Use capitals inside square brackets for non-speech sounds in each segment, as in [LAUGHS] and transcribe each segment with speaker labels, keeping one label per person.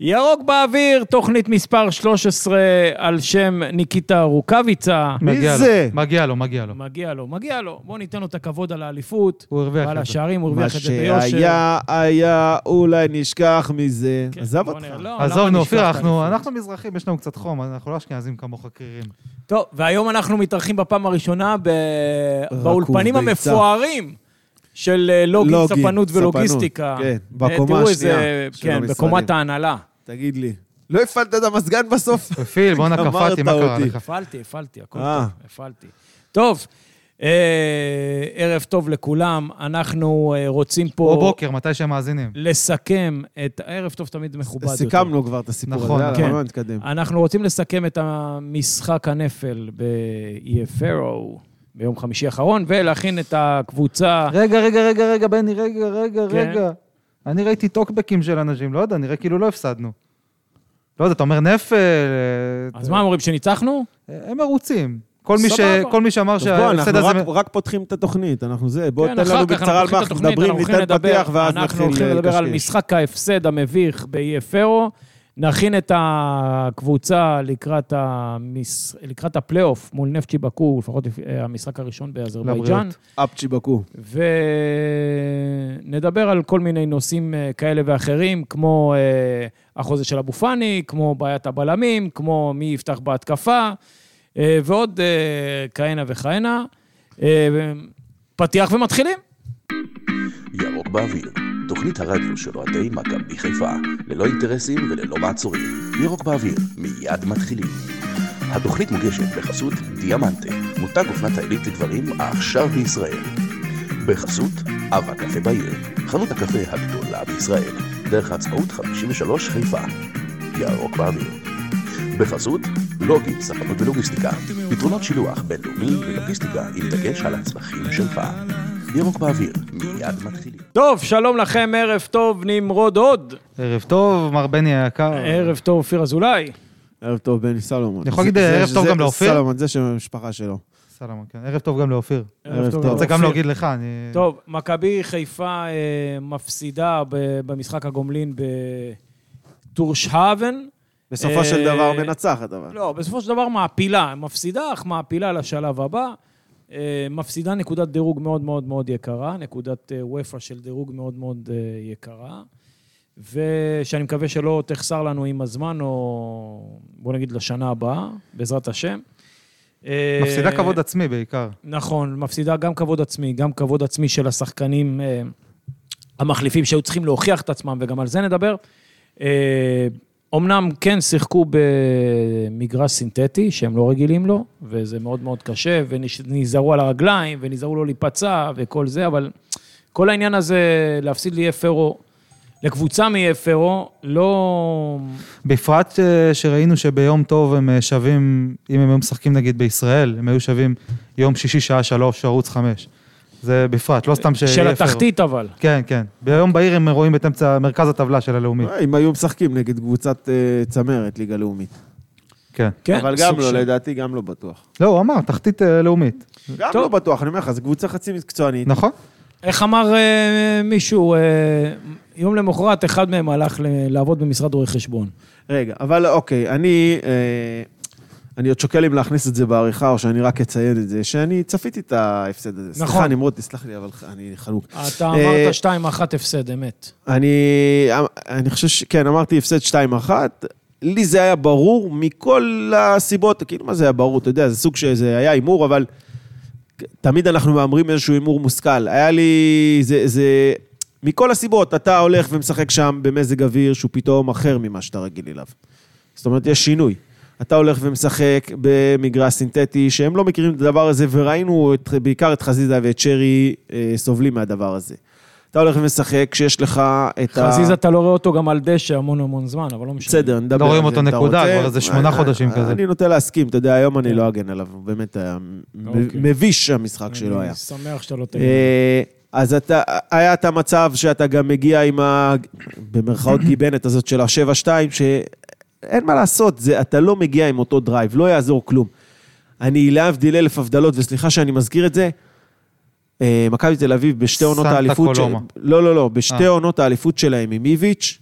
Speaker 1: ירוק באוויר, תוכנית מספר 13 על שם ניקיטה רוקאביצה.
Speaker 2: מי
Speaker 3: מגיע לו,
Speaker 2: זה?
Speaker 3: מגיע לו, מגיע לו.
Speaker 1: מגיע לו, מגיע לו. בואו ניתן לו את הכבוד על האליפות,
Speaker 3: הוא הרוויח
Speaker 1: ועל
Speaker 3: את זה.
Speaker 1: השערים, הוא
Speaker 2: מה
Speaker 1: הרוויח את זה ביושר.
Speaker 2: שהיה, היה, אולי נשכח מזה.
Speaker 1: כן,
Speaker 2: עזב
Speaker 1: בוא
Speaker 2: אותך.
Speaker 1: נראה. לא,
Speaker 3: עזוב,
Speaker 1: למה
Speaker 3: נו,
Speaker 1: נשכח
Speaker 3: אופיר,
Speaker 1: את
Speaker 3: אנחנו
Speaker 1: האליפות?
Speaker 3: אנחנו מזרחים, יש לנו קצת חום, אנחנו לא אשכנזים כמוך קרירים.
Speaker 1: טוב, והיום אנחנו מתארחים בפעם הראשונה ב...
Speaker 2: רקוב
Speaker 1: באולפנים
Speaker 2: ביצה.
Speaker 1: המפוארים של אה, לוגין,
Speaker 2: לוגין,
Speaker 1: ספנות
Speaker 2: ספנות,
Speaker 1: ולוגיסטיקה.
Speaker 2: כן,
Speaker 1: אה,
Speaker 2: בקומה
Speaker 1: תראו
Speaker 2: השנייה
Speaker 1: איזה-
Speaker 2: של
Speaker 1: כן,
Speaker 2: המשרדים.
Speaker 1: בקומת ההנהלה.
Speaker 2: תגיד לי, לא הפעלת את המזגן בסוף?
Speaker 3: [LAUGHS] אופיל, בואנה,
Speaker 2: גמרת
Speaker 3: קפאתי, מה קרה
Speaker 2: אותי.
Speaker 3: לך?
Speaker 1: הפעלתי, הפעלתי, הכל
Speaker 2: אה.
Speaker 1: טוב, הפעלתי. טוב, אה, ערב טוב לכולם. אנחנו אה, רוצים פה...
Speaker 3: או בוקר, מתי שהם מאזינים.
Speaker 1: לסכם את... ערב טוב תמיד [LAUGHS] מכובד יותר.
Speaker 2: סיכמנו כבר את הסיפור הזה,
Speaker 3: נכון,
Speaker 2: יאללה,
Speaker 1: כן.
Speaker 2: בוא נתקדם.
Speaker 1: אנחנו רוצים לסכם את המשחק הנפל באיי פרו ביום חמישי האחרון, ולהכין את הקבוצה...
Speaker 3: רגע, רגע, רגע, רגע, בני, רגע, רגע,
Speaker 1: כן.
Speaker 3: רגע. אני ראיתי טוקבקים של אנשים, לא יודע, נראה כאילו לא הפסדנו. לא יודע, אתה אומר נפל... אה,
Speaker 1: אז מה אומרים, שניצחנו?
Speaker 3: הם מרוצים. כל מי ש-
Speaker 1: סבבה.
Speaker 3: כל מי שאמר
Speaker 2: טוב, בוא,
Speaker 3: שההפסד
Speaker 2: אנחנו
Speaker 3: הזה...
Speaker 2: רק- רק פותחים את התוכנית, אנחנו זה, בוא
Speaker 1: כן,
Speaker 2: תן
Speaker 1: אחר
Speaker 2: לנו
Speaker 1: כך אנחנו
Speaker 2: בקצרה על מה
Speaker 1: פותחים את
Speaker 2: אנחנו
Speaker 1: התוכנית, אנחנו
Speaker 2: מדברים,
Speaker 1: הולכים
Speaker 2: ניתן
Speaker 1: לדבר-
Speaker 2: פתיח ואז
Speaker 1: אנחנו
Speaker 2: נתחיל אה,
Speaker 1: הולכים לדבר על
Speaker 2: לקשקש.
Speaker 1: משחק ההפסד המביך באיי פרו. נכין את הקבוצה לקראת, המס... לקראת הפלייאוף מול נפצ'י בקו, לפחות לפי- אה, המשחק הראשון באזרבייג'אן.
Speaker 3: לבריאות.
Speaker 2: אפצ'י בקו.
Speaker 1: ונדבר על כל מיני נושאים אה, כאלה ואחרים, כמו אה, החוזה של אבו פאני, כמו בעיית הבלמים, כמו מי יפתח בהתקפה, אה, ועוד אה, כהנה וכהנה. אה, פתיח ומתחילים.
Speaker 4: ירוק באוויר, תוכנית הרדיו של אוהדי מכבי חיפה, ללא אינטרסים וללא מעצורים. ירוק באוויר, מיד מתחילים. התוכנית מוגשת בחסות דיאמנטה, מותג אופנת העילית לגברים העכשיו בישראל. בחסות אב הקפה בעיר, חנות הקפה הגדולה בישראל, דרך העצמאות 53 חיפה. ירוק באוויר. בחסות לוגי, ספנות ולוגיסטיקה, פתרונות שילוח בינלאומי ולוגיסטיקה עם דגש על הצרכים שלך. ירוק באוויר, מיד מתחילים.
Speaker 1: טוב, שלום לכם, ערב טוב, נמרוד הוד.
Speaker 3: ערב טוב, מר בני היקר.
Speaker 1: ערב טוב, אופיר אזולאי.
Speaker 2: ערב טוב, בני סלומון.
Speaker 3: אני יכול
Speaker 2: זה-
Speaker 1: אה,
Speaker 3: להגיד,
Speaker 2: זה-
Speaker 3: ערב טוב
Speaker 2: זה-
Speaker 3: גם לאופיר?
Speaker 2: סלומון, זה שם המשפחה שלו.
Speaker 3: סלמון, כן. ערב טוב גם לאופיר.
Speaker 2: ערב טוב. לא
Speaker 1: גם
Speaker 3: רוצה גם
Speaker 1: לאופיר.
Speaker 3: להגיד לך, אני...
Speaker 1: טוב, מכבי חיפה אה, מפסידה ב- במשחק הגומלין בטורשהבן.
Speaker 2: בסופו של
Speaker 1: אה,
Speaker 2: דבר מנצחת, אבל.
Speaker 1: לא, בסופו של דבר מעפילה. מפסידה, אך מעפילה לשלב הבא. אה, מפסידה נקודת דירוג מאוד מאוד מאוד יקרה, נקודת אה, וופא של דירוג מאוד מאוד אה, יקרה. ושאני מקווה שלא תחסר לנו עם הזמן, או בוא נגיד לשנה הבאה, בעזרת השם. אה,
Speaker 3: מפסידה כבוד עצמי בעיקר.
Speaker 1: נכון, מפסידה גם כבוד עצמי, גם כבוד עצמי של השחקנים אה, המחליפים שהיו צריכים להוכיח את עצמם, וגם על זה נדבר. אה, אומנם כן שיחקו במגרש סינתטי, שהם לא רגילים לו, וזה מאוד מאוד קשה, ונזהרו על הרגליים, ונזהרו לא להיפצע וכל זה, אבל כל העניין הזה, להפסיד לאיי פרו, לקבוצה מאיי פרו, לא...
Speaker 3: בפרט אה, שראינו שביום טוב הם אה, שווים, אם הם היו משחקים נגיד בישראל, הם היו שווים יום שישי שעה שלוש, ערוץ חמש. זה בפרט, לא סתם ש...
Speaker 1: של התחתית אבל.
Speaker 3: כן, כן. ביום בהיר הם רואים את אמצע, מרכז הטבלה של הלאומית.
Speaker 2: אה, אם היו משחקים נגד קבוצת אה, צמרת, ליגה לאומית.
Speaker 3: כן.
Speaker 1: כן,
Speaker 2: אבל גם
Speaker 1: סוג
Speaker 2: לא,
Speaker 1: של-
Speaker 2: לדעתי גם לא בטוח.
Speaker 3: לא, הוא אמר, תחתית אה, לאומית.
Speaker 2: גם
Speaker 1: טוב.
Speaker 2: לא בטוח, אני אומר לך, זו קבוצה חצי מקצוענית.
Speaker 3: נכון?
Speaker 1: איך אמר אה, מישהו, אה, יום למחרת אחד מהם הלך ל- לעבוד במשרד רואי חשבון.
Speaker 2: רגע, אבל אוקיי, אני... אה, אני עוד שוקל אם להכניס את זה בעריכה, או שאני רק אציין את זה, שאני צפיתי את ההפסד הזה.
Speaker 1: נכון.
Speaker 2: סליחה, נמרוד, תסלח לי, אבל אני חנוק.
Speaker 1: אתה
Speaker 2: אה,
Speaker 1: אמרת 2-1 הפסד, אמת.
Speaker 2: אני, אה, אני חושב ש... כן, אמרתי הפסד 2-1. לי זה היה ברור מכל הסיבות, כאילו, מה זה היה ברור? אתה יודע, זה סוג שזה היה הימור, אבל תמיד אנחנו מהמרים איזשהו הימור מושכל. היה לי... זה, זה... מכל הסיבות, אתה הולך ומשחק שם במזג אוויר שהוא פתאום אחר ממה שאתה רגיל אליו. זאת אומרת, יש שינוי. אתה הולך ומשחק במגרש סינתטי, שהם לא מכירים את הדבר הזה, וראינו את, בעיקר את חזיזה ואת שרי אה, סובלים מהדבר הזה. אתה הולך ומשחק כשיש לך את
Speaker 1: חזיז, אתה לא רואה אותו גם על דשא המון המון זמן, אבל לא משנה.
Speaker 2: בסדר, נדבר על זה.
Speaker 3: רואים אותו
Speaker 2: אם אתה
Speaker 3: נקודה,
Speaker 2: רוצה.
Speaker 3: כבר איזה שמונה
Speaker 2: אני-
Speaker 3: חודשים כזה.
Speaker 2: אני נוטה להסכים, אתה יודע, היום אני
Speaker 1: כן.
Speaker 2: לא אגן עליו, הוא באמת היה
Speaker 1: אוקיי.
Speaker 2: מביש המשחק שלו היה.
Speaker 1: אני שמח שאתה לא תגיד.
Speaker 2: אה, אז אתה, היה את המצב שאתה גם מגיע עם ה...
Speaker 3: [COUGHS]
Speaker 2: במרכאות גיבנת הזאת של ה-7-2, שאין מה לעשות, זה, אתה לא מגיע עם אותו דרייב, לא יעזור כלום. אני להבדיל אלף הבדלות, וסליחה שאני מזכיר את זה, אה, מכבי תל אביב בשתי עונות
Speaker 3: סנטה
Speaker 2: האליפות... של-
Speaker 3: קולומה.
Speaker 2: לא, לא, לא, בשתי
Speaker 3: אה.
Speaker 2: עונות האליפות שלהם עם איביץ',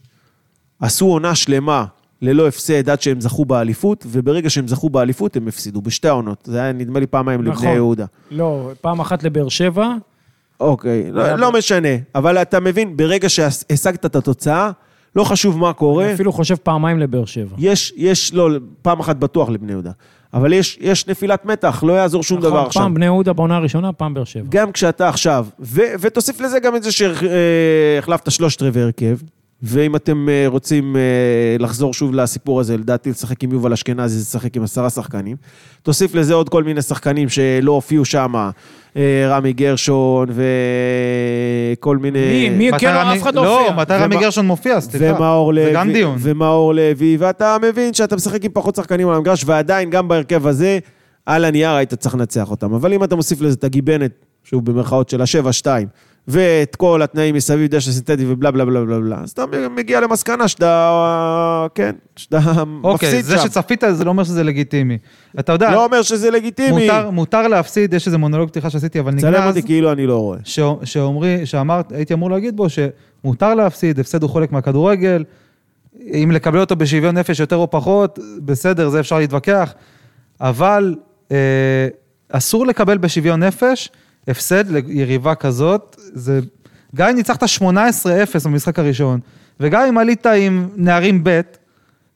Speaker 2: עשו עונה שלמה ללא הפסד עד שהם זכו באליפות, וברגע שהם זכו באליפות הם הפסידו בשתי העונות. זה היה נדמה לי פעמיים
Speaker 1: נכון.
Speaker 2: לבני יהודה.
Speaker 1: לא, פעם אחת לבאר שבע,
Speaker 2: אוקיי, לא, לא משנה. אבל אתה מבין, ברגע שהשגת את התוצאה, לא חשוב מה קורה.
Speaker 1: אפילו חושב פעמיים לבאר שבע.
Speaker 2: יש, יש, לא, פעם אחת בטוח לבני יהודה. אבל יש, יש נפילת מתח, לא יעזור שום דבר
Speaker 1: נכון,
Speaker 2: עכשיו.
Speaker 1: פעם בני יהודה בעונה הראשונה, פעם באר שבע.
Speaker 2: גם כשאתה עכשיו, ו, ותוסיף לזה גם את זה שהחלפת שלושת רבעי הרכב, ואם אתם אה, רוצים אה, לחזור שוב לסיפור הזה, לדעתי לשחק עם יובל אשכנזי, זה לשחק עם עשרה שחקנים. תוסיף לזה עוד כל מיני שחקנים שלא הופיעו שם, רמי גרשון וכל מיני...
Speaker 1: מי- מי
Speaker 3: מתי
Speaker 1: כן,
Speaker 3: רמי-
Speaker 1: אף אחד לא הופיע.
Speaker 3: לא, מתי
Speaker 2: ומה-
Speaker 3: רמי גרשון מופיע, סליחה.
Speaker 2: ומאור לוי,
Speaker 3: זה גם דיון.
Speaker 2: ומאור לוי, ואתה מבין שאתה משחק עם פחות שחקנים על המגרש, ועדיין, גם בהרכב הזה, על הנייר היית צריך לנצח אותם. אבל אם אתה מוסיף לזה את הגיבנת, שוב במרכאות, של ה-7-2, ואת כל התנאים מסביב, דשא סינתטי ובלה בלה בלה בלה בלה, אז אתה מגיע למסקנה שאתה, כן, שאתה
Speaker 3: אוקיי,
Speaker 2: מפסיד
Speaker 3: זה
Speaker 2: שם.
Speaker 3: שצפית זה לא אומר שזה לגיטימי. אתה יודע,
Speaker 2: לא אומר שזה לגיטימי.
Speaker 3: מותר- מותר להפסיד, יש איזה מונולוג פתיחה שעשיתי, אבל
Speaker 2: צלם אותי
Speaker 3: נגנז,
Speaker 2: כאילו אני לא רואה.
Speaker 3: ש- שאומרי, שאמרת, הייתי אמור להגיד בו שמותר להפסיד, הפסד הוא חלק מהכדורגל, אם לקבל אותו בשוויון נפש יותר או פחות, בסדר, זה אפשר להתווכח, אבל אה, אסור לקבל בשוויון נפש הפסד ליריבה כזאת, זה... גם אם ניצחת 18-0 במשחק הראשון, וגם אם עלית עם נערים ב',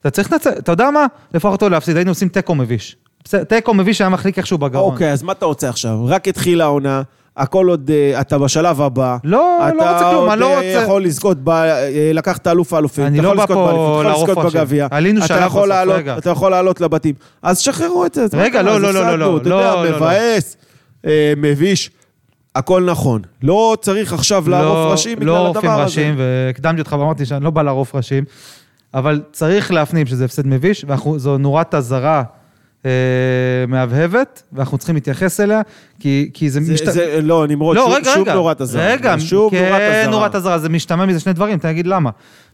Speaker 3: אתה צריך לנצל, אתה יודע מה? לפחות לא להפסיד, היינו עושים תיקו מביש. בסדר, תיקו מביש היה מחליק איכשהו בגרון.
Speaker 2: אוקיי, אז מה אתה רוצה עכשיו? רק התחילה העונה, הכל עוד, אה, אתה בשלב הבא.
Speaker 3: לא, לא רוצה כלום, אני לא
Speaker 2: אתה עוד
Speaker 3: רוצה...
Speaker 2: אה, יכול לזכות, ב- אה, לקחת אלוף האלופים,
Speaker 3: אני
Speaker 2: אתה
Speaker 3: לא
Speaker 2: יכול
Speaker 3: בא
Speaker 2: לזכות
Speaker 3: פה
Speaker 2: באליפות, אתה יכול
Speaker 3: לערוף
Speaker 2: לזכות
Speaker 3: עכשיו.
Speaker 2: בגביע,
Speaker 3: עלינו
Speaker 2: אתה
Speaker 3: שלב
Speaker 2: יכול
Speaker 3: בסוף,
Speaker 2: לעלות-
Speaker 3: רגע.
Speaker 2: אתה יכול לעלות לבתים, אז שחררו את זה. אז מה
Speaker 3: רגע,
Speaker 2: קרה?
Speaker 3: לא,
Speaker 2: אז
Speaker 3: לא, לא,
Speaker 2: הפסדנו,
Speaker 3: לא,
Speaker 2: אתה
Speaker 3: לא,
Speaker 2: יודע,
Speaker 3: לא, לא.
Speaker 2: מבאס, אה, מביש, הכל נכון. לא צריך עכשיו לערוף ראשים בגלל
Speaker 3: לא עורפים
Speaker 2: הדבר הזה.
Speaker 3: ראשים, והקדמתי אותך ואמרתי שאני לא בא לערוף ראשים, אבל צריך להפנים שזה הפסד מביש, וזו נורת אזהרה אה, מהבהבת, ואנחנו צריכים להתייחס אליה, כי, כי זה...
Speaker 2: זה- זה- לא, נמרוד,
Speaker 3: לא,
Speaker 2: שוב-
Speaker 3: רגע,
Speaker 2: שוב
Speaker 3: רגע.
Speaker 2: נורת אזהרה.
Speaker 3: רגע,
Speaker 2: שוב נורת
Speaker 3: כן,
Speaker 2: אזהרה.
Speaker 3: נורת אזהרה, זה משתמע מזה שני דברים, תגיד למה.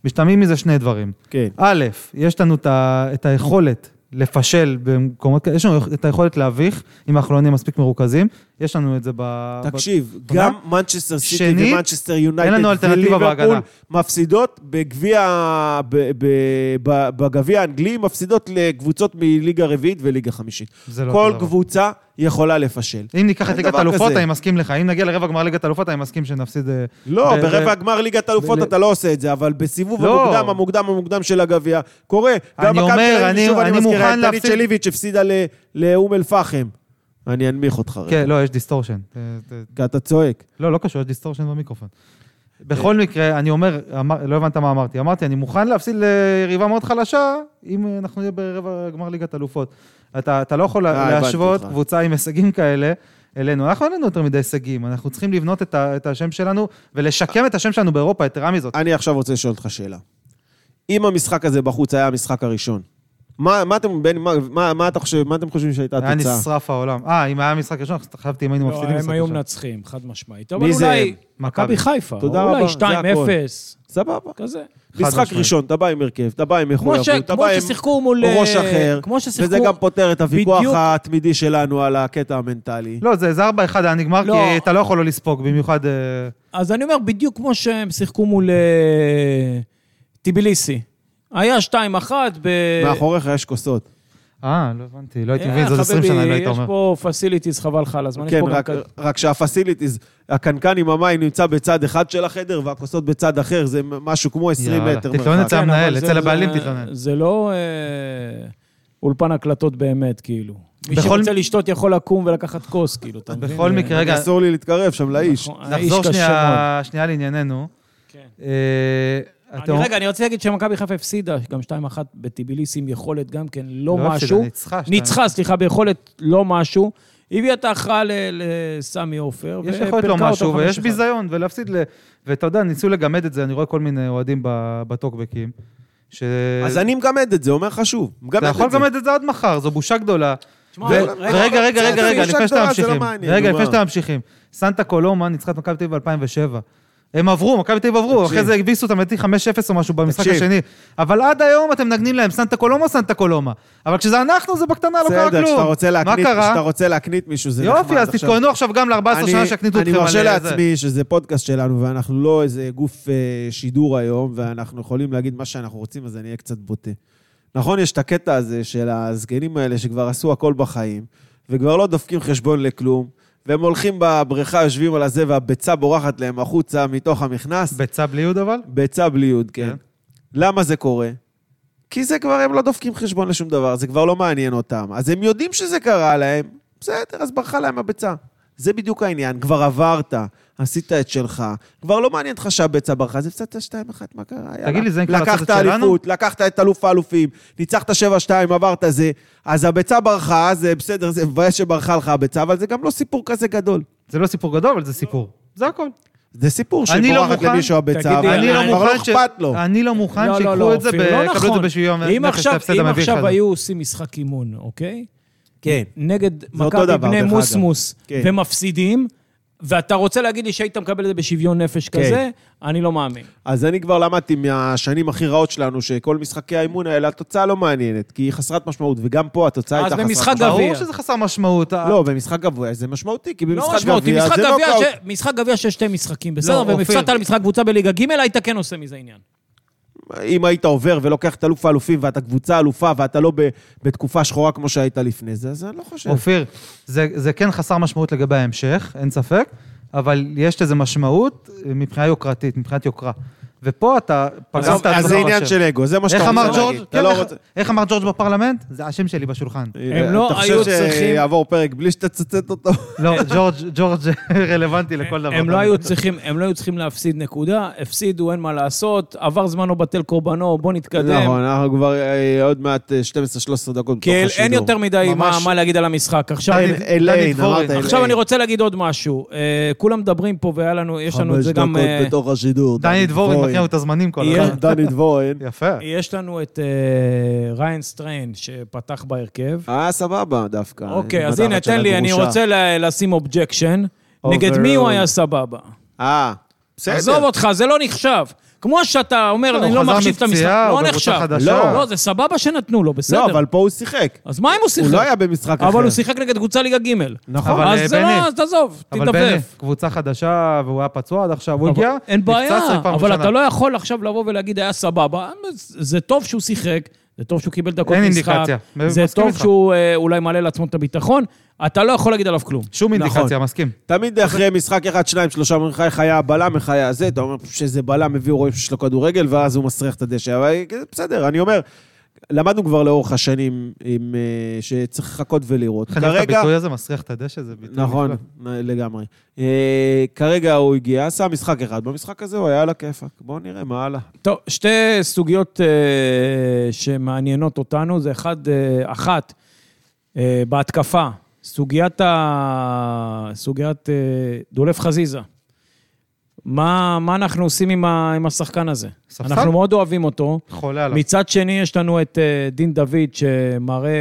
Speaker 3: משתמעים מזה שני דברים.
Speaker 2: כן.
Speaker 3: א', יש לנו את ה- את היכולת לפשל במקומות כאלה, יש לנו את היכולת להביך, אם אנחנו לא נהיה מספיק מרוכזים, יש לנו את זה ב...
Speaker 2: תקשיב,
Speaker 3: ב-
Speaker 2: גם מנצ'סטר סיטי
Speaker 3: שנית,
Speaker 2: ומנצ'סטר יונייטד
Speaker 3: אין לנו אלטרנטיבה בהגנה.
Speaker 2: מפסידות בגביע, ב- ב- ב- בגביע האנגלי, מפסידות לקבוצות מליגה רביעית וליגה חמישית.
Speaker 3: זה לא
Speaker 2: כל
Speaker 3: אותו דבר.
Speaker 2: קבוצה יכולה לפשל.
Speaker 3: אם ניקח את
Speaker 2: אין
Speaker 3: ליגת
Speaker 2: דבר
Speaker 3: האלופות,
Speaker 2: כזה.
Speaker 3: אני מסכים לך. אם נגיע לרבע גמר ליגת האלופות, אני מסכים שנפסיד... אה,
Speaker 2: לא,
Speaker 3: ב-
Speaker 2: ברבע
Speaker 3: ב-
Speaker 2: הגמר ליגת האלופות
Speaker 3: ב-
Speaker 2: אתה לא עושה את זה, אבל בסיבוב
Speaker 3: לא.
Speaker 2: המוקדם, המוקדם, המוקדם של הגביע, קורה.
Speaker 3: אני
Speaker 2: גם מכבי
Speaker 3: אומר,
Speaker 2: תל אביב,
Speaker 3: אני-
Speaker 2: שוב
Speaker 3: אני
Speaker 2: מזכיר,
Speaker 3: מוכן
Speaker 2: האיתנית
Speaker 3: להפסיד-
Speaker 2: של איביץ' הפסידה ל- לאום אל-פחם. אני אנמיך אותך רגע.
Speaker 3: כן, לא, יש דיסטורשן. אה, אה,
Speaker 2: כי אתה צועק.
Speaker 3: לא, לא קשור, יש דיסטורשן במיקרופון.
Speaker 2: אה.
Speaker 3: בכל מקרה, אני אומר, אמר- לא הבנת מה אמרתי. אמרתי, אני מוכן להפסיד ליריבה מאוד חלשה, אם אה, אנחנו נהיה ברבע גמר ליגת אלופות. אתה אתה לא יכול
Speaker 2: אה, הבנתי
Speaker 3: להשוות
Speaker 2: אותך.
Speaker 3: קבוצה עם הישגים כאלה. אלינו, אנחנו אין לנו יותר מדי הישגים, אנחנו צריכים לבנות את, ה, את השם שלנו ולשקם את השם שלנו באירופה, יתרה מזאת.
Speaker 2: אני עכשיו רוצה לשאול אותך שאלה. אם המשחק הזה בחוץ היה המשחק הראשון, מה, מה אתם, בני, מה, מה, מה, אתה חושב, מה אתם חושבים שהייתה
Speaker 3: היה
Speaker 2: התוצאה?
Speaker 3: נשרף העולם. אה, אם היה משחק ראשון, חשבתי אם היינו
Speaker 1: לא,
Speaker 3: מפסידים משחק
Speaker 1: הם היו
Speaker 3: ראשון.
Speaker 1: מנצחים, חד משמעית. אבל
Speaker 2: מי זה
Speaker 1: אולי...
Speaker 3: הם?
Speaker 1: מכבי
Speaker 3: מכבי.
Speaker 1: חיפה,
Speaker 2: תודה
Speaker 1: אולי
Speaker 2: רבה, זה
Speaker 1: 2-0,
Speaker 2: סבבה.
Speaker 1: כזה.
Speaker 3: חד
Speaker 2: משחק
Speaker 3: משמעית.
Speaker 2: ראשון, אתה בא עם הרכב, אתה בא עם
Speaker 1: כמו ש-
Speaker 2: מחויבות, אתה
Speaker 1: כמו
Speaker 2: בא עם
Speaker 1: ששיחקו מול...
Speaker 2: ראש
Speaker 1: אה,
Speaker 2: אחר,
Speaker 1: כמו ששיחקו...
Speaker 2: וזה גם פותר את הוויכוח
Speaker 1: בדיוק.
Speaker 2: התמידי שלנו על הקטע המנטלי.
Speaker 3: לא, זה זה 4-1 היה נגמר,
Speaker 1: לא.
Speaker 3: כי אתה לא יכול לא לספוג, במיוחד... אה,
Speaker 1: אז אני אומר, בדיוק כמו שהם שיחקו מול אה, טיביליסי. היה 2-1 ב...
Speaker 2: מאחוריך יש כוסות.
Speaker 3: אה, לא הבנתי, לא הייתי
Speaker 1: אה,
Speaker 3: מבין, זה עוד 20 שנה,
Speaker 1: חביבי,
Speaker 3: לא היית
Speaker 1: יש
Speaker 3: אומר.
Speaker 1: פה פסיליטיז, חבל לך על הזמן. יש
Speaker 2: כן,
Speaker 1: פה גם
Speaker 2: רק,
Speaker 1: כזה.
Speaker 2: רק שהפסיליטיז, הקנקן עם המים נמצא בצד אחד של החדר והכוסות בצד אחר, זה משהו כמו 20
Speaker 3: יאללה,
Speaker 2: מטר.
Speaker 3: תתלונן
Speaker 2: מרחק.
Speaker 3: אצל
Speaker 1: כן, אבל
Speaker 3: המנהל,
Speaker 1: זה-
Speaker 3: אצל
Speaker 1: זה-
Speaker 3: הבעלים תתלונן.
Speaker 1: זה לא אה, אולפן הקלטות באמת, כאילו. מי
Speaker 3: בכל-
Speaker 1: שרוצה לשתות יכול לקום ולקחת כוס, כאילו, אתה מבין?
Speaker 3: בכל מקרה, רגע,
Speaker 2: אסור לי להתקרב שם לאיש.
Speaker 1: נכון, האיש
Speaker 3: נחזור
Speaker 1: קשה מאוד.
Speaker 3: שנייה- שנייה לענייננו.
Speaker 1: כן.
Speaker 3: אה,
Speaker 1: אני-
Speaker 3: אתה אומר-
Speaker 1: רגע, אני רוצה להגיד שמכבי חיפה הפסידה, גם 2-1 בטיביליסי עם יכולת גם כן לא
Speaker 3: לא הפסידה,
Speaker 1: משהו.
Speaker 3: ניצחה, שתיים.
Speaker 1: ניצחה, סליחה, ביכולת לא משהו. הביאה את ההכרעה ל- לסמי עופר.
Speaker 3: יש
Speaker 1: ופרקה
Speaker 3: יכולת לא
Speaker 1: אותו
Speaker 3: משהו,
Speaker 1: חמש
Speaker 3: ויש
Speaker 1: אחד.
Speaker 3: ביזיון, ולהפסיד ל... ואתה יודע, ניסו לגמד את זה, אני רואה כל מיני אוהדים ב- בטוקבקים. ש...
Speaker 2: אז אני מגמד את זה, אומר לך שוב. מגמד
Speaker 3: אתה
Speaker 2: את
Speaker 3: יכול
Speaker 2: זה.
Speaker 3: לגמד את זה עד מחר, זו בושה גדולה.
Speaker 1: תשמע,
Speaker 3: ו- ורגע,
Speaker 1: לא,
Speaker 3: רגע,
Speaker 2: בסדר,
Speaker 3: רגע, רגע,
Speaker 2: אישה
Speaker 3: לפני שאתם
Speaker 2: גדולה, זה לא
Speaker 3: ממשיכים.
Speaker 2: מעניין,
Speaker 3: רגע,
Speaker 2: נו,
Speaker 3: לפני
Speaker 2: מה?
Speaker 3: שאתם ממשיכים. סנטה קולומה ניצחה את מכבי תל אביב ב-2007. הם עברו, מכבי תל אביב עברו, אחרי זה הביסו אותם לדעתי 5-0 או משהו במשחק
Speaker 2: תקשיב.
Speaker 3: השני. אבל עד היום אתם מנגנים להם, סנטה קולומה, סנטה קולומה. אבל כשזה אנחנו, זה בקטנה, לא קרה
Speaker 2: בסדר,
Speaker 3: כלום.
Speaker 2: כשאתה רוצה
Speaker 3: מה
Speaker 2: להקנית- כשאתה
Speaker 3: קרה?
Speaker 2: רוצה להקנית מישהו, זה נחמד.
Speaker 3: יופי, אז
Speaker 2: עכשיו-
Speaker 3: תתכוננו עכשיו גם ל-14 שנה
Speaker 2: אני-
Speaker 3: שיקניתו אתכם
Speaker 2: אני מרשה
Speaker 3: על זה.
Speaker 2: לעצמי שזה פודקאסט שלנו, ואנחנו לא איזה גוף אה, שידור היום, ואנחנו יכולים להגיד מה שאנחנו רוצים, אז אני אהיה קצת בוטה. נכון, יש את הקטע הזה של הזקנים האלה שכבר עשו הכל בחיים, וכבר לא דופקים חשבון לכלום, והם הולכים בבריכה, יושבים על הזה, והביצה בורחת להם החוצה מתוך המכנס.
Speaker 3: ביצה בלי יוד אבל?
Speaker 2: ביצה בלי יוד, כן.
Speaker 3: כן.
Speaker 2: למה זה קורה? כי זה כבר, הם לא דופקים חשבון לשום דבר, זה כבר לא מעניין אותם. אז הם יודעים שזה קרה להם, בסדר, אז ברחה להם הביצה. זה בדיוק העניין, כבר עברת, עשית את שלך, כבר לא מעניין אותך שהביצה ברחה, זה הפסדת 2-1, מה קרה? יאללה.
Speaker 3: תגיד לי, זה נקרא
Speaker 2: לקחת
Speaker 3: לצאת את שלנו?
Speaker 2: אליפות, לקחת את אלוף האלופים, ניצחת 7-2, עברת זה, אז הביצה ברחה, זה בסדר, זה מבאס שברחה לך הביצה, אבל זה גם לא סיפור כזה גדול.
Speaker 3: זה לא סיפור גדול, אבל זה סיפור. זה הכל.
Speaker 2: זה סיפור
Speaker 3: אני לא
Speaker 2: שבורחת
Speaker 3: מוכן-
Speaker 2: למישהו הביצה,
Speaker 1: תגיד לי,
Speaker 2: אבל
Speaker 3: אני לא
Speaker 2: כבר
Speaker 3: מוכן ש-
Speaker 2: אכפת לו.
Speaker 3: אני לא מוכן שיקחו את זה,
Speaker 1: אופיר, לא
Speaker 3: ויקבלו את זה
Speaker 1: נכון.
Speaker 3: בשוויון
Speaker 1: אם
Speaker 3: נפש, את
Speaker 1: עכשיו-
Speaker 3: ההפסד
Speaker 1: אם
Speaker 3: המביך
Speaker 1: עכשיו
Speaker 3: הזה.
Speaker 1: היו עושים משחק אימון, אוקיי?
Speaker 2: כן.
Speaker 1: נגד
Speaker 2: אותו
Speaker 1: מכבי
Speaker 2: דבר,
Speaker 1: בני
Speaker 2: דרך אגב.
Speaker 1: מוסמוס,
Speaker 2: כן.
Speaker 1: ומפסידים, ואתה רוצה להגיד לי שהיית מקבל את זה בשוויון נפש
Speaker 2: כן.
Speaker 1: כזה, אני לא מאמין.
Speaker 2: אז אני כבר למדתי מהשנים הכי רעות שלנו, שכל משחקי האימון האלה, התוצאה לא מעניינת, כי היא חסרת משמעות, וגם פה התוצאה
Speaker 1: אז
Speaker 2: הייתה חסרת
Speaker 1: במשחק
Speaker 2: משמעות.
Speaker 1: גביע.
Speaker 3: ברור שזה חסר משמעות.
Speaker 2: לא, במשחק גביע זה משמעותי, כי
Speaker 1: לא
Speaker 2: במשחק
Speaker 1: משמעותי,
Speaker 2: גביע
Speaker 1: משחק
Speaker 2: זה
Speaker 1: גביע
Speaker 2: נוקאוט. לא,
Speaker 1: ש- משחק גביע שיש שתי משחקים, בסדר?
Speaker 3: אופיר.
Speaker 1: והפסדת על משחק קבוצה בליגה ג', היית כן עושה מזה עניין.
Speaker 2: אם היית עובר ולוקח את אלוף האלופים, ואתה קבוצה אלופה, ואתה לא ב- בתקופה שחורה כמו שהיית לפני זה, אז אני לא חושב.
Speaker 3: אופיר, זה, זה כן חסר משמעות לגבי ההמשך, אין ספק, אבל יש לזה משמעות אה, מבחינה יוקרתית, מבחינת יוקרה. ופה אתה
Speaker 2: אז-
Speaker 3: פגמת
Speaker 2: אז זה
Speaker 3: עצמך
Speaker 2: עניין
Speaker 3: בשם.
Speaker 2: של אגו, זה מה
Speaker 3: איך
Speaker 2: שאתה
Speaker 3: אמר
Speaker 2: רוצה
Speaker 3: ג'ורג'?
Speaker 2: להגיד. אתה
Speaker 3: כן,
Speaker 2: לא
Speaker 3: איך-
Speaker 2: רוצה-
Speaker 3: איך אמר ג'ורג' בפרלמנט? זה השם שלי בשולחן.
Speaker 1: הם לא היו
Speaker 2: אתה חושב
Speaker 1: צריכים-
Speaker 2: שיעבור פרק בלי שתצטט אותו? [LAUGHS]
Speaker 3: לא, ג'ורג', ג'ורג' [LAUGHS] רלוונטי לכל דבר.
Speaker 1: הם לא היו צריכים, הם לא היו צריכים להפסיד נקודה, הפסידו, אין מה לעשות, עבר זמנו בטל קורבנו, בוא נתקדם.
Speaker 2: נכון, אנחנו כבר אה, עוד מעט אה, 12-13 דקות
Speaker 1: כי
Speaker 2: בתוך השידור.
Speaker 1: אין יותר מדי מה-
Speaker 2: ממש אה,
Speaker 1: מה להגיד על המשחק. עכשיו,
Speaker 2: אין,
Speaker 3: דני
Speaker 2: אליין,
Speaker 3: דבורין.
Speaker 2: אמרת אליין.
Speaker 1: עכשיו אני רוצה להגיד עוד משהו. אה, כולם מדברים פה והיה לנו, יש לנו את זה גם... אה,
Speaker 2: בתוך השידור.
Speaker 3: דני דבורין מכיר לנו את הזמנים כל
Speaker 1: יהיה-
Speaker 3: הזמן.
Speaker 2: דני דבורין.
Speaker 3: יפה.
Speaker 1: יש לנו את אה, ריין סטריין שפתח בהרכב.
Speaker 2: אה, סבבה דווקא. אה,
Speaker 1: אוקיי,
Speaker 2: אני
Speaker 1: אז
Speaker 2: מתחת
Speaker 1: הנה,
Speaker 2: של
Speaker 1: תן לי, אני
Speaker 2: הגרושה.
Speaker 1: רוצה ל- לשים אובג'קשן. נגד
Speaker 2: Overall.
Speaker 1: מי הוא היה סבבה?
Speaker 2: אה, בסדר.
Speaker 1: עזוב אותך, זה לא נחשב. כמו שאתה אומר,
Speaker 3: לא,
Speaker 1: אני
Speaker 3: הוא
Speaker 1: לא
Speaker 3: חזר
Speaker 1: מחשיב את המשחק,
Speaker 3: מפציעה, הוא
Speaker 1: לא
Speaker 3: בקבוצה
Speaker 1: נחשב.
Speaker 3: חדשה.
Speaker 2: לא.
Speaker 1: לא, זה סבבה שנתנו לו, בסדר.
Speaker 2: לא, אבל פה הוא שיחק.
Speaker 1: אז מה אם הוא שיחק?
Speaker 2: הוא לא היה במשחק אחר.
Speaker 1: אבל הוא שיחק נגד קבוצה ליגה ג'.
Speaker 2: נכון.
Speaker 3: אבל,
Speaker 1: אז
Speaker 3: אה,
Speaker 1: זה
Speaker 3: בני,
Speaker 1: לא, אז תעזוב,
Speaker 3: אבל בני,
Speaker 1: תתאפף.
Speaker 3: קבוצה חדשה, והוא היה פצוע עד עכשיו, הוא
Speaker 1: אבל-
Speaker 3: הגיע,
Speaker 1: אין בעיה,
Speaker 3: נפצע פעם
Speaker 1: אבל
Speaker 3: ראשונה.
Speaker 1: אתה לא יכול עכשיו לבוא ולהגיד, היה סבבה. זה טוב שהוא שיחק, זה טוב שהוא קיבל דקות
Speaker 3: אין
Speaker 1: משחק.
Speaker 3: אינדיקציה,
Speaker 1: זה
Speaker 3: מסכים
Speaker 1: טוב
Speaker 3: איתך.
Speaker 1: שהוא אה, אולי מעלה לעצמו את הביטחון. אתה לא יכול להגיד עליו כלום.
Speaker 3: שום
Speaker 2: נכון.
Speaker 3: אינדיקציה, מסכים.
Speaker 2: תמיד אחרי משחק אחד, שניים, שלושה, אומרים לך איך היה הבלם, איך היה זה, אתה אומר שזה בלם, הביאו רואים שיש לו כדורגל, ואז הוא מסריח את הדשא. אבל בסדר, אני אומר, למדנו כבר לאורך השנים עם, אה, שצריך לחכות ולראות.
Speaker 3: כרגע... את
Speaker 2: כרגע,
Speaker 3: הביטוי הזה מסריח את הדשא, זה ביטוי
Speaker 2: נכון,
Speaker 3: נפלא.
Speaker 2: לגמרי. אה, כרגע הוא הגיע, עשה משחק אחד, במשחק הזה הוא היה על הכיפאק. בואו נראה מה הלאה.
Speaker 1: טוב, שתי סוגיות אה, שמעניינות אותנו, זה אחד, אה, אחת, אה, בהתקפה, סוגיית, ה... סוגיית אה, דולף חזיזה. מה, מה אנחנו עושים עם, ה... עם השחקן הזה?
Speaker 3: ספסל?
Speaker 1: אנחנו מאוד אוהבים אותו.
Speaker 3: חולה עליו.
Speaker 1: מצד שני, יש לנו את אה, דין דוד, שמראה...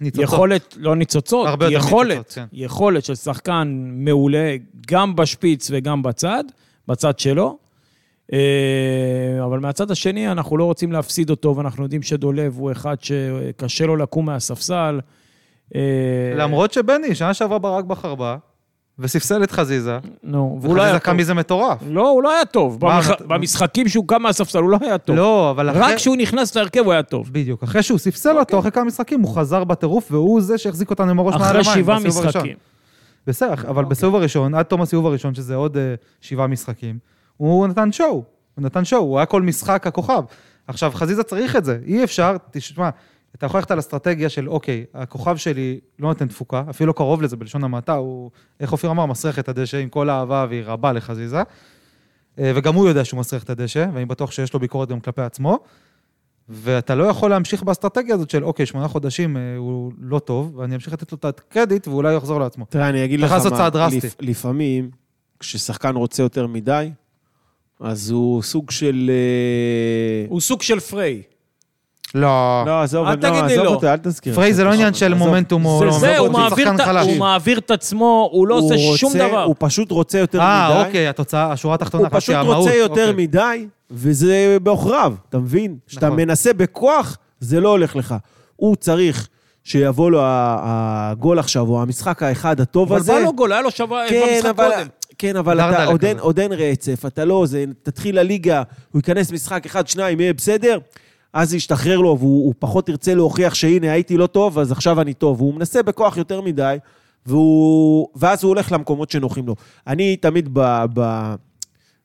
Speaker 3: ניצוצות.
Speaker 1: יכולת, לא ניצוצות,
Speaker 3: הרבה יותר
Speaker 1: יכולת,
Speaker 3: ניצוצות, כן.
Speaker 1: יכולת של שחקן מעולה, גם בשפיץ וגם בצד, בצד שלו. אה, אבל מהצד השני, אנחנו לא רוצים להפסיד אותו, ואנחנו יודעים שדולב הוא אחד שקשה לו לקום מהספסל. אה,
Speaker 3: למרות שבני, שנה שעברה ברק בחר בה, וספסל את חזיזה,
Speaker 1: נו, והוא לא
Speaker 3: וחזיזה
Speaker 1: היה
Speaker 3: קם
Speaker 1: טוב.
Speaker 3: מזה מטורף.
Speaker 1: לא, הוא לא היה טוב.
Speaker 3: מה,
Speaker 1: במח-
Speaker 3: אתה-
Speaker 1: במשחקים שהוא קם מהספסל, הוא לא היה טוב.
Speaker 3: לא, אבל אחרי...
Speaker 1: רק אוקיי. כשהוא נכנס להרכב הוא היה טוב.
Speaker 3: בדיוק. אחרי שהוא ספסל אותו, אחרי כמה משחקים, הוא חזר בטירוף, והוא זה שהחזיק אותנו עם הראש מעל המים.
Speaker 1: אחרי שבעה
Speaker 3: בסיבוב הראשון.
Speaker 1: משחקים.
Speaker 3: בסדר, אבל בסיבוב הראשון, עד תום הסיבוב הראשון, שזה עוד אה, שבעה משחקים, הוא נתן שואו. הוא נתן שואו, הוא היה כל משחק הכוכב. עכשיו, חזיזה צריך את זה. אי אפשר, תשמע, אתה יכול ללכת על אסטרטגיה של, אוקיי, הכוכב שלי לא נותן תפוקה, אפילו לא קרוב לזה בלשון המעטה, הוא, איך אופיר אמר, מסריח את הדשא עם כל האהבה והיא רבה לחזיזה. אה, וגם הוא יודע שהוא מסריח את הדשא, ואני בטוח שיש לו ביקורת גם כלפי עצמו. ואתה לא יכול להמשיך באסטרטגיה הזאת של, אוקיי, שמונה חודשים אה, הוא לא טוב, ואני אמשיך לתת לו את הקרדיט ואולי הוא יחזור לעצמו.
Speaker 2: תראה, אני אגיד
Speaker 3: צריך
Speaker 2: לך מה...
Speaker 3: לעשות צעד דרסטי.
Speaker 2: לפ- לפעמים, כששחקן רוצה יותר מדי, אז הוא סוג של... אה,
Speaker 1: הוא סוג של פריי.
Speaker 3: לא.
Speaker 2: לא, עזוב,
Speaker 1: אל
Speaker 2: לא,
Speaker 1: תגיד לי
Speaker 2: עזוב
Speaker 1: לא.
Speaker 2: אותו, אל תזכיר.
Speaker 3: פריי זה לא
Speaker 2: עזוב,
Speaker 3: עניין של
Speaker 2: עזוב.
Speaker 3: מומנטום או
Speaker 1: זה
Speaker 3: לא,
Speaker 1: זה, הוא
Speaker 3: מומנטום,
Speaker 1: מעביר את-
Speaker 3: שחקן חלש.
Speaker 1: הוא מעביר את עצמו, הוא לא
Speaker 2: הוא
Speaker 1: עושה שום
Speaker 2: רוצה-
Speaker 1: דבר.
Speaker 2: הוא פשוט רוצה יותר מדי.
Speaker 3: אה, אוקיי, התוצאה, השורה התחתונה,
Speaker 2: הוא פשוט
Speaker 3: חשבתי,
Speaker 2: רוצה
Speaker 3: המהות,
Speaker 2: יותר
Speaker 3: אוקיי.
Speaker 2: מדי, וזה בעוכריו, אתה מבין? כשאתה
Speaker 3: נכון.
Speaker 2: מנסה בכוח, זה לא הולך לך. הוא צריך שיבוא לו ה- הגול עכשיו, או המשחק האחד הטוב
Speaker 1: אבל
Speaker 2: הזה.
Speaker 1: בא לו גול, היה לו שבוע
Speaker 2: כן,
Speaker 1: במשחק
Speaker 2: אבל...
Speaker 1: קודם.
Speaker 2: כן, אבל
Speaker 3: דרדלה
Speaker 2: אתה עוד אין-
Speaker 3: כזה.
Speaker 2: עוד אין רצף, אתה לא, זה, תתחיל לליגה, הוא ייכנס משחק אחד, שניים, יהיה בסדר, אז זה ישתחרר לו, והוא הוא פחות ירצה להוכיח שהנה, הייתי לא טוב, אז עכשיו אני טוב. הוא מנסה בכוח יותר מדי, והוא, ואז הוא הולך למקומות שנוחים לו. אני תמיד ב, ב,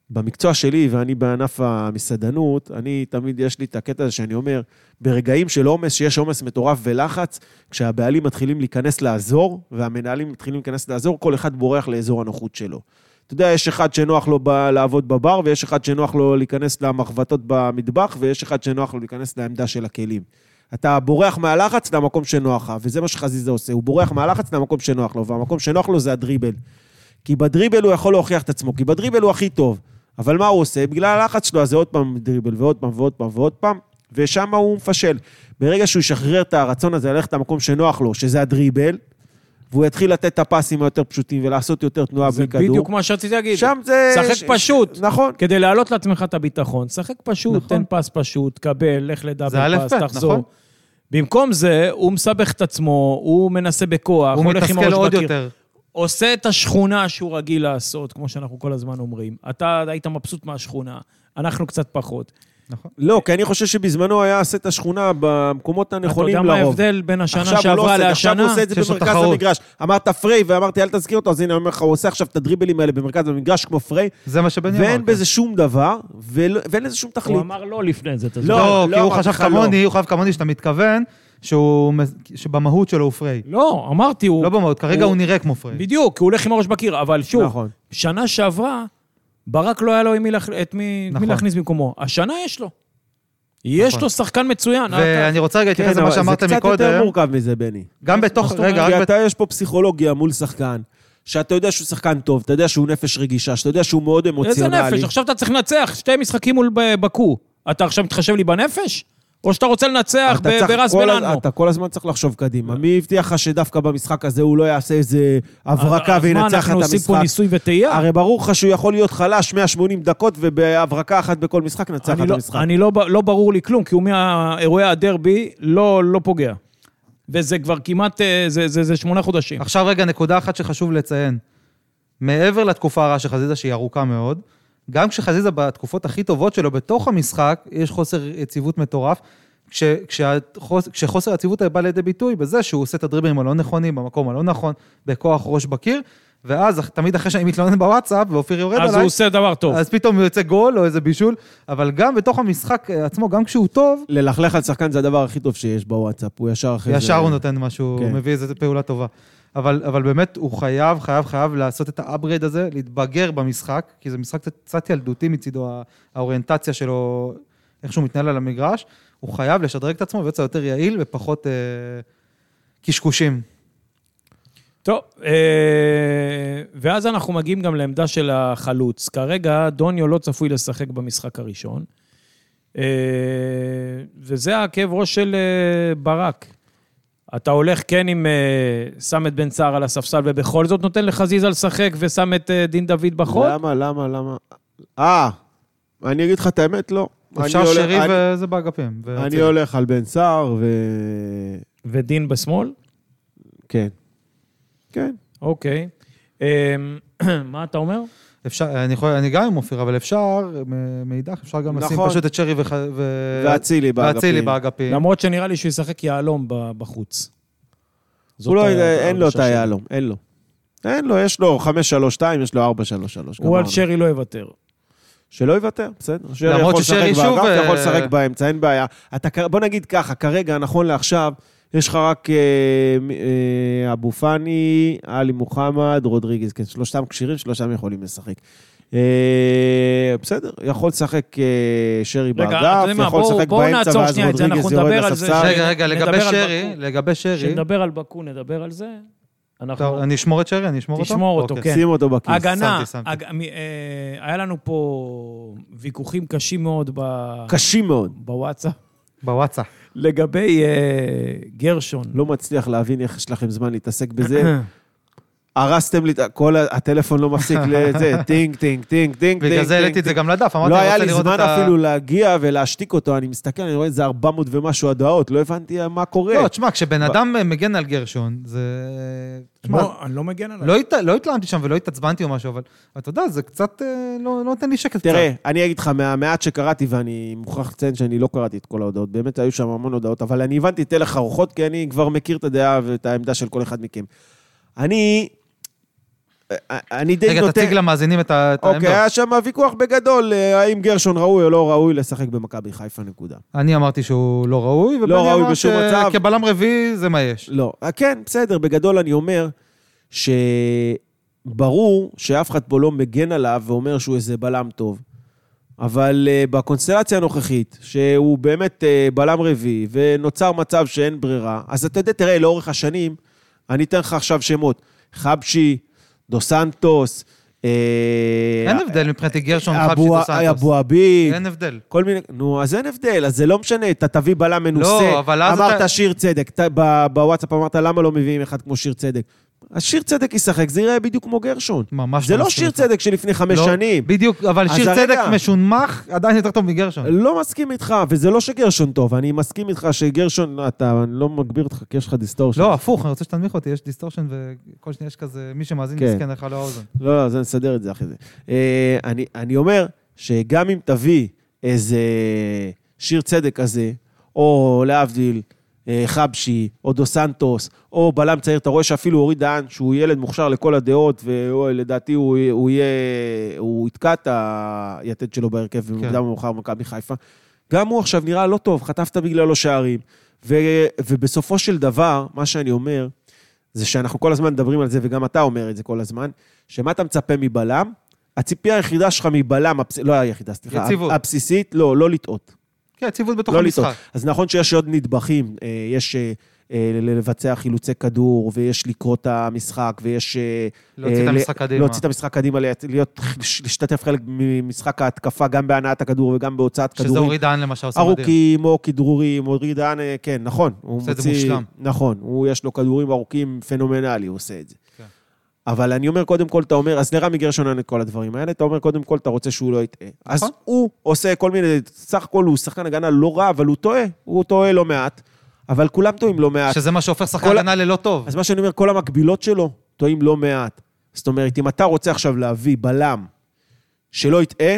Speaker 2: במקצוע שלי, ואני בענף המסעדנות, אני תמיד, יש לי את הקטע הזה שאני אומר, ברגעים של עומס, שיש עומס מטורף ולחץ, כשהבעלים מתחילים להיכנס לעזור, והמנהלים מתחילים להיכנס לעזור, כל אחד בורח לאזור הנוחות שלו. אתה יודע, יש אחד שנוח לו ב- לעבוד בבר, ויש אחד שנוח לו להיכנס למחבטות במטבח, ויש אחד שנוח לו להיכנס לעמדה של הכלים. אתה בורח מהלחץ למקום שנוח לך, וזה מה שחזיזה עושה. הוא בורח מהלחץ למקום שנוח לו, והמקום שנוח לו זה הדריבל. כי בדריבל הוא יכול להוכיח את עצמו, כי בדריבל הוא הכי טוב. אבל מה הוא עושה? בגלל הלחץ שלו, אז זה עוד פעם דריבל, ועוד פעם, ועוד פעם, ועוד פעם, ושם הוא מפשל. ברגע שהוא ישחרר את הרצון הזה ללכת למקום שנוח לו, שזה הדריבל, והוא יתחיל לתת את הפסים היותר פשוטים ולעשות יותר תנועה
Speaker 1: זה
Speaker 2: בלי כדור.
Speaker 1: בדיוק מה שרציתי להגיד.
Speaker 2: שם זה...
Speaker 1: שחק פשוט. כן.
Speaker 2: נכון.
Speaker 1: כדי להעלות לעצמך את הביטחון, שחק פשוט,
Speaker 3: נכון.
Speaker 1: תן פס פשוט, קבל, לך
Speaker 3: זה
Speaker 1: לדאבל
Speaker 3: א'
Speaker 1: פס,
Speaker 3: ב', נכון.
Speaker 1: תחזור. במקום זה, הוא מסבך את עצמו, הוא מנסה בכוח,
Speaker 3: הוא
Speaker 1: הולך עם
Speaker 3: מתסכל
Speaker 1: הראש
Speaker 3: עוד
Speaker 1: בקיר.
Speaker 3: יותר.
Speaker 1: עושה את השכונה שהוא רגיל לעשות, כמו שאנחנו כל הזמן אומרים. אתה היית מבסוט מהשכונה, אנחנו קצת פחות.
Speaker 2: לא, כי אני חושב שבזמנו היה עושה את השכונה במקומות
Speaker 1: אתה
Speaker 2: הנכונים
Speaker 1: יודע
Speaker 2: לרוב.
Speaker 1: מה ההבדל בין השנה
Speaker 2: עכשיו הוא לא
Speaker 1: שעברה
Speaker 2: עושה את זה, עכשיו הוא
Speaker 1: להשנה?
Speaker 2: עושה את זה
Speaker 3: שיש לו
Speaker 2: במרכז
Speaker 3: תחרות.
Speaker 2: המגרש. אמרת פריי, ואמרתי, אל תזכיר אותו, אז הנה, אני אומר לך, הוא עושה עכשיו את הדריבלים האלה במרכז המגרש כמו פריי,
Speaker 3: זה מה שבני אמר.
Speaker 2: ואין
Speaker 3: כן.
Speaker 2: בזה שום דבר, ולא- ואין לזה שום
Speaker 1: הוא
Speaker 2: תכלית.
Speaker 1: אמר לא לפני זה, אתה
Speaker 2: לא,
Speaker 1: זוכר.
Speaker 3: לא, כי הוא
Speaker 2: אמרתי
Speaker 3: חשב
Speaker 2: לך לא.
Speaker 3: כמוני, הוא חשב כמוני שאתה מתכוון, שהוא, מס- שבמהות שלו הוא פריי.
Speaker 1: לא, אמרתי, הוא...
Speaker 3: לא במהות, כרגע הוא נראה כמו פריי.
Speaker 1: בדיוק, הוא הולך עם הראש בקיר, אבל שוב,
Speaker 2: נכון.
Speaker 1: שנה שעברה, ברק לא היה לו עם מי להכ- את מי,
Speaker 3: נכון.
Speaker 1: מי להכניס במקומו. השנה יש לו. יש
Speaker 3: נכון.
Speaker 1: לו שחקן מצוין. אה, אתה-
Speaker 3: ואני רוצה רגע להתייחס
Speaker 2: כן, אבל
Speaker 3: למה שאמרת
Speaker 2: זה קצת יותר
Speaker 3: מקודם,
Speaker 2: מורכב מזה, בני.
Speaker 3: גם בתוך,
Speaker 1: מה זאת
Speaker 3: רגע, רק
Speaker 2: כי
Speaker 3: בת-
Speaker 2: אתה, יש פה פסיכולוגיה מול שחקן, שאתה יודע שהוא שחקן טוב, אתה יודע שהוא נפש רגישה, שאתה יודע שהוא מאוד
Speaker 1: איזה
Speaker 2: אמוציונלי.
Speaker 1: נפש? עכשיו אתה צריך לנצח שתי משחקים מול ב- בקו. אתה עכשיו מתחשב לי בנפש? או שאתה רוצה לנצח
Speaker 2: אתה
Speaker 1: ב- אה.
Speaker 2: צריך
Speaker 1: ברס
Speaker 2: כל הז-
Speaker 1: בלנמו?
Speaker 2: אתה כל הזמן צריך לחשוב קדימה. מי הבטיח לך שדווקא במשחק הזה הוא לא יעשה איזה הברקה
Speaker 1: אז מה,
Speaker 2: וינצח את המשחק?
Speaker 1: אנחנו עושים פה ניסוי וטעייה?
Speaker 2: הרי ברור לך שהוא יכול להיות חלש 180 דקות, ובהברקה אחת בכל משחק נצח
Speaker 1: אני
Speaker 2: את
Speaker 1: לא-
Speaker 2: המשחק.
Speaker 1: אני לא ב- לא ברור לי כלום, כי הוא מאירועי הדרבי לא לא פוגע. וזה כבר כמעט, אה, זה- זה זה שמונה חודשים.
Speaker 3: כן. עכשיו רגע, נקודה אחת שחשוב לציין. מעבר לתקופה הרעה של חזיזה, שהיא ארוכה מאוד, גם כשחזיזה בתקופות הכי טובות שלו, בתוך המשחק, יש חוסר יציבות מטורף. כש, כשהחוס, כשחוסר היציבות בא לידי ביטוי בזה שהוא עושה את הדריברים הלא נכונים, במקום הלא נכון, בכוח ראש בקיר, ואז תמיד אחרי שאני מתלונן בוואטסאפ, ואופיר יורד עליי,
Speaker 1: אז הוא עושה דבר טוב.
Speaker 3: אז פתאום הוא יוצא גול או איזה בישול, אבל גם בתוך המשחק אה, עצמו, גם כשהוא טוב,
Speaker 2: ללכלך על שחקן זה הדבר הכי טוב שיש בוואטסאפ, הוא ישר אחרי זה...
Speaker 3: ישר הוא נותן משהו, הוא
Speaker 2: כן.
Speaker 3: מביא איזו פעולה טובה. אבל, אבל באמת, הוא חייב, חייב, חייב לעשות את האפגרד הזה, להתבגר במשחק, כי זה משחק קצת, קצת ילדותי מצידו, הא- האוריינטציה שלו, איך שהוא מתנהל על המגרש. הוא חייב לשדרג את עצמו ויוצא יותר יעיל ופחות אה, קשקושים.
Speaker 1: טוב, אה, ואז אנחנו מגיעים גם לעמדה של החלוץ. כרגע דוניו לא צפוי לשחק במשחק הראשון, אה, וזה הכאב ראש של אה, ברק. אתה הולך כן עם... אה, שם את בן סער על הספסל, ובכל זאת נותן לחזיזה לשחק, ושם את אה, דין דוד בחוד?
Speaker 2: למה, למה, למה? אה, אני אגיד לך את האמת, לא.
Speaker 3: אפשר
Speaker 2: אני הולך-
Speaker 3: שרי
Speaker 2: אני-
Speaker 3: וזה באגפים.
Speaker 2: אני
Speaker 3: והצידה.
Speaker 2: הולך על בן סער ו...
Speaker 1: ודין בשמאל?
Speaker 2: כן. כן.
Speaker 1: אוקיי. אה, [CLEARS THROAT] מה אתה אומר?
Speaker 3: אפשר, אני, יכול, אני גם עם אופיר, אבל אפשר, מ- מאידך, אפשר גם לשים
Speaker 2: נכון.
Speaker 3: פשוט את שרי וח-
Speaker 1: אה,
Speaker 3: ו-
Speaker 2: ואצילי באגפים.
Speaker 3: ואצילי
Speaker 2: אה.
Speaker 3: באגפים.
Speaker 1: למרות שנראה לי שהוא ישחק יהלום ב- בחוץ.
Speaker 2: הוא
Speaker 1: זאת
Speaker 2: לא
Speaker 1: ה-
Speaker 2: יודע, אין לו את
Speaker 1: ההרגשה שלי.
Speaker 2: היהלום, אין לו. אין לו, יש לו 532, יש לו 433.
Speaker 1: הוא על
Speaker 2: גמרנו.
Speaker 1: שרי לא יוותר.
Speaker 2: שלא יוותר, בסדר. שרי
Speaker 3: למרות
Speaker 2: יכול
Speaker 3: ששרי
Speaker 2: לשחק
Speaker 3: שוב,
Speaker 2: באגף, אתה יכול
Speaker 3: אה,
Speaker 2: לשחק באמצע, אין בעיה. אתה כ- בוא נגיד ככה, כרגע, נכון לעכשיו, יש לך רק אה, מ- אה, אבו פאני, עלי מוחמד, רודריגז, כן, שלושתם כשירים, שלושתם יכולים לשחק. אה, בסדר, יכול לשחק אה, שרי
Speaker 1: רגע, אתה
Speaker 2: באגף,
Speaker 1: יודע מה,
Speaker 2: יכול
Speaker 1: בואו-
Speaker 2: לשחק
Speaker 1: בואו
Speaker 2: באמצע,
Speaker 1: נעצור
Speaker 2: ואז
Speaker 1: שנייה את זה,
Speaker 2: רודריגז
Speaker 1: אנחנו
Speaker 2: יורד
Speaker 1: נדבר על זה.
Speaker 2: לספסל.
Speaker 3: רגע, רגע,
Speaker 1: נדבר
Speaker 3: לגבי
Speaker 1: על
Speaker 3: שרי,
Speaker 1: בקו.
Speaker 3: לגבי שרי,
Speaker 1: כשנדבר על בקו, נדבר על זה. אנחנו...
Speaker 3: טוב, אני אשמור את שרי, אני אשמור אותו?
Speaker 1: תשמור אותו,
Speaker 3: אוקיי.
Speaker 1: כן.
Speaker 2: שים אותו בכיס.
Speaker 1: הגנה,
Speaker 3: שמתי, שמתי.
Speaker 1: הג- מ- אה, היה לנו פה ויכוחים קשים מאוד ב-
Speaker 2: קשים מאוד.
Speaker 1: בוואטסאפ.
Speaker 3: בוואטסאפ.
Speaker 1: לגבי אה, גרשון,
Speaker 2: לא מצליח להבין איך יש לכם זמן להתעסק בזה. הרסתם לי, את ה- כל ה- הטלפון לא מפסיק
Speaker 3: [LAUGHS]
Speaker 2: לזה, טינג, טינג, טינג, טינג.
Speaker 3: בגלל
Speaker 2: טינג,
Speaker 3: זה
Speaker 2: טינג,
Speaker 3: העליתי את זה
Speaker 2: טינג.
Speaker 3: גם לדף, אמרתי,
Speaker 2: לא
Speaker 3: אני
Speaker 2: היה
Speaker 3: רוצה
Speaker 2: לי
Speaker 3: לראות את
Speaker 2: זמן
Speaker 3: ה...
Speaker 2: אפילו להגיע ולהשתיק אותו, אני מסתכל, אני רואה איזה 400 ומשהו הודעות, לא הבנתי מה קורה.
Speaker 3: לא, תשמע, כשבן אדם מגן על גרשון, זה... תשמע,
Speaker 1: לא, אני לא מגן עליו.
Speaker 3: לא הת- לא התלהמתי שם ולא התעצבנתי או משהו, אבל אתה יודע, זה קצת אה, לא לא נותן לי שקט קצת.
Speaker 2: תראה, אני אגיד לך, מהמעט שקראתי, ואני מוכרח לציין שאני לא קראתי את כל ההודעות, באמת היו שם המון הודעות, אבל אני הבנתי את הלך הרוחות, כי אני כבר מכיר את הדעה ואת העמדה של כל אחד מכם. אני... אה, אני די
Speaker 3: רגע,
Speaker 2: נוטה...
Speaker 3: תציג למאזינים את ה- את
Speaker 2: אוקיי,
Speaker 3: העמדות.
Speaker 2: היה שם ויכוח בגדול, אה, האם גרשון ראוי או לא ראוי לשחק במכבי חיפה, נקודה.
Speaker 3: אני אמרתי שהוא לא ראוי, ובני
Speaker 2: לא ראוי
Speaker 3: אמר
Speaker 2: בשום מצב.
Speaker 3: שכבלם רביעי זה מה יש.
Speaker 2: לא. אה, כן, בסדר, בגדול אני אומר שברור שאף אחד פה לא מגן עליו ואומר שהוא איזה בלם טוב. אבל אה, בקונסטלציה הנוכחית, שהוא באמת אה, בלם רביעי, ונוצר מצב שאין ברירה, אז אתה יודע, תראה, לאורך השנים, אני אתן לך עכשיו שמות, חבשי, דו סנטוס, אה,
Speaker 3: אין הבדל מבחינתי גרשון חבשי
Speaker 2: אבו-
Speaker 3: דו סנטוס.
Speaker 2: אבו עביד,
Speaker 3: אין הבדל.
Speaker 2: כל מיני, נו, אז אין הבדל, אז זה לא משנה, אתה תביא בלם מנוסה.
Speaker 3: לא, אבל אז
Speaker 2: אמרת
Speaker 3: אתה-
Speaker 2: שיר צדק, ת, ב, בוואטסאפ אמרת למה לא מביאים אחד כמו שיר צדק. אז שיר צדק ישחק, זה יראה בדיוק כמו גרשון.
Speaker 3: ממש
Speaker 2: זה לא
Speaker 3: מסכים
Speaker 2: שיר
Speaker 3: איתך.
Speaker 2: צדק שלפני חמש
Speaker 3: לא,
Speaker 2: שנים.
Speaker 3: בדיוק, אבל
Speaker 2: אז
Speaker 3: שיר צדק
Speaker 2: הרגע-
Speaker 3: משונמך עדיין יותר טוב מגרשון.
Speaker 2: לא מסכים איתך, וזה לא שגרשון טוב, אני מסכים איתך שגרשון, אתה, אני לא מגביר אותך כי יש לך דיסטורשן.
Speaker 3: לא, הפוך, אני רוצה שתנמיך אותי, יש דיסטורשן וכל שניה יש כזה, מי שמאזין
Speaker 2: כן.
Speaker 3: מסכן לך לא האוזן.
Speaker 2: לא, לא, אז נסדר את זה אחרי זה. אה, אני, אני אומר שגם אם תביא איזה שיר צדק כזה, או להבדיל, אה, חבשי, או דו סנטוס, או בלם צעיר, אתה רואה שאפילו אורי דהן, שהוא ילד מוכשר לכל הדעות, ולדעתי הוא, הוא יהיה, הוא יתקע את היתד שלו בהרכב במוקדם או מאוחר במכבי חיפה. גם הוא עכשיו נראה לא טוב, חטפת בגללו שערים. ו, ובסופו של דבר, מה שאני אומר, זה שאנחנו כל הזמן מדברים על זה, וגם אתה אומר את זה כל הזמן, שמה אתה מצפה מבלם? הציפייה היחידה שלך מבלם, הבס... לא היחידה, סליחה,
Speaker 3: יציבות.
Speaker 2: הבסיסית, לא, לא לטעות.
Speaker 3: כן, יציבות בתוך
Speaker 2: לא לטעות.
Speaker 3: המשחק.
Speaker 2: אז נכון שיש עוד נדבכים, אה, יש אה, אה, לבצע חילוצי כדור, ויש לקרוא את המשחק, ויש... אה,
Speaker 3: להוציא
Speaker 2: אה,
Speaker 3: את
Speaker 2: ל-
Speaker 3: המשחק קדימה.
Speaker 2: להוציא את המשחק קדימה, להיות- להיות, להשתתף חלק ממשחק ההתקפה, גם בהנעת הכדור וגם בהוצאת כדורים.
Speaker 3: שזה אורי דהן למשל עושה מדהים.
Speaker 2: ארוכים או כדרורים, או רידן, כן, נכון. הוא
Speaker 3: עושה את זה
Speaker 2: מוציא-
Speaker 3: מושלם.
Speaker 2: נכון, הוא יש לו כדורים ארוכים, פנומנלי, הוא עושה את זה.
Speaker 3: כן.
Speaker 2: אבל אני אומר, קודם כל, אתה אומר, אז לרמי גרשון אין את כל הדברים האלה, אתה אומר, קודם כל, אתה רוצה שהוא לא יטעה. אז
Speaker 3: נכון.
Speaker 2: הוא עושה כל מיני, סך הכל הוא שחקן הגנה לא רע, אבל הוא טועה. הוא טועה לא מעט, אבל כולם טועים לא מעט.
Speaker 3: שזה מה שהופך שחקן
Speaker 2: כל-
Speaker 3: הגנה ללא טוב.
Speaker 2: אז מה שאני אומר, כל המקבילות שלו טועים לא מעט. זאת אומרת, אם אתה רוצה עכשיו להביא בלם שלא יטעה,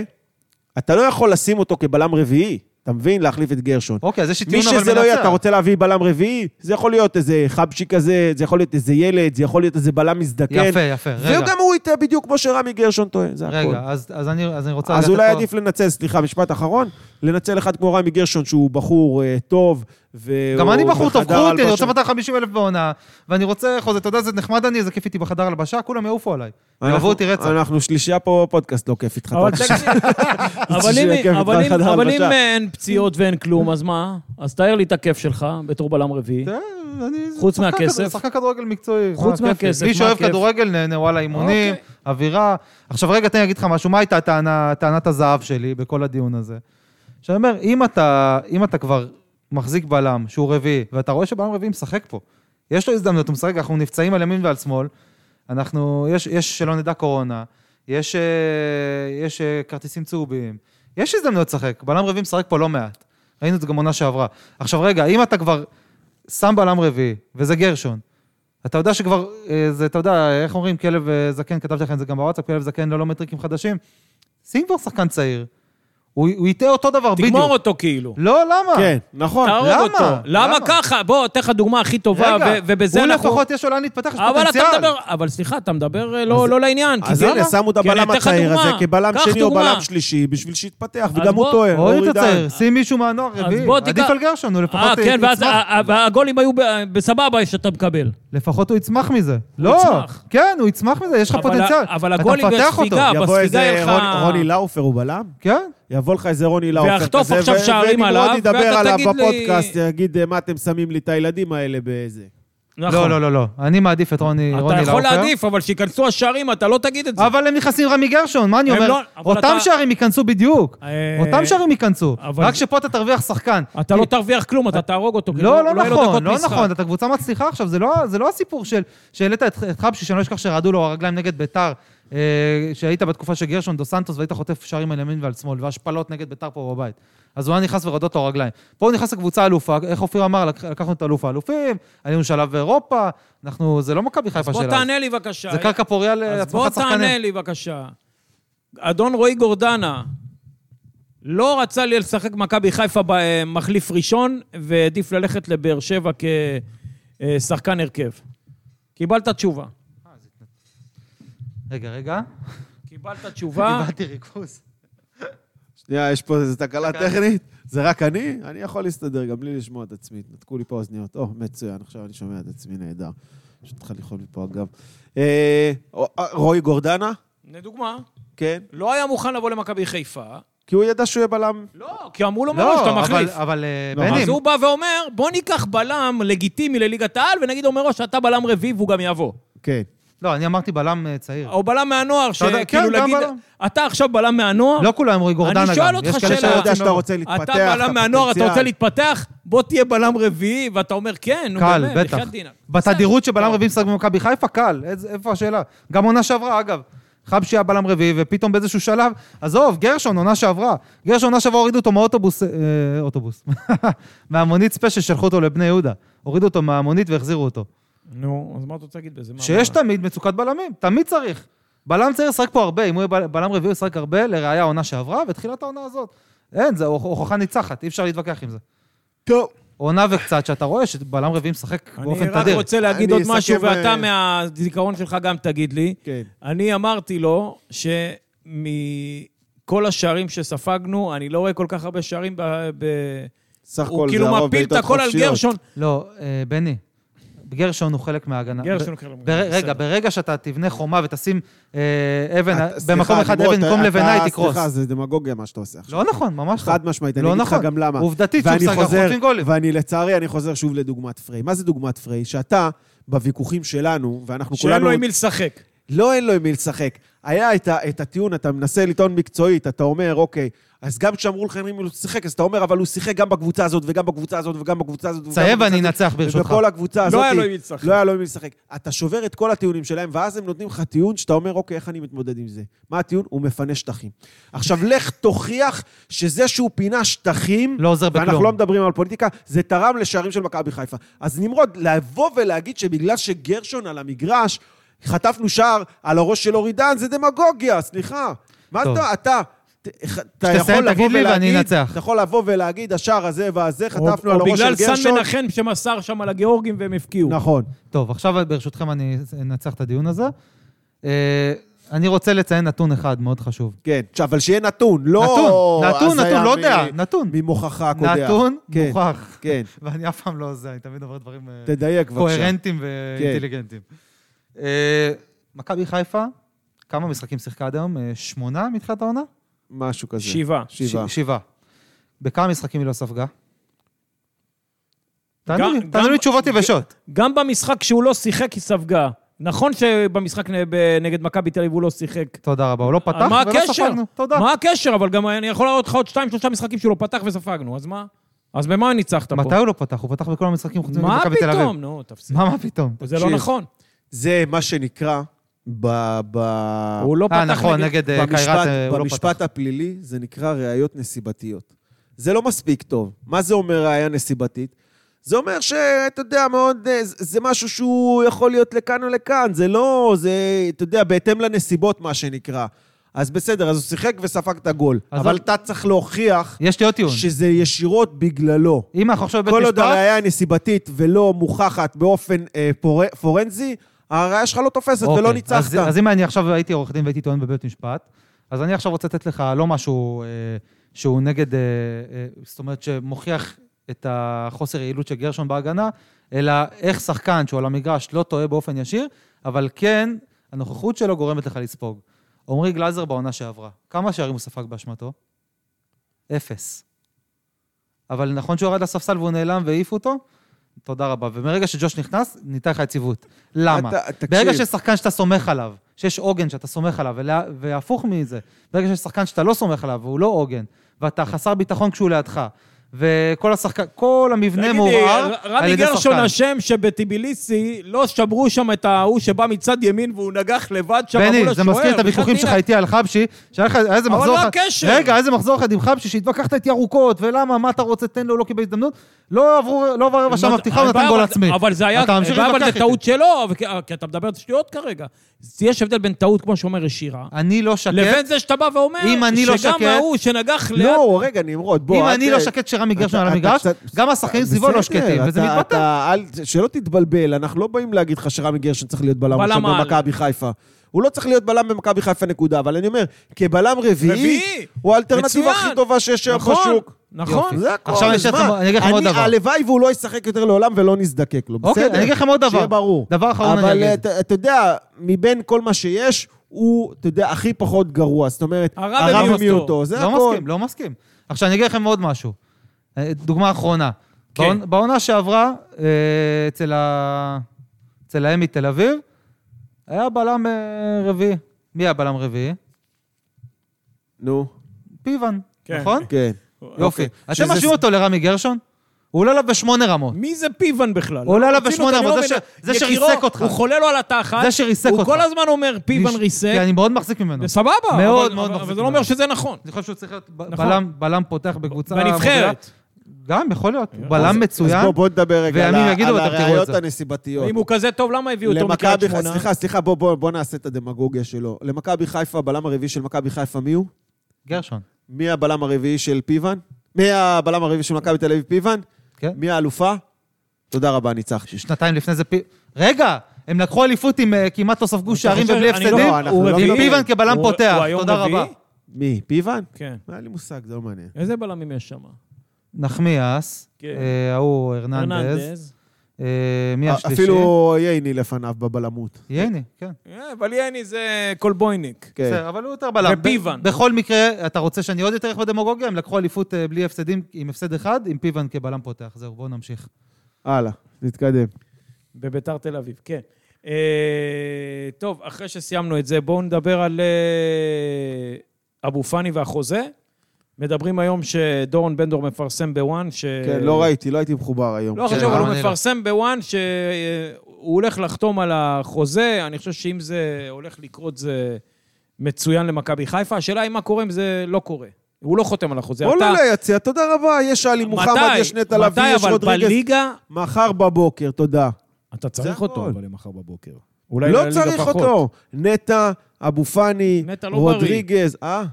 Speaker 2: אתה לא יכול לשים אותו כבלם רביעי, אתה מבין? להחליף את גרשון.
Speaker 3: אוקיי, אז יש לי
Speaker 2: מי
Speaker 3: טיעון אבל מנצח.
Speaker 2: שזה לא יהיה, אתה רוצה להביא בלם רביעי? זה יכול להיות איזה חבשי כזה, זה יכול להיות איזה ילד, זה יכול להיות איזה בלם מזדקן.
Speaker 3: יפה, יפה, רגע.
Speaker 2: וגם הוא יטעה בדיוק כמו שרמי גרשון טועה, זה הכול.
Speaker 3: רגע, אז אז אני אז אני רוצה...
Speaker 2: אז
Speaker 3: לגעת
Speaker 2: אולי
Speaker 3: פה-
Speaker 2: עדיף לנצל, סליחה, משפט אחרון, לנצל אחד כמו רמי גרשון, שהוא בחור אה, טוב, והוא...
Speaker 3: גם אני בחור טוב,
Speaker 2: בחדר
Speaker 3: קחו אותי, אני
Speaker 2: הלבשה.
Speaker 3: רוצה 250 אלף בעונה, ואני רוצה חוזה, אתה יודע, זה נחמד אני, זה כיף איתי בחדר הלבשה, כולם יעופו עליי. יאהבו
Speaker 2: אנחנו-
Speaker 3: אותי רצח.
Speaker 2: אנחנו שלישייה פה בפודקאסט, לא כיף איתך.
Speaker 1: אבל
Speaker 2: אתה-
Speaker 1: תקשיב,
Speaker 3: [LAUGHS]
Speaker 1: אבל
Speaker 2: שיהיה
Speaker 1: אם-
Speaker 2: כיף
Speaker 1: אבל אם-
Speaker 2: בחדר
Speaker 1: אבל אם
Speaker 2: הלבשה.
Speaker 1: אין פציעות ואין כלום, אז מה? אז תאר לי את הכיף שלך בתור בלם רביעי.
Speaker 3: כן, אני-
Speaker 1: חוץ
Speaker 3: שחקן
Speaker 1: מהכסף.
Speaker 3: כדור- שחקן כדורגל מקצועי.
Speaker 1: אה, חוץ
Speaker 3: מה הכיף לי?
Speaker 1: מהכסף,
Speaker 3: אה, כן, מי
Speaker 1: מה
Speaker 3: שאוהב
Speaker 1: הכיף? אוקיי.
Speaker 3: כדורגל נהנה, וואלה, אימונים, אווירה. עכשיו רגע, תן לי להגיד לך משהו, מה הייתה הטענה- טענת הזהב שלי בכל הדיון הזה? שאני אומר, אם אתה, אם אתה כבר מחזיק בלם שהוא רביעי, ואתה רואה שבלם רביעי משחק פה, יש לו הזדמנות, הוא משחק, אנחנו נפצעים על ימין ועל שמאל, אנחנו, יש, יש שלא נדע קורונה, יש, אה, יש אה, כרטיסים צהובים, יש הזדמנות לשחק, בלם רביעי משחק פה לא מעט, ראינו את זה גם עונה שעברה. עכשיו רגע, אם אתה כבר שם בלם רביעי, וזה גרשון, אתה יודע שכבר, אה, זה, אתה יודע, איך אומרים, כלב אה, זקן, כתבתי לכם את זה גם בוואטסאפ, כלב זקן ללא מטריקים חדשים, שים כבר שחקן צעיר. הוא, הוא יטעה אותו דבר, בדיוק.
Speaker 1: תגמור אותו כאילו.
Speaker 3: לא, למה?
Speaker 2: כן, נכון.
Speaker 1: תהרוג
Speaker 3: למה?
Speaker 1: אותו. למה
Speaker 3: למה?
Speaker 1: ככה? בוא, אתן לך דוגמה הכי טובה,
Speaker 3: רגע,
Speaker 1: ו- ובזה אנחנו...
Speaker 3: הוא לפחות יש לו לאן להתפתח, יש
Speaker 1: אבל אתה
Speaker 3: פוטנציאל.
Speaker 1: מדבר, אבל סליחה, אתה מדבר אה, לא לא לעניין. כי
Speaker 2: אז
Speaker 1: זה-
Speaker 2: הנה, שמו את
Speaker 1: כי אני
Speaker 2: הבלם
Speaker 1: אתן לך
Speaker 2: הצעיר הזה
Speaker 1: דוגמה.
Speaker 2: כבלם
Speaker 1: קח
Speaker 2: שני או
Speaker 1: דוגמה.
Speaker 2: בלם שלישי, בשביל שיתפתח, וגם
Speaker 1: בוא-
Speaker 2: הוא טועה.
Speaker 3: או
Speaker 2: אורי
Speaker 3: יותר
Speaker 2: דהן.
Speaker 3: צעיר, שים מישהו מהנוער רביעי.
Speaker 1: בוא
Speaker 3: עדיף
Speaker 1: תיקח-
Speaker 3: על גרשון, הוא לפחות
Speaker 1: אה, כן, ואז
Speaker 3: יצמח.
Speaker 1: ה- ה- והגולים היו ב- אה, בסבבה שאתה מקבל.
Speaker 3: לפחות הוא יצמח מזה. לא,
Speaker 1: יצמח.
Speaker 3: כן, הוא יצמח מזה, יש לך
Speaker 1: אבל ה-
Speaker 3: פוטנציאל.
Speaker 1: אבל
Speaker 3: אתה
Speaker 1: הגולים
Speaker 3: מפתח אותו.
Speaker 1: בספיגה.
Speaker 2: יבוא
Speaker 1: אה, בספיגה
Speaker 2: איזה
Speaker 1: אין לך-
Speaker 2: רוני- רוני לאופר הוא בלם?
Speaker 3: כן,
Speaker 2: יבוא לך איזה רוני לאופר כזה.
Speaker 1: ויחטוף עכשיו
Speaker 2: ו-
Speaker 1: שערים עליו,
Speaker 2: ונמרוד ידבר
Speaker 1: ואתה
Speaker 2: עליו "אה,
Speaker 1: תגיד לי-
Speaker 2: בפודקאסט, יגיד מה אתם שמים לי את הילדים האלה באיזה.
Speaker 1: נכון.
Speaker 3: לא, לא, לא, לא. אני מעדיף את רוני לאופר.
Speaker 1: אתה יכול להעדיף, אבל שייכנסו השערים, אתה לא תגיד את זה.
Speaker 3: אבל הם נכנסים רמי גרשון, מה אני
Speaker 1: הם
Speaker 3: אומר?
Speaker 1: לא- אבל
Speaker 3: אותם
Speaker 1: אתה-
Speaker 3: שערים ייכנסו בדיוק.
Speaker 1: אה,
Speaker 3: אותם שערים ייכנסו.
Speaker 1: אבל-
Speaker 3: רק שפה אתה תרוויח שחקן.
Speaker 1: אתה
Speaker 3: כי-
Speaker 1: לא תרוויח כלום,
Speaker 2: אה,
Speaker 1: אתה תהרוג אותו. כי
Speaker 3: לא, לא
Speaker 1: יהיה לו דקות
Speaker 3: נכון, לא
Speaker 1: משחק.
Speaker 3: נכון, אתה קבוצה מצליחה עכשיו, זה לא- זה לא הסיפור של... שהעלית את את חבשי, שאני לא אשכח שרעדו לו הרגליים נגד ביתר, אה, שהיית בתקופה של גרשון דו סנטוס והיית חוטף שערים על ימין ועל שמאל, והשפלות נגד ביתר פה בבית. אז הוא היה נכנס ורעדות לו הרגליים. פה הוא נכנס לקבוצה אלופה, איך אופיר אמר, "לק- לקחנו את אלוף האלופים, עלינו שלב באירופה, אנחנו, זה לא מכבי חיפה
Speaker 1: בוא
Speaker 3: שלנו.
Speaker 1: תענה לי בבקשה.
Speaker 3: זה קרקע פוריה
Speaker 1: אז בוא
Speaker 3: להצמחת
Speaker 1: תענה
Speaker 3: שחקנים.
Speaker 1: לי בבקשה. אדון רועי גורדנה לא רצה לי לשחק מכבי חיפה במחליף ראשון, והעדיף ללכת לבאר שבע כשחקן הרכב. קיבלת תשובה.
Speaker 3: רגע, רגע.
Speaker 1: קיבלת תשובה.
Speaker 3: קיבלתי ריכוז.
Speaker 2: שנייה, יש פה איזו תקלה
Speaker 3: תקלה.
Speaker 2: טכנית. זה רק אני? אני יכול להסתדר גם בלי לשמוע את עצמי. נתקו לי פה אוזניות. או, מצוין, עכשיו אני שומע את עצמי נהדר. פשוט התחלתי לאכול מפה אגב. אה, רועי גורדנה?
Speaker 1: לדוגמה,
Speaker 2: כן.
Speaker 1: לא היה מוכן לבוא למכבי חיפה.
Speaker 2: כי הוא ידע שהוא יהיה בלם.
Speaker 1: לא, כי אמרו לו מראש, אתה
Speaker 3: לא, אבל-
Speaker 1: מחליף.
Speaker 3: אבל אה,
Speaker 2: לא, אבל
Speaker 3: בני,
Speaker 1: אז הוא בא ואומר, בוא ניקח בלם לגיטימי לליגת העל, ונגיד לו מראש, אתה בלם רביעי והוא גם יבוא.
Speaker 2: כן.
Speaker 3: לא, אני אמרתי בלם אה, צעיר.
Speaker 1: או בלם מהנוער,
Speaker 3: אתה יודע,
Speaker 1: שכאילו
Speaker 3: כן, גם
Speaker 1: להגיד,
Speaker 3: בלם.
Speaker 1: אתה עכשיו בלם מהנוער,
Speaker 3: לא כולם אמרו גורדנה גם.
Speaker 1: אה, אני שואל אותך
Speaker 3: יש כאלה
Speaker 1: שאלה.
Speaker 2: אתה
Speaker 3: שרוצים
Speaker 2: יודע שאתה
Speaker 3: מאוד.
Speaker 2: רוצה להתפתח,
Speaker 1: אתה בלם מהנוער, אתה רוצה
Speaker 2: פוטנציאל.
Speaker 1: להתפתח, בוא תהיה בלם רביעי, ואתה אומר, כן, נו
Speaker 3: קל,
Speaker 1: באמת,
Speaker 3: בטח.
Speaker 1: בחייאת דינק.
Speaker 3: בתדירות שבלם רביעי משחק במכבי חיפה, קל. איזה- איפה השאלה? גם עונה שעברה, אגב. חבשי היה בלם רביעי, ופתאום באיזשהו שלב, עזוב, גרשון, עונה שעברה. גרשון, עונה שעברה, הורידו אותו מהאוטובוס, אה, אוטובוס, [LAUGHS] מהמונית ספיישל, שלחו אותו לבני יהודה. הורידו אותו מהמונית והחזירו אותו.
Speaker 1: נו, אז מה אתה רוצה להגיד בזה? מה-
Speaker 3: שיש
Speaker 1: מה?
Speaker 3: תמיד מצוקת בלמים, תמיד צריך. בלם צעיר ישחק פה הרבה, אם הוא יהיה בל- בלם רביעי הוא ישחק הרבה, לראיה העונה שעברה ותחילת העונה הזאת. אין, זו הוכחה ניצחת, אי אפשר להתווכח עם זה.
Speaker 2: טוב.
Speaker 3: עונה וקצת, שאתה רואה שבלם רביעי משחק
Speaker 1: אני
Speaker 3: באופן
Speaker 1: רק
Speaker 3: תדיר.
Speaker 1: רוצה להגיד
Speaker 2: אני
Speaker 1: עוד משהו,
Speaker 2: אסכם,
Speaker 1: ואתה
Speaker 2: אה,
Speaker 1: מהזיכרון שלך גם תגיד לי.
Speaker 2: כן.
Speaker 1: אני אמרתי לו שמכל השערים שספגנו, אני לא רואה כל כך הרבה שערים ב... ב...
Speaker 2: סך
Speaker 1: הוא
Speaker 2: הכל זה
Speaker 1: כאילו
Speaker 2: הרוב
Speaker 1: מפיל את
Speaker 2: בעיטות
Speaker 1: הכל על
Speaker 2: חופשיות.
Speaker 1: גרשון.
Speaker 3: לא, אה, בני, גרשון הוא חלק מההגנה.
Speaker 1: גרשון
Speaker 3: ב-
Speaker 1: הוא חלק מההגנה,
Speaker 3: בר- רגע,
Speaker 1: בסדר.
Speaker 3: ברגע שאתה תבנה חומה ותשים אה, אבן,
Speaker 2: אתה- סליחה,
Speaker 3: במקום אחד
Speaker 2: נמרוד,
Speaker 3: אבן במקום
Speaker 2: אתה-
Speaker 3: לבנה היא
Speaker 2: אתה-
Speaker 3: תקרוס.
Speaker 2: אה, סליחה, זה דמגוגיה מה שאתה עושה עכשיו.
Speaker 3: לא נכון, ממש לא.
Speaker 2: חד משמעית, אני
Speaker 3: לא
Speaker 2: אגיד לך
Speaker 3: נכון.
Speaker 2: גם למה.
Speaker 3: עובדתית שהוא
Speaker 2: ואני
Speaker 3: משחק, אנחנו
Speaker 2: חוזר-
Speaker 3: חוטפים גולים.
Speaker 2: ואני לצערי, אני חוזר שוב לדוגמת פריי. מה זה דוגמת פריי? שאתה, בוויכוחים שלנו, ואנחנו
Speaker 1: שאין
Speaker 2: כולנו...
Speaker 1: לו עם מי לשחק.
Speaker 2: לא אין לו עם מי לשחק. היה את, ה- את הטיעון, אתה מנסה לטעון מקצועית, אתה אומר, אוקיי, אז גם כשאמרו לך אין עם מי לשחק, אז אתה אומר, אבל הוא שיחק גם בקבוצה הזאת, וגם בקבוצה הזאת, וגם בקבוצה הזאת, וגם
Speaker 3: תסיים
Speaker 2: בקבוצה
Speaker 3: ואני
Speaker 2: הזאת,
Speaker 3: אנצח ברשותך.
Speaker 2: ובכל הקבוצה הזאת...
Speaker 1: היה לו עם מי לשחק.
Speaker 2: לא היה לו עם מי לשחק. אתה שובר את כל הטיעונים שלהם, ואז הם נותנים לך טיעון שאתה אומר, אוקיי, איך אני מתמודד עם זה? מה הטיעון? הוא מפנה שטחים. עכשיו, לך תוכיח שזה שהוא פינה שטחים...
Speaker 3: לא עוזר
Speaker 2: ואנחנו
Speaker 3: בכלום.
Speaker 2: לא מדברים על פוליטיקה, זה תרם לשערים של מכבי חיפה. אז נמרוד, לבוא ולהגיד שבגלל שגרשון על המגרש, חטפנו שער על הראש של אורי דן, זה דמגוגיה, סליחה. מה
Speaker 3: טוב.
Speaker 2: אתה, אתה... ת- אתה
Speaker 3: כשתסיים,
Speaker 2: יכול לבוא
Speaker 3: תגיד לי ואני
Speaker 2: ולהגיד,
Speaker 3: אנצח.
Speaker 2: אתה יכול לבוא ולהגיד, השער הזה והזה חטפנו
Speaker 1: או-
Speaker 2: על הראש של
Speaker 1: או בגלל סן
Speaker 2: גרשון.
Speaker 1: מנחם שמסר שם על הגיאורגים והם הפקיעו.
Speaker 2: נכון.
Speaker 3: טוב, עכשיו ברשותכם אני אנצח את הדיון הזה. אה, אני רוצה לציין נתון אחד מאוד חשוב.
Speaker 2: כן, עכשיו, אבל שיהיה נתון, לא...
Speaker 3: נתון, נתון,
Speaker 2: הזיה
Speaker 3: נתון, לא
Speaker 2: מ-
Speaker 3: דעה, נתון.
Speaker 2: ממוכחה הקודח.
Speaker 3: נתון
Speaker 2: כן,
Speaker 3: מוכח.
Speaker 2: כן.
Speaker 3: [LAUGHS] ואני אף פעם לא זה, אני תמיד אומר דברים אה,
Speaker 2: תדייק בבקשה. כן.
Speaker 3: קוהרנטיים ואינטליגנטיים. אה, מכבי חיפה, כמה משחקים שיחקה עד היום? אה, שמונה מתחילת העונה?
Speaker 2: משהו כזה.
Speaker 1: שבעה.
Speaker 2: שבעה.
Speaker 3: ש- שבעה. בכמה משחקים היא לא ספגה? תענו
Speaker 1: גם-
Speaker 3: לי- תענו
Speaker 1: גם-
Speaker 3: לי תשובות יבשות.
Speaker 1: גם במשחק שהוא לא שיחק, היא ספגה. נכון שבמשחק נ- ב- נגד מכבי תל אביב הוא לא שיחק.
Speaker 3: תודה רבה, הוא לא פתח
Speaker 1: מה
Speaker 3: ולא
Speaker 1: הקשר?
Speaker 3: ספגנו. תודה.
Speaker 1: מה הקשר? אבל גם אני יכול להראות לך עוד שתיים, שלושה משחקים שהוא לא פתח וספגנו, אז מה? אז במה ניצחת פה?
Speaker 3: מתי הוא לא פתח? הוא פתח בכל המשחקים חוץ
Speaker 1: מה
Speaker 3: ממכבי תל אביב.
Speaker 1: פתאום? נו, תפסיק.
Speaker 3: מה, מה פתאום?
Speaker 1: זה לא
Speaker 2: תקשיב.
Speaker 1: נכון.
Speaker 2: זה מה שנקרא ב... ב...
Speaker 1: הוא לא
Speaker 3: אה,
Speaker 1: פתח
Speaker 3: נכון, נגד אה, קיירת
Speaker 2: במשפט,
Speaker 3: אה, הוא לא פתח.
Speaker 2: במשפט הפלילי זה נקרא ראיות נסיבתיות. זה לא מספיק טוב. מה זה אומר ראיה נסיבתית? זה אומר שאתה יודע, מאוד, אה, זה- זה משהו שהוא יכול להיות לכאן או לכאן, זה לא, זה, אתה יודע, בהתאם לנסיבות, מה שנקרא. אז בסדר, אז הוא שיחק וספג את הגול.
Speaker 3: אז
Speaker 2: אבל
Speaker 3: לא-
Speaker 2: אתה צריך להוכיח
Speaker 3: יש לי עוד טיעון.
Speaker 2: שזה ישירות בגללו.
Speaker 3: אם אנחנו עכשיו בבית
Speaker 2: כל עוד
Speaker 3: משפט,
Speaker 2: הראייה היא נסיבתית ולא מוכחת באופן אה, פור- פורנזי, הראייה שלך לא תופסת
Speaker 3: אוקיי,
Speaker 2: ולא ניצחת.
Speaker 3: אז, אז אם אני עכשיו הייתי עורך דין והייתי טוען בבית משפט, אז אני עכשיו רוצה לתת לך לא משהו אה, שהוא נגד, אה, אה, זאת אומרת שמוכיח את החוסר יעילות של גרשון בהגנה, אלא איך שחקן שהוא על המגרש לא טועה באופן ישיר, אבל כן, הנוכחות שלו גורמת לך לספוג. עמרי גלאזר בעונה שעברה, כמה שערים הוא ספג באשמתו? אפס. אבל נכון שהוא ירד לספסל והוא נעלם והעיפו אותו, תודה רבה. ומרגע שג'וש נכנס, ניתן לך יציבות. למה?
Speaker 2: אתה- תקשיב.
Speaker 3: ברגע שיש שחקן שאתה סומך עליו, שיש עוגן שאתה סומך עליו, ולה- והפוך מזה, ברגע שיש שחקן שאתה לא סומך עליו והוא לא עוגן, ואתה
Speaker 1: כן.
Speaker 3: חסר ביטחון כשהוא לידך, וכל השחקן, כל המבנה מעורער על
Speaker 1: רמי
Speaker 3: ידי
Speaker 1: גרשון
Speaker 3: שחקן.
Speaker 1: אשם שבטיביליסי לא שמרו שם את ההוא שבא מצד ימין והוא נגח לבד שם מול
Speaker 3: בני,
Speaker 1: השוער.
Speaker 3: זה מזכיר את הוויכוחים שלך איתי על חבשי, שהיה לך היה איזה
Speaker 1: אבל
Speaker 3: מחזור
Speaker 1: לא
Speaker 3: אחד...
Speaker 1: הקשר.
Speaker 3: רגע, איזה מחזור אחד עם חבשי, שהתווכחת איתי ארוכות, ולמה, מה אתה רוצה, תן לו, לא קיבל הזדמנות. לא עברו, לא עבר רבע שעה
Speaker 1: מה-
Speaker 3: מהפתיחה, הוא
Speaker 1: הבעיה,
Speaker 3: נתן גול
Speaker 1: אבל-
Speaker 3: עצמי.
Speaker 1: אבל זה היה,
Speaker 3: אתה ממשיך
Speaker 1: הבעיה, אבל
Speaker 3: להתווכח
Speaker 1: זה
Speaker 3: איתי.
Speaker 1: טעות שלו, אבל כי- כי אתה מדבר שטויות כרגע. יש הבדל בין טעות, כמו שאומר ישירה,
Speaker 3: אני לא שקט.
Speaker 1: לבין זה שאתה בא ואומר,
Speaker 3: אם אני לא
Speaker 1: שגם
Speaker 3: שקט-
Speaker 1: ההוא שנגח ליד...
Speaker 2: לא, רגע, נמרוד, בוא.
Speaker 3: אם
Speaker 2: אל
Speaker 3: אני
Speaker 2: ת-
Speaker 3: לא שקט שרמי גרשון על
Speaker 2: אתה- אתה
Speaker 3: המגרש,
Speaker 2: קצת-
Speaker 3: גם השחקנים סביבו לא
Speaker 2: בסדר,
Speaker 3: שקטים, וזה
Speaker 2: אתה-
Speaker 3: מתבטא.
Speaker 2: אתה- אל- שלא תתבלבל, אנחנו לא באים להגיד לך שרמי גרשון צריך להיות בלם
Speaker 1: בלם
Speaker 2: עכשיו
Speaker 1: על.
Speaker 2: במכבי חיפה. הוא לא צריך להיות בלם במכבי חיפה, נקודה. אבל אני אומר, כבלם
Speaker 1: רביעי.
Speaker 2: רביעי, הוא האלטרנטיבה
Speaker 1: מצוין.
Speaker 2: הכי טובה שיש היום
Speaker 1: נכון,
Speaker 2: בשוק.
Speaker 1: נכון.
Speaker 2: יופי, זה הכל.
Speaker 3: עכשיו אני
Speaker 2: אז
Speaker 3: אשאל
Speaker 2: מה?
Speaker 3: אתכם- אני אגיד לכם עוד
Speaker 2: אני-
Speaker 3: דבר.
Speaker 2: הלוואי והוא לא ישחק יותר לעולם ולא נזדקק לו, בסדר?
Speaker 3: אוקיי, אני אגיד לכם עוד דבר.
Speaker 2: שיהיה ברור.
Speaker 3: דבר אחרון אני
Speaker 2: אבל אה,
Speaker 3: אגיד.
Speaker 2: אתה- אתה יודע, מבין כל מה שיש, הוא, אתה יודע, הכי פחות גרוע. זאת אומרת,
Speaker 1: הרע
Speaker 2: הרע
Speaker 1: במיעוטו.
Speaker 2: במיעוטו, זה
Speaker 3: לא
Speaker 2: הכל.
Speaker 3: מסכים, לא מסכים. עכשיו, אני אגיד לכם עוד משהו. אה, דוגמה אחרונה.
Speaker 1: כן.
Speaker 3: בעונ- בעונה שעברה, אה, אצל ה- אצל האם מתל אביב, היה בלם אה, רביעי. מי היה בלם רביעי?
Speaker 2: נו,
Speaker 3: פיבן,
Speaker 1: כן.
Speaker 3: נכון?
Speaker 2: כן.
Speaker 3: יופי.
Speaker 2: אוקיי.
Speaker 3: אתם
Speaker 2: שזה-
Speaker 3: משווים אותו לרמי גרשון? הוא עולה עליו בשמונה רמות.
Speaker 1: מי זה פיבן בכלל?
Speaker 3: הוא עולה עליו
Speaker 1: רצינו,
Speaker 3: בשמונה,
Speaker 1: אני
Speaker 3: אבל
Speaker 1: לא
Speaker 3: זה
Speaker 1: מבין.
Speaker 3: ש- זה
Speaker 1: יקירו,
Speaker 3: שריסק אותך.
Speaker 1: הוא חולה לו על התחת.
Speaker 3: זה שריסק
Speaker 1: הוא
Speaker 3: אותי.
Speaker 1: כל הזמן אומר, פיבן
Speaker 3: אני-
Speaker 1: ריסק.
Speaker 3: כי אני מאוד מחזיק ממנו.
Speaker 1: סבבה.
Speaker 3: מאוד
Speaker 1: אבל-
Speaker 3: מאוד
Speaker 1: אבל- אבל
Speaker 3: מחזיק
Speaker 1: זה לא אומר
Speaker 3: ממנו.
Speaker 1: שזה נכון.
Speaker 3: אני חושב שהוא צריך להיות ב-
Speaker 1: נכון.
Speaker 3: בלם- בלם פותח בקבוצה... מובילה.
Speaker 1: בנבחרת.
Speaker 3: גם, יכול להיות. הוא
Speaker 2: אז-
Speaker 3: בלם מצוין.
Speaker 2: אז בוא, בוא נדבר רגע על
Speaker 3: וימים
Speaker 2: ה-
Speaker 3: יגידו,
Speaker 2: על
Speaker 3: אתם תראו את
Speaker 2: הראיות
Speaker 3: זה.
Speaker 2: הנסיבתיות.
Speaker 1: אם הוא כזה טוב, למה הביאו אותו מקריית
Speaker 2: למכבי
Speaker 1: שמונה?
Speaker 2: חיפה, סליחה, סליחה, בוא, בוא, בוא נעשה את הדמגוגיה שלו. למכבי חיפה, הבלם הרביעי של מכבי חיפה, מי הוא?
Speaker 3: גרשון.
Speaker 2: מי הבלם הרביעי של פיוון? מי הבלם הרביעי של מכבי תל אביב פיוון?
Speaker 3: כן.
Speaker 2: מי האלופה? תודה רבה, ניצחתי.
Speaker 3: שנתיים לפני זה פי... רגע, הם לקחו אליפות עם אה, כמעט לא ספגו שערים
Speaker 1: חושב-
Speaker 3: ובלי
Speaker 1: אני לא-
Speaker 3: הפסדים,
Speaker 2: לא, אנחנו
Speaker 3: הוא
Speaker 2: לא
Speaker 3: עם
Speaker 2: מדברים.
Speaker 3: פיבן כבלם
Speaker 1: הוא-
Speaker 3: פותח,
Speaker 1: הוא היום
Speaker 3: תודה
Speaker 1: רביעי?
Speaker 3: רבה.
Speaker 2: מי, פיוון?
Speaker 1: כן.
Speaker 2: לא היה לי מושג, זה לא מעניין.
Speaker 1: איזה בלמים יש שם?
Speaker 3: נחמיאס,
Speaker 1: כן.
Speaker 3: אה, ההוא הרננדז, אה, מי השלישי?
Speaker 2: אפילו ייני לפניו בבלמות.
Speaker 3: ייני, כן.
Speaker 1: אה, אבל יני זה קולבויניק.
Speaker 2: כן.
Speaker 3: בסדר, אבל הוא יותר בלם.
Speaker 1: ופיבן.
Speaker 3: ב- בכל מקרה, אתה רוצה שאני עוד יותר איך בדמוגוגיה? הם לקחו אליפות אה, בלי הפסדים, עם הפסד אחד, עם פיבן כבלם פותח. זהו, בואו נמשיך.
Speaker 2: הלאה, נתקדם.
Speaker 1: בביתר תל אביב, כן. אה, טוב, אחרי שסיימנו את זה, בואו נדבר על אה, אבו פאני והחוזה. מדברים היום שדורון בן דור מפרסם בוואן, ש...
Speaker 2: כן, לא ראיתי, לא הייתי מחובר היום.
Speaker 1: אה, לא
Speaker 3: כן,
Speaker 1: חשוב, אבל
Speaker 3: גם
Speaker 1: הוא
Speaker 3: אני לא.
Speaker 1: מפרסם בוואן שהוא הולך לחתום על החוזה. אני חושב שאם זה הולך לקרות, זה מצוין למכבי חיפה. השאלה היא מה קורה אם זה לא קורה. הוא לא חותם על החוזה.
Speaker 2: בוא
Speaker 1: אתה-
Speaker 2: נעלה ליציע, תודה רבה, יש עלי מוחמד,
Speaker 1: מתי?
Speaker 2: יש נטע לביא, יש
Speaker 1: מתי? אבל
Speaker 2: רודריגז.
Speaker 1: בליגה,
Speaker 2: מחר בבוקר, תודה.
Speaker 1: אתה צריך אותו,
Speaker 2: הכל.
Speaker 1: אבל למחר בבוקר. אולי
Speaker 2: לא
Speaker 1: לליגה
Speaker 2: צריך
Speaker 1: פחות.
Speaker 2: אותו. נטע, אבו פאני,
Speaker 1: נטע לא
Speaker 2: רודריגז. אה?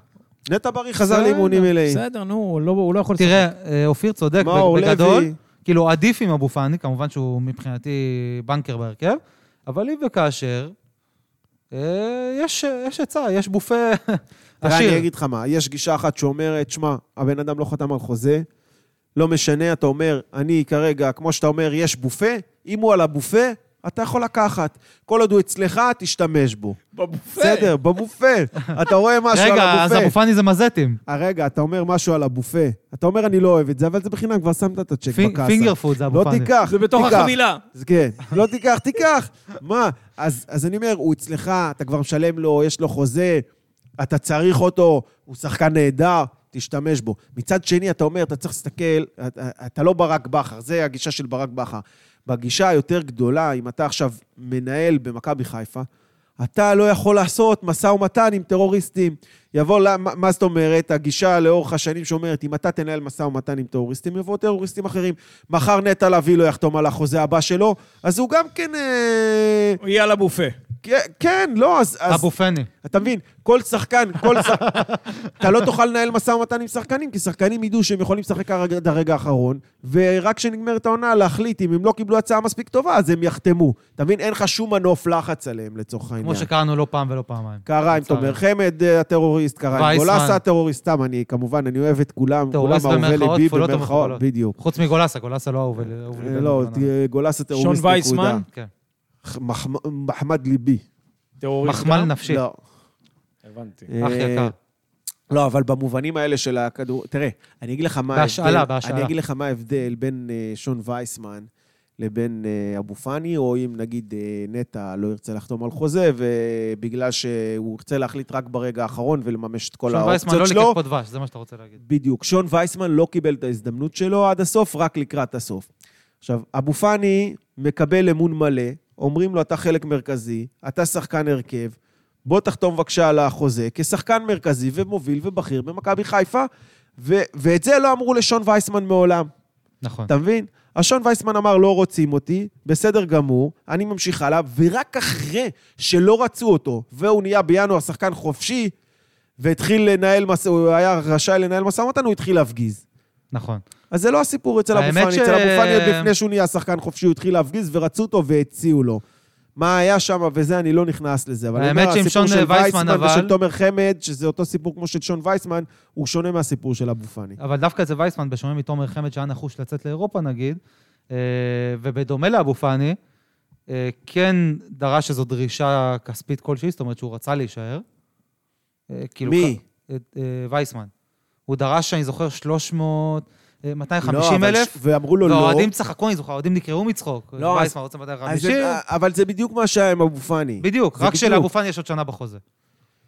Speaker 2: נטע בריא חזר
Speaker 1: בסדר,
Speaker 2: לאימונים מלאים.
Speaker 1: בסדר, נו, הוא לא- הוא לא יכול...
Speaker 3: תראה, אה, אופיר צודק
Speaker 2: מאור
Speaker 3: בג- בגדול.
Speaker 2: לוי.
Speaker 3: כאילו, עדיף עם אבו פאני, כמובן שהוא מבחינתי בנקר בהרכב, אבל אם וכאשר, אה, יש יש עצה, יש בופה
Speaker 2: תראה, אני
Speaker 3: עשיר.
Speaker 2: אגיד לך מה, יש גישה אחת שאומרת, שמע, הבן אדם לא חתם על חוזה, לא משנה, אתה אומר, אני כרגע, כמו שאתה אומר, יש בופה, אם הוא על הבופה, אתה יכול לקחת. כל עוד הוא אצלך, תשתמש בו.
Speaker 1: בבופה.
Speaker 2: בסדר, בבופה. אתה רואה משהו על
Speaker 3: רגע, אז
Speaker 2: הבופה.
Speaker 3: אבו פאני זה מזטים.
Speaker 2: אה, רגע, אתה אומר משהו על הבופה. אתה אומר, אני לא אוהב את זה, אבל זה בחינם, כבר שמת את הצ'ק בקאסה.
Speaker 3: פינגר פוד זה אבו
Speaker 2: לא
Speaker 3: פאני.
Speaker 2: תיקח,
Speaker 1: זה בתוך
Speaker 2: תיקח.
Speaker 1: החבילה.
Speaker 2: אז כן, לא תיקח, תיקח. מה? אז, אז אני אומר, הוא אצלך, אתה כבר משלם לו, יש לו חוזה, אתה צריך אותו, הוא שחקן נהדר, תשתמש בו. מצד שני, אתה אומר, אתה צריך להסתכל, אתה, אתה לא ברק בכר, זה הגישה של ברק בכר. בגישה היותר גדולה, אם אתה עכשיו מנהל במכבי חיפה, אתה לא יכול לעשות משא ומתן עם טרוריסטים. יבוא, לה- מה, מה זאת אומרת? הגישה לאורך השנים שאומרת, אם אתה תנהל משא ומתן עם טרוריסטים, יבואו טרוריסטים אחרים. מחר נטע לביא לא יחתום על החוזה הבא שלו, אז הוא גם כן... אה,
Speaker 1: יהיה על הבופה.
Speaker 2: כן- כן, לא, אז... אז
Speaker 3: אבו פני.
Speaker 2: אתה מבין? כל שחקן, כל שחקן... [LAUGHS] אתה לא תוכל לנהל משא ומתן עם שחקנים, כי שחקנים ידעו שהם יכולים לשחק הרגע- עד הרגע האחרון, ורק כשנגמרת העונה להחליט אם הם לא קיבלו הצעה מספיק טובה, אז הם יחתמו. אתה מבין? אין לך שום מנוף לחץ עליהם, לצורך העניין.
Speaker 3: כמו שקראנו לא פעם ולא פעמיים.
Speaker 2: קרה עם
Speaker 3: לצערי.
Speaker 2: תומר חמד אה, הטרוריסט, קרה עם
Speaker 3: וייסמן.
Speaker 2: גולסה הטרוריסט, סתם, אני כמובן, אני אוהב את כולם, כולם
Speaker 3: טרוריסט
Speaker 2: אהובי
Speaker 3: במרכאות,
Speaker 2: ליבי
Speaker 3: כפולות
Speaker 2: במרכאות,
Speaker 3: ומכופלות.
Speaker 2: בדיוק.
Speaker 3: חוץ מגולסה, גולסה לא אהוב לי- אהוב לי.
Speaker 2: אה, לא,
Speaker 3: בן
Speaker 2: אה, גולסה
Speaker 1: שון
Speaker 2: טרוריסט, נקודה.
Speaker 1: וייסמן?
Speaker 3: כן.
Speaker 2: ח- מחמ- מחמד ליבי.
Speaker 1: טרוריסט אה?
Speaker 3: מחמל
Speaker 1: גם?
Speaker 3: נפשי.
Speaker 2: לא.
Speaker 1: הבנתי.
Speaker 3: אח
Speaker 2: אה,
Speaker 3: יקר.
Speaker 2: לא, אבל במובנים האלה של הכדור... תראה, אני אגיד לך מה ההבדל...
Speaker 3: בהשאלה, בהשאלה.
Speaker 2: אני אגיד לך מה ההבדל בין אה, שון וייסמן לבין אה, אבו פאני, או אם נגיד אה, נטע לא ירצה לחתום על חוזה, ובגלל שהוא ירצה להחליט רק ברגע האחרון ולממש את כל
Speaker 3: שון וייסמן
Speaker 2: האופציות
Speaker 3: לא
Speaker 2: שלו.
Speaker 3: לקח פה דבש, זה מה שאתה רוצה להגיד.
Speaker 2: בדיוק. שון וייסמן לא קיבל את ההזדמנות שלו עד הסוף, רק לקראת הסוף. עכשיו, אבו פאני מקבל אמון מלא, אומרים לו, אתה חלק מרכזי, אתה שחקן הרכב, בוא תחתום בבקשה על החוזה, כשחקן מרכזי ומוביל ובכיר במכבי חיפה, ו- ואת זה לא אמרו לשון וייסמן מעולם.
Speaker 3: נכון.
Speaker 2: אתה מבין? אז שון וייסמן אמר, לא רוצים אותי, בסדר גמור, אני ממשיך הלאה, ורק אחרי שלא רצו אותו, והוא נהיה בינואר שחקן חופשי, והתחיל לנהל, מס... הוא היה רשאי לנהל משא ומתן, הוא התחיל להפגיז.
Speaker 3: נכון.
Speaker 2: אז זה לא הסיפור אצל אבו
Speaker 3: האמת
Speaker 2: פאני,
Speaker 3: ש-
Speaker 2: אצל אבו פאני עוד לפני שהוא נהיה שחקן חופשי, הוא התחיל להפגיז, ורצו אותו והציעו לו. מה היה שם וזה, אני לא נכנס לזה. אבל אני
Speaker 3: האמת
Speaker 2: אומר,
Speaker 3: שעם
Speaker 2: הסיפור
Speaker 3: שון אה,
Speaker 2: של
Speaker 3: וייסמן, אבל-
Speaker 2: ושל תומר חמד, שזה אותו סיפור כמו של שון וייסמן, הוא שונה מהסיפור של אבו פאני.
Speaker 3: אבל דווקא אצל וייסמן, בשונה מתומר חמד שהיה נחוש לצאת לאירופה נגיד, אה, ובדומה לאבו פאני, אה, כן דרש איזו דרישה כספית כלשהי, זאת אומרת שהוא רצה להישאר. אה, כאילו
Speaker 2: מי? לא,
Speaker 3: כ- אה, אה, וייסמן. הוא דרש, אני זוכר, 300, אה, 250
Speaker 2: לא, אבל
Speaker 3: אלף,
Speaker 2: ש- ואמרו לו לא.
Speaker 3: והאוהדים צחקו, אני זוכר, האוהדים נקרעו מצחוק.
Speaker 2: לא, אז-
Speaker 3: וייסמן רוצה
Speaker 2: אז
Speaker 3: 250,
Speaker 2: זה, אה, אבל זה בדיוק מה שהיה עם אבו פאני.
Speaker 3: בדיוק,
Speaker 2: זה
Speaker 3: רק
Speaker 2: בדיוק.
Speaker 3: שלאבו פאני יש עוד שנה בחוזה.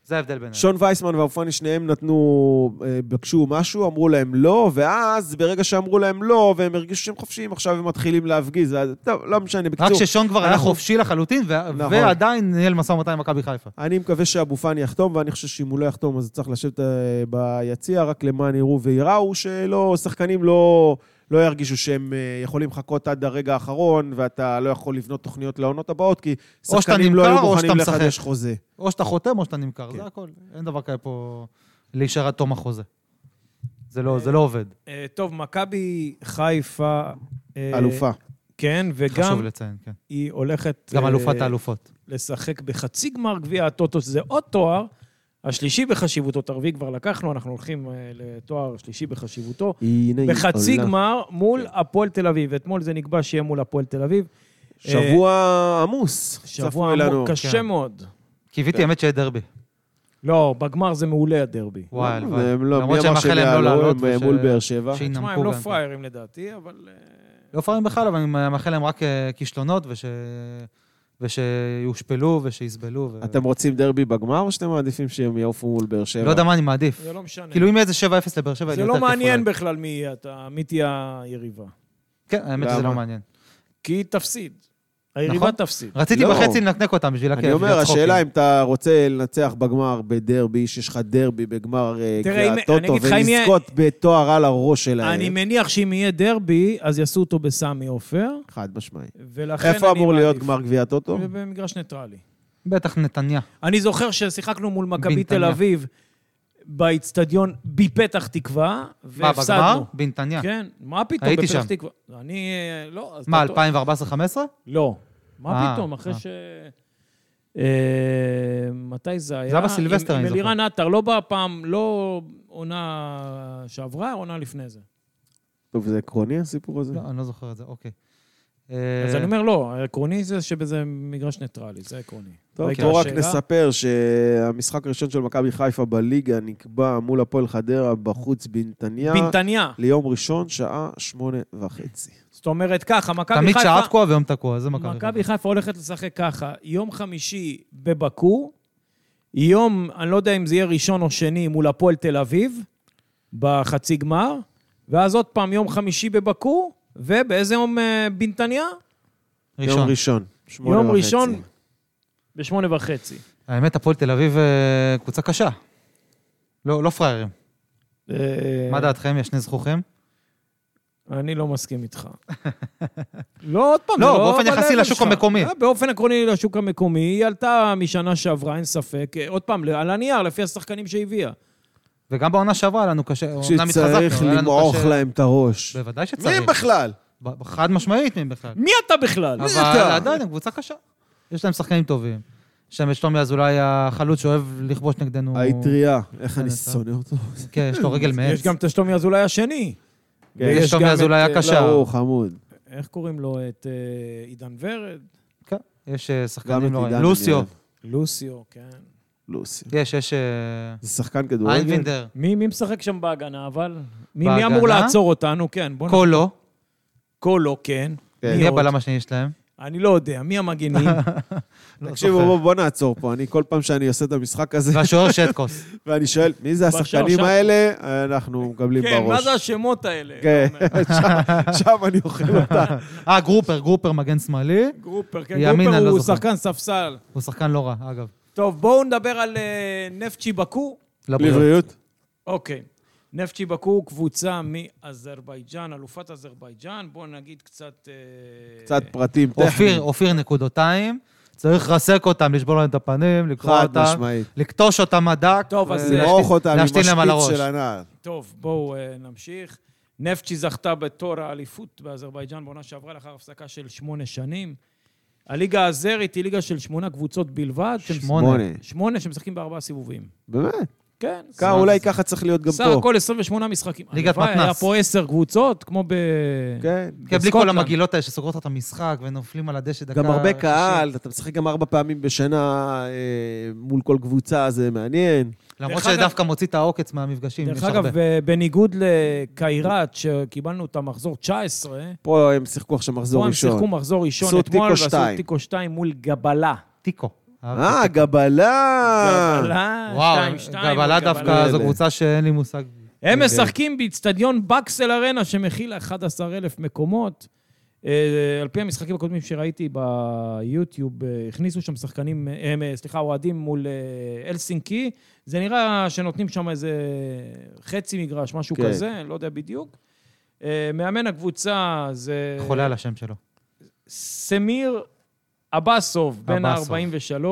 Speaker 3: זה ההבדל ביניהם.
Speaker 2: שון וייסמן ואבו פאני, שניהם נתנו, אה, בקשו משהו, אמרו להם לא, ואז ברגע שאמרו להם לא, והם הרגישו שהם חופשיים, עכשיו הם מתחילים להפגיז. אז- טוב, לא משנה,
Speaker 3: רק
Speaker 2: בקיצור,
Speaker 3: ששון כבר היה
Speaker 2: אנחנו-
Speaker 3: חופשי לחלוטין, ו-
Speaker 2: נכון.
Speaker 3: ועדיין ניהל משא ומתן עם מכבי חיפה.
Speaker 2: אני מקווה שאבו פאני יחתום, ואני חושב שאם הוא לא יחתום, אז צריך לשבת אה, ביציע, רק למען יראו וייראו, שלא, שחקנים לא, לא ירגישו שהם אה, יכולים לחכות עד הרגע האחרון, ואתה לא יכול לבנות תוכניות לעונות הבאות, כי
Speaker 3: או שאתה
Speaker 2: שחקנים לא היו
Speaker 3: נמכר, או
Speaker 2: מוכנים
Speaker 3: שאתה
Speaker 2: לחדש
Speaker 3: משחק.
Speaker 2: חוזה.
Speaker 3: או שאתה חותם או שאתה נמכר,
Speaker 2: כן.
Speaker 3: זה הכל. אין דבר כזה פה להישאר עד תום החוזה. זה לא, זה לא עובד,
Speaker 1: אה, טוב, מכבי חיפה... אה,
Speaker 2: אלופה.
Speaker 1: כן,
Speaker 3: חשוב
Speaker 1: וגם
Speaker 3: לציין, כן.
Speaker 1: היא הולכת...
Speaker 3: גם
Speaker 1: אה,
Speaker 3: אלופת האלופות.
Speaker 1: לשחק בחצי גמר גביע הטוטו, שזה עוד תואר, השלישי בחשיבותו, את הרביעי כבר לקחנו, אנחנו הולכים אה, לתואר שלישי בחשיבותו,
Speaker 2: הנה היא
Speaker 1: בחצי
Speaker 2: עולה.
Speaker 1: גמר מול
Speaker 3: כן.
Speaker 1: הפועל תל אביב. אתמול זה נקבע שיהיה מול הפועל תל אביב.
Speaker 2: שבוע עמוס. צפו
Speaker 1: אה, שבוע
Speaker 2: אלינו.
Speaker 1: עמוק, קשה
Speaker 3: כן.
Speaker 1: מאוד.
Speaker 2: אה,
Speaker 3: קיוויתי, האמת שיהיה דרבי.
Speaker 1: לא, בגמר זה מעולה הדרבי.
Speaker 3: וואי,
Speaker 2: הם
Speaker 3: הלוואי.
Speaker 2: לא-
Speaker 3: למרות
Speaker 2: מי
Speaker 3: שהם
Speaker 2: אמר
Speaker 3: מאחל
Speaker 2: שהם
Speaker 3: להם לא
Speaker 2: יעלו,
Speaker 3: לעלות.
Speaker 2: הם, אה,
Speaker 3: וש-
Speaker 2: מול באר שבע.
Speaker 1: תשמע, הם
Speaker 3: שינמקו
Speaker 1: לא
Speaker 3: גם. כן.
Speaker 1: פראיירים לדעתי, אבל... אה,
Speaker 3: לא פראיירים בכלל, אבל אני מאחל להם רק אה, כישלונות, וש- ושיושפלו ושיסבלו. ו-
Speaker 2: אתם רוצים דרבי בגמר, או שאתם מעדיפים שהם יעופו מול באר שבע?
Speaker 3: לא יודע מה אני מעדיף.
Speaker 1: זה לא משנה.
Speaker 3: כאילו, אם יהיה איזה 7-0 לבאר שבע,
Speaker 1: זה
Speaker 3: הייתי
Speaker 1: לא
Speaker 3: יותר כיף
Speaker 1: מעניין
Speaker 3: אולי.
Speaker 1: בכלל מי יהיה אתה- מי תהיה היריבה.
Speaker 3: כן, האמת שזה
Speaker 2: למה?
Speaker 3: לא מעניין.
Speaker 1: כי היא תפסיד. היריבה
Speaker 3: נכון.
Speaker 1: תפסיד.
Speaker 3: רציתי
Speaker 2: לא.
Speaker 3: בחצי לנקנק אותם בשביל הכיף.
Speaker 2: אני אומר,
Speaker 3: בשביל הצחוקים.
Speaker 2: השאלה אם אתה רוצה לנצח בגמר בדרבי, שיש לך דרבי בגמר אה,
Speaker 1: תראה,
Speaker 2: גביע
Speaker 1: אם- אני
Speaker 2: הטוטו,
Speaker 1: אגיד לך, אם יהיה-
Speaker 2: ולזכות בתואר על הראש שלהם.
Speaker 1: אה, אני מניח שאם יהיה דרבי, אז יעשו אותו בסמי עופר,
Speaker 2: חד משמעי.
Speaker 1: ולכן אני
Speaker 2: איפה אמור להיות
Speaker 1: מעדיף.
Speaker 2: גמר גביע הטוטו?
Speaker 1: במגרש ניטרלי.
Speaker 3: בטח נתניה.
Speaker 1: אני זוכר ששיחקנו מול מכבי
Speaker 3: בנתניה.
Speaker 1: תל אביב באיצטדיון בפתח תקווה,
Speaker 3: מה, בגמר?
Speaker 1: והפסדנו.
Speaker 3: בנתניה.
Speaker 1: כן, מה פתאום,
Speaker 3: הייתי
Speaker 1: בפתח
Speaker 3: שם.
Speaker 1: תקווה. אני, אה, לא, אז...
Speaker 3: מה,
Speaker 1: אתה-
Speaker 3: 2014-2015?
Speaker 1: לא. מה
Speaker 3: אה,
Speaker 1: פתאום, אחרי
Speaker 3: אה.
Speaker 1: ש... אה, מתי זה היה?
Speaker 3: היה בסילבסטר,
Speaker 1: עם- עם
Speaker 3: אני זוכר.
Speaker 1: אלירן עטר, לא בפעם, לא עונה שעברה, עונה לפני זה.
Speaker 2: טוב, זה עקרוני הסיפור הזה?
Speaker 3: לא, אני לא זוכר את זה, אוקיי.
Speaker 1: אז
Speaker 3: אה,
Speaker 1: אני אומר, לא, העקרוני זה שזה מגרש ניטרלי, זה עקרוני.
Speaker 2: טוב,
Speaker 1: רגע,
Speaker 2: בואו רק
Speaker 1: השאלה-
Speaker 2: נספר שהמשחק הראשון של מכבי חיפה בליגה נקבע מול הפועל חדרה בחוץ בנתניה.
Speaker 1: בנתניה.
Speaker 2: ליום ראשון, שעה שמונה וחצי.
Speaker 1: זאת אומרת ככה, מכבי
Speaker 3: אה, תמיד
Speaker 1: חיפה...
Speaker 3: שעה תקועה ויום תקוע, זה מכבי
Speaker 1: מכבי
Speaker 3: חיפה.
Speaker 1: חיפה הולכת לשחק ככה, יום חמישי בבקו, יום, אני לא יודע אם זה יהיה ראשון או שני, מול הפועל תל אביב, בחצי גמר, ואז עוד פעם יום חמישי בבקו, ובאיזה יום אה, בנתניה?
Speaker 2: יום
Speaker 3: ראשון.
Speaker 2: ראשון, שמונה
Speaker 1: יום
Speaker 2: וחצי.
Speaker 1: ראשון בשמונה וחצי.
Speaker 3: האמת, הפועל תל אביב אה, קבוצה קשה. לא, לא פראיירים.
Speaker 1: אה,
Speaker 3: מה דעתכם? יש שני זכוכים?
Speaker 1: אני לא מסכים
Speaker 3: [LAUGHS]
Speaker 1: איתך. לא, עוד פעם,
Speaker 3: לא,
Speaker 1: זה
Speaker 3: באופן
Speaker 1: בלבל
Speaker 3: יחסי לשוק
Speaker 1: שלך.
Speaker 3: המקומי.
Speaker 1: אה, באופן עקרוני לשוק המקומי, היא עלתה משנה שעברה, אין ספק. אה, עוד פעם, על הנייר, לפי השחקנים שהביאה.
Speaker 3: וגם בעונה שעברה היה לנו קשה, אומנם
Speaker 2: שצריך
Speaker 3: התחזקנו, היה לנו
Speaker 2: למעוך
Speaker 3: קשה-
Speaker 2: להם את הראש.
Speaker 3: בוודאי
Speaker 2: מי
Speaker 3: שצריך.
Speaker 2: בכלל?
Speaker 3: ב- חד משמעית מי בכלל.
Speaker 1: מי אתה בכלל?
Speaker 3: אבל עדיין, הם קבוצה קשה. יש להם שחקנים טובים. יש להם את שלומי אזולאי החלוץ שאוהב לכבוש נגדנו.
Speaker 2: האטריה, איך אני
Speaker 3: אתה-
Speaker 2: שונא
Speaker 3: [LAUGHS]
Speaker 2: אותו.
Speaker 3: כן, יש לו
Speaker 2: [LAUGHS]
Speaker 3: רגל מעץ.
Speaker 1: יש גם את השלומי אזולאי השני.
Speaker 3: יש שלומי
Speaker 1: גם
Speaker 3: אזולאי
Speaker 1: את, אה,
Speaker 3: הקשר.
Speaker 2: לא, הוא חמוד.
Speaker 1: איך קוראים לו? את אה, עידן ורד?
Speaker 3: כן, יש אה,
Speaker 2: גם את
Speaker 3: שחקנים לא
Speaker 2: עידן
Speaker 3: רעים.
Speaker 2: אני
Speaker 3: לוסיו.
Speaker 2: אוהב.
Speaker 1: לוסיו, כן.
Speaker 2: לוסי.
Speaker 3: יש, יש... אה,
Speaker 2: זה שחקן כדורגל?
Speaker 3: איינבינדר.
Speaker 1: מי מי משחק שם בהגנה, אבל? מי מי
Speaker 3: בהגנה?
Speaker 1: אמור לעצור אותנו? כן, בוא נ...
Speaker 3: קולו.
Speaker 1: קולו, כן.
Speaker 2: כן.
Speaker 3: מי
Speaker 1: עוד?
Speaker 3: הבלם השני שלהם?
Speaker 1: אני לא יודע, מי המגנים?
Speaker 2: תקשיבו,
Speaker 3: לא זוכר.
Speaker 2: בואו בוא נעצור פה. אני כל פעם שאני עושה את
Speaker 3: [LAUGHS]
Speaker 2: המשחק הזה, [LAUGHS]
Speaker 3: והשוער שטקוס.
Speaker 2: ואני שואל, מי זה
Speaker 1: בשער,
Speaker 2: השחקנים
Speaker 1: שם.
Speaker 2: האלה? אנחנו מקבלים
Speaker 1: כן, מה
Speaker 2: בראש.
Speaker 1: זה השמות האלה?
Speaker 2: כן,
Speaker 1: אתה אומר.
Speaker 2: [LAUGHS] שם- שם אני אוכל
Speaker 3: [LAUGHS]
Speaker 2: אותה.
Speaker 3: אה, גרופר, גרופר מגן שמאלי.
Speaker 1: גרופר, כן,
Speaker 3: ימין,
Speaker 1: גרופר
Speaker 3: אני לא
Speaker 1: הוא
Speaker 3: זוכר.
Speaker 1: שחקן ספסל.
Speaker 3: הוא שחקן לא רע, אגב.
Speaker 1: טוב, בואו נדבר על אה, נפצ'י בקו.
Speaker 3: לבריאות.
Speaker 2: לבריאות.
Speaker 1: אוקיי. נפצ'י בקו, קבוצה מאזרבייג'אן, אלופת אזרבייג'אן. בואו נגיד קצת... אה,
Speaker 2: קצת פרטים
Speaker 3: אופיר,
Speaker 2: טכניים.
Speaker 3: אופיר נקודותיים. צריך לרסק אותם, לשבור להם את הפנים, לקרוע
Speaker 2: חד
Speaker 3: אותם,
Speaker 2: משמעית.
Speaker 3: לקטוש אותם עד דק.
Speaker 1: טוב, אז,
Speaker 3: ולהשתין-
Speaker 2: למרוח אותם עם
Speaker 3: להשתין להם על
Speaker 2: משפיץ
Speaker 3: הראש.
Speaker 2: של הנעל.
Speaker 1: טוב, בואו אה, נמשיך. נפצ'י זכתה בתואר האליפות באזרבייג'אן בעונה שעברה לאחר הפסקה של שמונה שנים. הליגה האזרית היא ליגה של שמונה קבוצות בלבד. שהם-
Speaker 3: שמונה.
Speaker 2: שמונה.
Speaker 1: שמונה שמשחקים בארבעה סיבובים.
Speaker 2: באמת.
Speaker 1: כן.
Speaker 2: ככה, אולי ככה צריך להיות גם
Speaker 1: סך
Speaker 2: פה.
Speaker 1: הכל 28 משחקים.
Speaker 3: ליגת
Speaker 1: הלוואי, היה
Speaker 3: מתנ"ס.
Speaker 1: פה עשר קבוצות, כמו ב...
Speaker 2: כן.
Speaker 3: כן, בלי כל
Speaker 1: בסקוטלנד.
Speaker 3: המגעילות האלה שסוגרות את המשחק ונופלים על הדשא דקה...
Speaker 2: גם הרבה
Speaker 3: שישית.
Speaker 2: קהל, אתה משחק גם ארבע פעמים בשנה אה, מול כל קבוצה, זה מעניין.
Speaker 3: למרות
Speaker 1: דרך אגב-
Speaker 3: שזה דווקא מוציא את העוקץ מהמפגשים.
Speaker 1: דרך
Speaker 3: יש הרבה.
Speaker 1: אגב, ב- בניגוד לקיירת, שקיבלנו את המחזור 19,
Speaker 2: פה הם שיחקו עכשיו מחזור
Speaker 1: פה הם שיחקו
Speaker 2: ראשון.
Speaker 1: מחזור ראשון
Speaker 2: עשו
Speaker 1: אתמול,
Speaker 2: תיקו
Speaker 1: ועשו
Speaker 2: שתיים.
Speaker 1: תיקו 2 מול גבלה.
Speaker 3: טיקו. אהבתי.
Speaker 2: אה, גבלה!
Speaker 1: גבלה,
Speaker 3: אה. וואו,
Speaker 1: 2-2 מול
Speaker 3: גבלה דווקא זו
Speaker 2: אלה.
Speaker 3: קבוצה שאין לי מושג.
Speaker 1: הם משחקים באיצטדיון בקסל ארנה, שמכיל 11,000 מקומות. אה, על פי המשחקים הקודמים שראיתי ביוטיוב, אה, הכניסו שם שחקנים, אה, אה, סליחה, אוהדים מול אה, אלסינקי. זה נראה שנותנים שם איזה חצי מגרש, משהו
Speaker 2: כן.
Speaker 1: כזה, לא יודע בדיוק. אה, מאמן הקבוצה זה...
Speaker 3: חולה על השם שלו.
Speaker 1: אה, סמיר אבסוב, בן
Speaker 3: אבסוב.
Speaker 1: ה-43,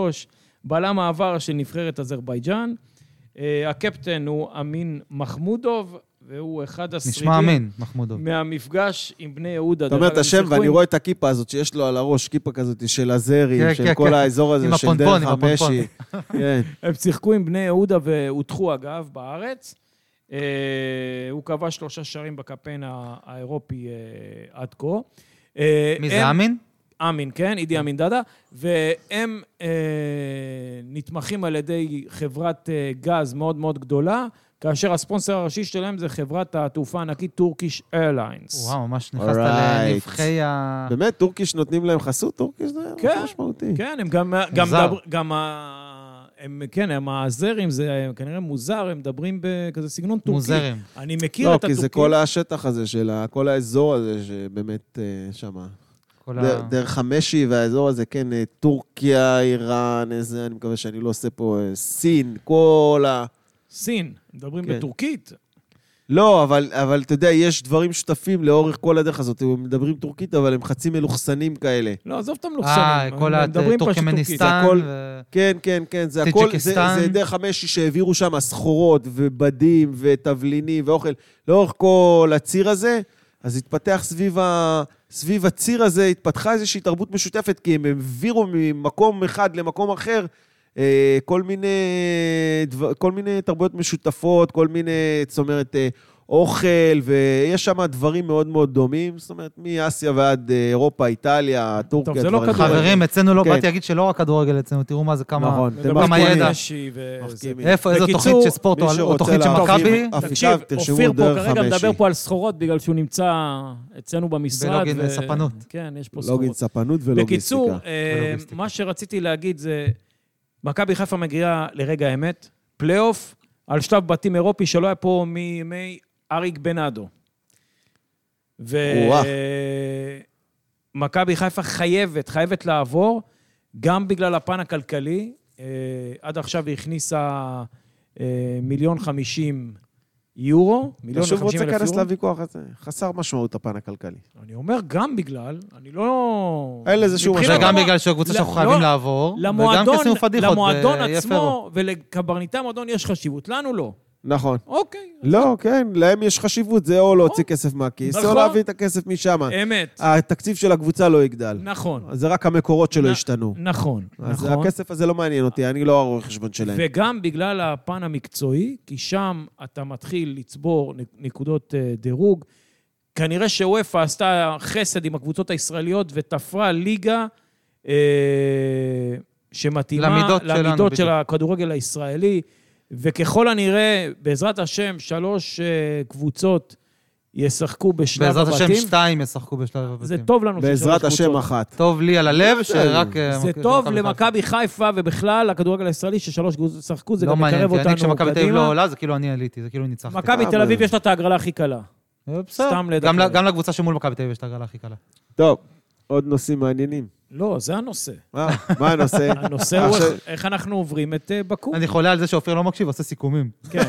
Speaker 1: בלם העבר של נבחרת אזרבייג'אן. אה, הקפטן הוא אמין מחמודוב, והוא אחד השרידים
Speaker 3: נשמע אמין, מחמודוב.
Speaker 1: מהמפגש עם בני יהודה.
Speaker 2: אתה אומר
Speaker 1: דרך
Speaker 2: את
Speaker 1: אגב,
Speaker 2: השם,
Speaker 1: הם שיחקו
Speaker 2: ואני
Speaker 1: עם-
Speaker 2: רואה את הכיפה הזאת שיש לו על הראש, כיפה כזאת של
Speaker 3: כן,
Speaker 2: הזרי,
Speaker 3: כן,
Speaker 2: של כל
Speaker 3: כן.
Speaker 2: האזור הזה,
Speaker 3: עם
Speaker 2: של
Speaker 3: הפונפון,
Speaker 2: דרך
Speaker 3: עם הפונפון.
Speaker 2: המשי.
Speaker 1: [LAUGHS]
Speaker 2: כן.
Speaker 1: הם שיחקו עם בני יהודה והודחו, אגב, בארץ. אה, הוא כבש שלושה שערים בקמפיין ה- האירופי אה, עד כה. אה,
Speaker 3: מי
Speaker 1: הם-
Speaker 3: זה אמין?
Speaker 1: אמין, כן, אידי אמין דאדה, והם אה, נתמכים על ידי חברת אה, גז מאוד מאוד גדולה, כאשר הספונסר הראשי שלהם זה חברת התעופה הענקית טורקיש איירליינס.
Speaker 3: וואו, ממש נכנסת
Speaker 2: Alright.
Speaker 3: לנבחי ה...
Speaker 2: באמת, טורקיש נותנים להם חסות? טורקיש זה
Speaker 1: כן.
Speaker 2: משהו משמעותי. לא,
Speaker 1: כן, הם גם... גם,
Speaker 3: מוזר.
Speaker 1: דבר, גם ה... הם, כן, הם האזרים, זה כנראה מוזר, הם מדברים בכזה סגנון טורקי.
Speaker 3: מוזרים.
Speaker 1: אני מכיר
Speaker 2: לא,
Speaker 1: את
Speaker 2: כי
Speaker 1: הטורקים.
Speaker 2: זה כל השטח הזה, של ה- כל האזור הזה, שבאמת אה, שמה.
Speaker 3: כל
Speaker 2: ד-
Speaker 3: ה... אה,
Speaker 2: דרך המשי והאזור הזה, כן, אה, טורקיה, איראן, איזה, אני מקווה שאני לא עושה פה אה, סין, כל ה...
Speaker 1: סין, מדברים
Speaker 2: כן.
Speaker 1: בטורקית.
Speaker 2: לא, אבל, אבל אתה יודע, יש דברים שותפים לאורך כל הדרך הזאת. הם מדברים טורקית, אבל הם חצי מלוכסנים כאלה.
Speaker 1: לא, עזוב את המלוכסנים.
Speaker 3: אה, כל
Speaker 1: הם מדברים פשוט טורקית.
Speaker 3: הטורקמניסטן.
Speaker 2: הכל-
Speaker 3: ו-
Speaker 2: כן, כן, כן, זה הכל, זה,
Speaker 3: טאג'יקיסטן.
Speaker 2: זה דרך המשי שהעבירו שם סחורות ובדים ותבלינים ואוכל. לאורך כל הציר הזה, אז התפתח סביב, ה... סביב הציר הזה, התפתחה איזושהי תרבות משותפת, כי הם העבירו ממקום אחד למקום אחר. אה, כל מיני, דבר, כל מיני תרבויות משותפות, כל מיני, זאת אומרת, אה, אוכל, ויש שם דברים מאוד מאוד דומים, זאת אומרת, מאסיה ועד אה, אירופה, איטליה, טורקיה,
Speaker 1: זה לא
Speaker 2: דברים
Speaker 1: כדורגל.
Speaker 2: כאלה.
Speaker 3: חברים, אצלנו לא,
Speaker 2: כן.
Speaker 3: באתי להגיד שלא רק כדורגל אצלנו, תראו מה זה כמה...
Speaker 2: נכון,
Speaker 1: מדברים
Speaker 3: גם הידע.
Speaker 1: משי וזה.
Speaker 2: מחכים.
Speaker 3: איפה, איזו תוכנית
Speaker 1: בקיצור,
Speaker 3: של ספורט
Speaker 2: מי
Speaker 3: או- או
Speaker 2: שרוצה
Speaker 3: תוכנית של
Speaker 2: להרחיב-
Speaker 3: מכבי?
Speaker 2: אף-
Speaker 1: תקשיב,
Speaker 2: אפיקיו, תרשמו
Speaker 1: אופיר פה
Speaker 2: דרך
Speaker 1: כרגע מדבר
Speaker 2: חמשי.
Speaker 1: פה על סחורות בגלל שהוא נמצא אצלנו במשרד.
Speaker 3: בלוגין וספנות.
Speaker 1: כן, יש פה
Speaker 2: לוגין
Speaker 1: סחורות.
Speaker 2: ספנות ולוגיסטיקה.
Speaker 1: בקיצור, אה,
Speaker 3: ולוגיסטיקה.
Speaker 1: מה שרציתי להגיד זה, מכבי חיפה מגיעה לרגע האמת, פלייאוף על שלב בתים אירופי שלא היה פה מימי אריק בנאדו.
Speaker 2: או-אה.
Speaker 1: ומכבי חיפה חייבת, חייבת לעבור, גם בגלל הפן הכלכלי. אה, עד עכשיו היא הכניסה אה, מיליון חמישים יורו,
Speaker 2: אני
Speaker 1: מיליון
Speaker 2: שוב
Speaker 1: וחמישים
Speaker 2: רוצה
Speaker 1: אלף
Speaker 2: להיכנס
Speaker 1: יורו.
Speaker 2: לוויכוח הזה. חסר משמעות הפן הכלכלי.
Speaker 1: אני אומר גם בגלל, אני לא...
Speaker 2: אין לזה שום
Speaker 1: מבחינת
Speaker 2: משמעות.
Speaker 1: המוע-
Speaker 3: וגם כן, בגלל שהוא קבוצה
Speaker 1: לא,
Speaker 3: שאנחנו חייבים
Speaker 1: לא.
Speaker 3: לעבור, וגם כי
Speaker 1: למועדון,
Speaker 3: עשינו פדיחות אה,
Speaker 1: למועדון
Speaker 2: אה,
Speaker 3: ביפו.
Speaker 1: עצמו ולקברניטי המועדון יש חשיבות, לנו לא.
Speaker 2: נכון.
Speaker 1: אוקיי,
Speaker 2: לא, כן, להם יש חשיבות, זה או להוציא כסף מהכיס, או
Speaker 1: נכון.
Speaker 2: להביא את הכסף משם. אה.
Speaker 1: אמת,
Speaker 2: התקציב של הקבוצה לא יגדל.
Speaker 1: נכון,
Speaker 2: זה רק המקורות שלו
Speaker 1: נ-
Speaker 2: השתנו.
Speaker 1: נכון,
Speaker 2: אז
Speaker 1: נכון.
Speaker 2: הכסף הזה לא מעניין אותי, אני לא הרואה חשבון שלהם.
Speaker 1: וגם בגלל הפן המקצועי, כי שם אתה מתחיל לצבור נק- נקודות אה, דירוג. כנראה שאוופא עשתה חסד עם הקבוצות הישראליות ותפרה ליגה אה, שמתאימה
Speaker 3: למידות שלנו,
Speaker 1: למידות של
Speaker 3: בדיוק.
Speaker 1: הכדורגל הישראלי, וככל הנראה, בעזרת השם, שלוש אה, קבוצות ישחקו בשלב
Speaker 3: בעזרת השם
Speaker 1: הבתים.
Speaker 3: שתיים ישחקו בשלב הבתים.
Speaker 1: זה טוב לנו.
Speaker 2: בעזרת
Speaker 1: ששלוש
Speaker 2: השם
Speaker 1: קבוצות.
Speaker 2: אחת.
Speaker 3: טוב לי על הלב, שרק... אה,
Speaker 1: זה טוב למכבי חיפה ובכלל לכדורגל הישראלי ששלוש קבוצות ישחקו, זה
Speaker 3: לא
Speaker 1: גם
Speaker 3: מעניין
Speaker 1: מקרב
Speaker 3: אותי,
Speaker 1: אותנו
Speaker 3: אני כשמכבי תל אביב לא
Speaker 1: קדימה.
Speaker 3: עולה, זה כאילו אני עליתי, זה כאילו ניצחתי.
Speaker 1: מכבי תל אביב יש לה את ההגרלה הכי קלה.
Speaker 3: אה, בסדר.
Speaker 1: סתם לדבר.
Speaker 3: גם ל- גם לקבוצה שמול מכבי תל אביב יש את הגרלה הכי קלה.
Speaker 2: טוב, עוד נושאים מעניינים.
Speaker 1: לא, זה הנושא.
Speaker 2: מה מה הנושא?
Speaker 1: [LAUGHS] הנושא הוא
Speaker 2: אה, עכשיו-
Speaker 1: איך- איך אנחנו עוברים את אה, בקו.
Speaker 3: אני חולה על זה שאופיר לא מקשיב, עושה סיכומים.
Speaker 2: [LAUGHS]
Speaker 1: כן.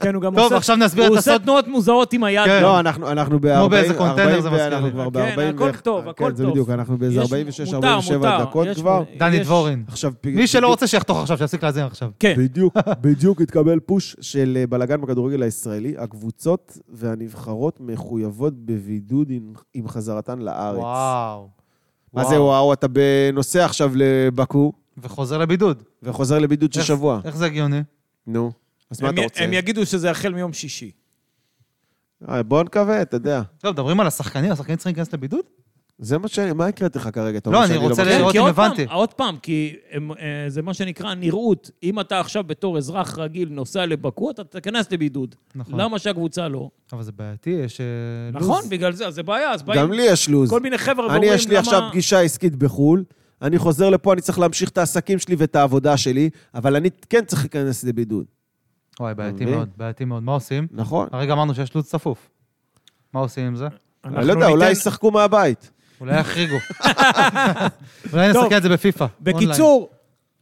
Speaker 1: כן, הוא גם
Speaker 3: טוב,
Speaker 1: עושה-
Speaker 3: עכשיו נסביר
Speaker 1: הוא
Speaker 3: את
Speaker 1: עושה
Speaker 3: הסוד.
Speaker 1: תנועות מוזרות עם היד.
Speaker 3: כן.
Speaker 1: גם.
Speaker 2: לא, אנחנו אנחנו ב-40,
Speaker 3: באיזה קונטיינר זה מזכיר
Speaker 2: אנחנו
Speaker 3: לי.
Speaker 2: כבר
Speaker 1: כן,
Speaker 2: ב-40.
Speaker 1: הכל טוב, הכל
Speaker 2: כן, זה
Speaker 1: טוב.
Speaker 2: בדיוק, אנחנו
Speaker 1: יש-
Speaker 2: באיזה 46,
Speaker 1: מותר,
Speaker 2: 47
Speaker 1: מותר.
Speaker 2: דקות
Speaker 1: יש-
Speaker 2: כבר.
Speaker 3: דני
Speaker 1: יש-
Speaker 3: דבורין.
Speaker 2: עכשיו,
Speaker 3: מי שלא רוצה שיחתוך עכשיו, שיפסיק להאזין עכשיו.
Speaker 1: כן.
Speaker 2: בדיוק, בדיוק התקבל פוש של בלגן בכדורגל הישראלי. הקבוצות והנבחרות מחויבות בבידוד עם- עם חזרתן לארץ.
Speaker 3: וואו.
Speaker 2: מה
Speaker 3: וואו.
Speaker 2: זה וואו? אתה נוסע עכשיו לבקו
Speaker 3: וחוזר לבידוד.
Speaker 2: וחוזר לבידוד של
Speaker 3: איך-
Speaker 2: שבוע.
Speaker 3: איך זה הגיוני?
Speaker 2: נו, אז מה
Speaker 1: הם
Speaker 2: אתה
Speaker 1: י-
Speaker 2: רוצה?
Speaker 1: הם יגידו שזה החל מיום שישי.
Speaker 2: אה, בוא נקווה, אתה יודע.
Speaker 3: לא, מדברים על השחקנים, השחקנים צריכים להיכנס לבידוד?
Speaker 2: זה מה ש... מה הקראתי לך כרגע? אתה
Speaker 3: לא,
Speaker 2: אומר
Speaker 3: אני
Speaker 2: שאני
Speaker 3: רוצה
Speaker 2: מקשיב?
Speaker 3: לראות-
Speaker 1: כן, כי
Speaker 3: אם
Speaker 1: עוד פעם,
Speaker 3: הבנתי.
Speaker 1: עוד פעם, כי הם, אה, זה מה שנקרא נראות. אם אתה עכשיו בתור אזרח רגיל נוסע לבקו, אתה תיכנס לבידוד.
Speaker 3: נכון.
Speaker 1: למה שהקבוצה לא?
Speaker 3: אבל זה בעייתי, יש... אה, לו"ז.
Speaker 1: נכון, בגלל זה, אז זה בעיה. אז באים
Speaker 2: גם לי יש לו"ז.
Speaker 1: כל מיני חבר'ה
Speaker 2: אני,
Speaker 1: ואומרים
Speaker 2: יש לי עכשיו פגישה עסקית בחו"ל, אני חוזר לפה, אני צריך להמשיך את העסקים שלי ואת העבודה שלי, אבל אני כן צריך להיכנס לבידוד,
Speaker 3: וואי, בעייתי
Speaker 2: מבין?
Speaker 3: מאוד, בעייתי מאוד. מה עושים?
Speaker 2: נכון?
Speaker 3: הרגע אמרנו שיש לו"ז צפוף. מה עושים עם זה?
Speaker 1: אנחנו
Speaker 2: אני לא יודע, אולי
Speaker 1: ניתן-
Speaker 2: ישחקו מהבית.
Speaker 3: אולי
Speaker 2: [LAUGHS]
Speaker 3: יחריגו. אולי
Speaker 1: טוב.
Speaker 3: נסתכל את זה בפיפא.
Speaker 1: בקיצור,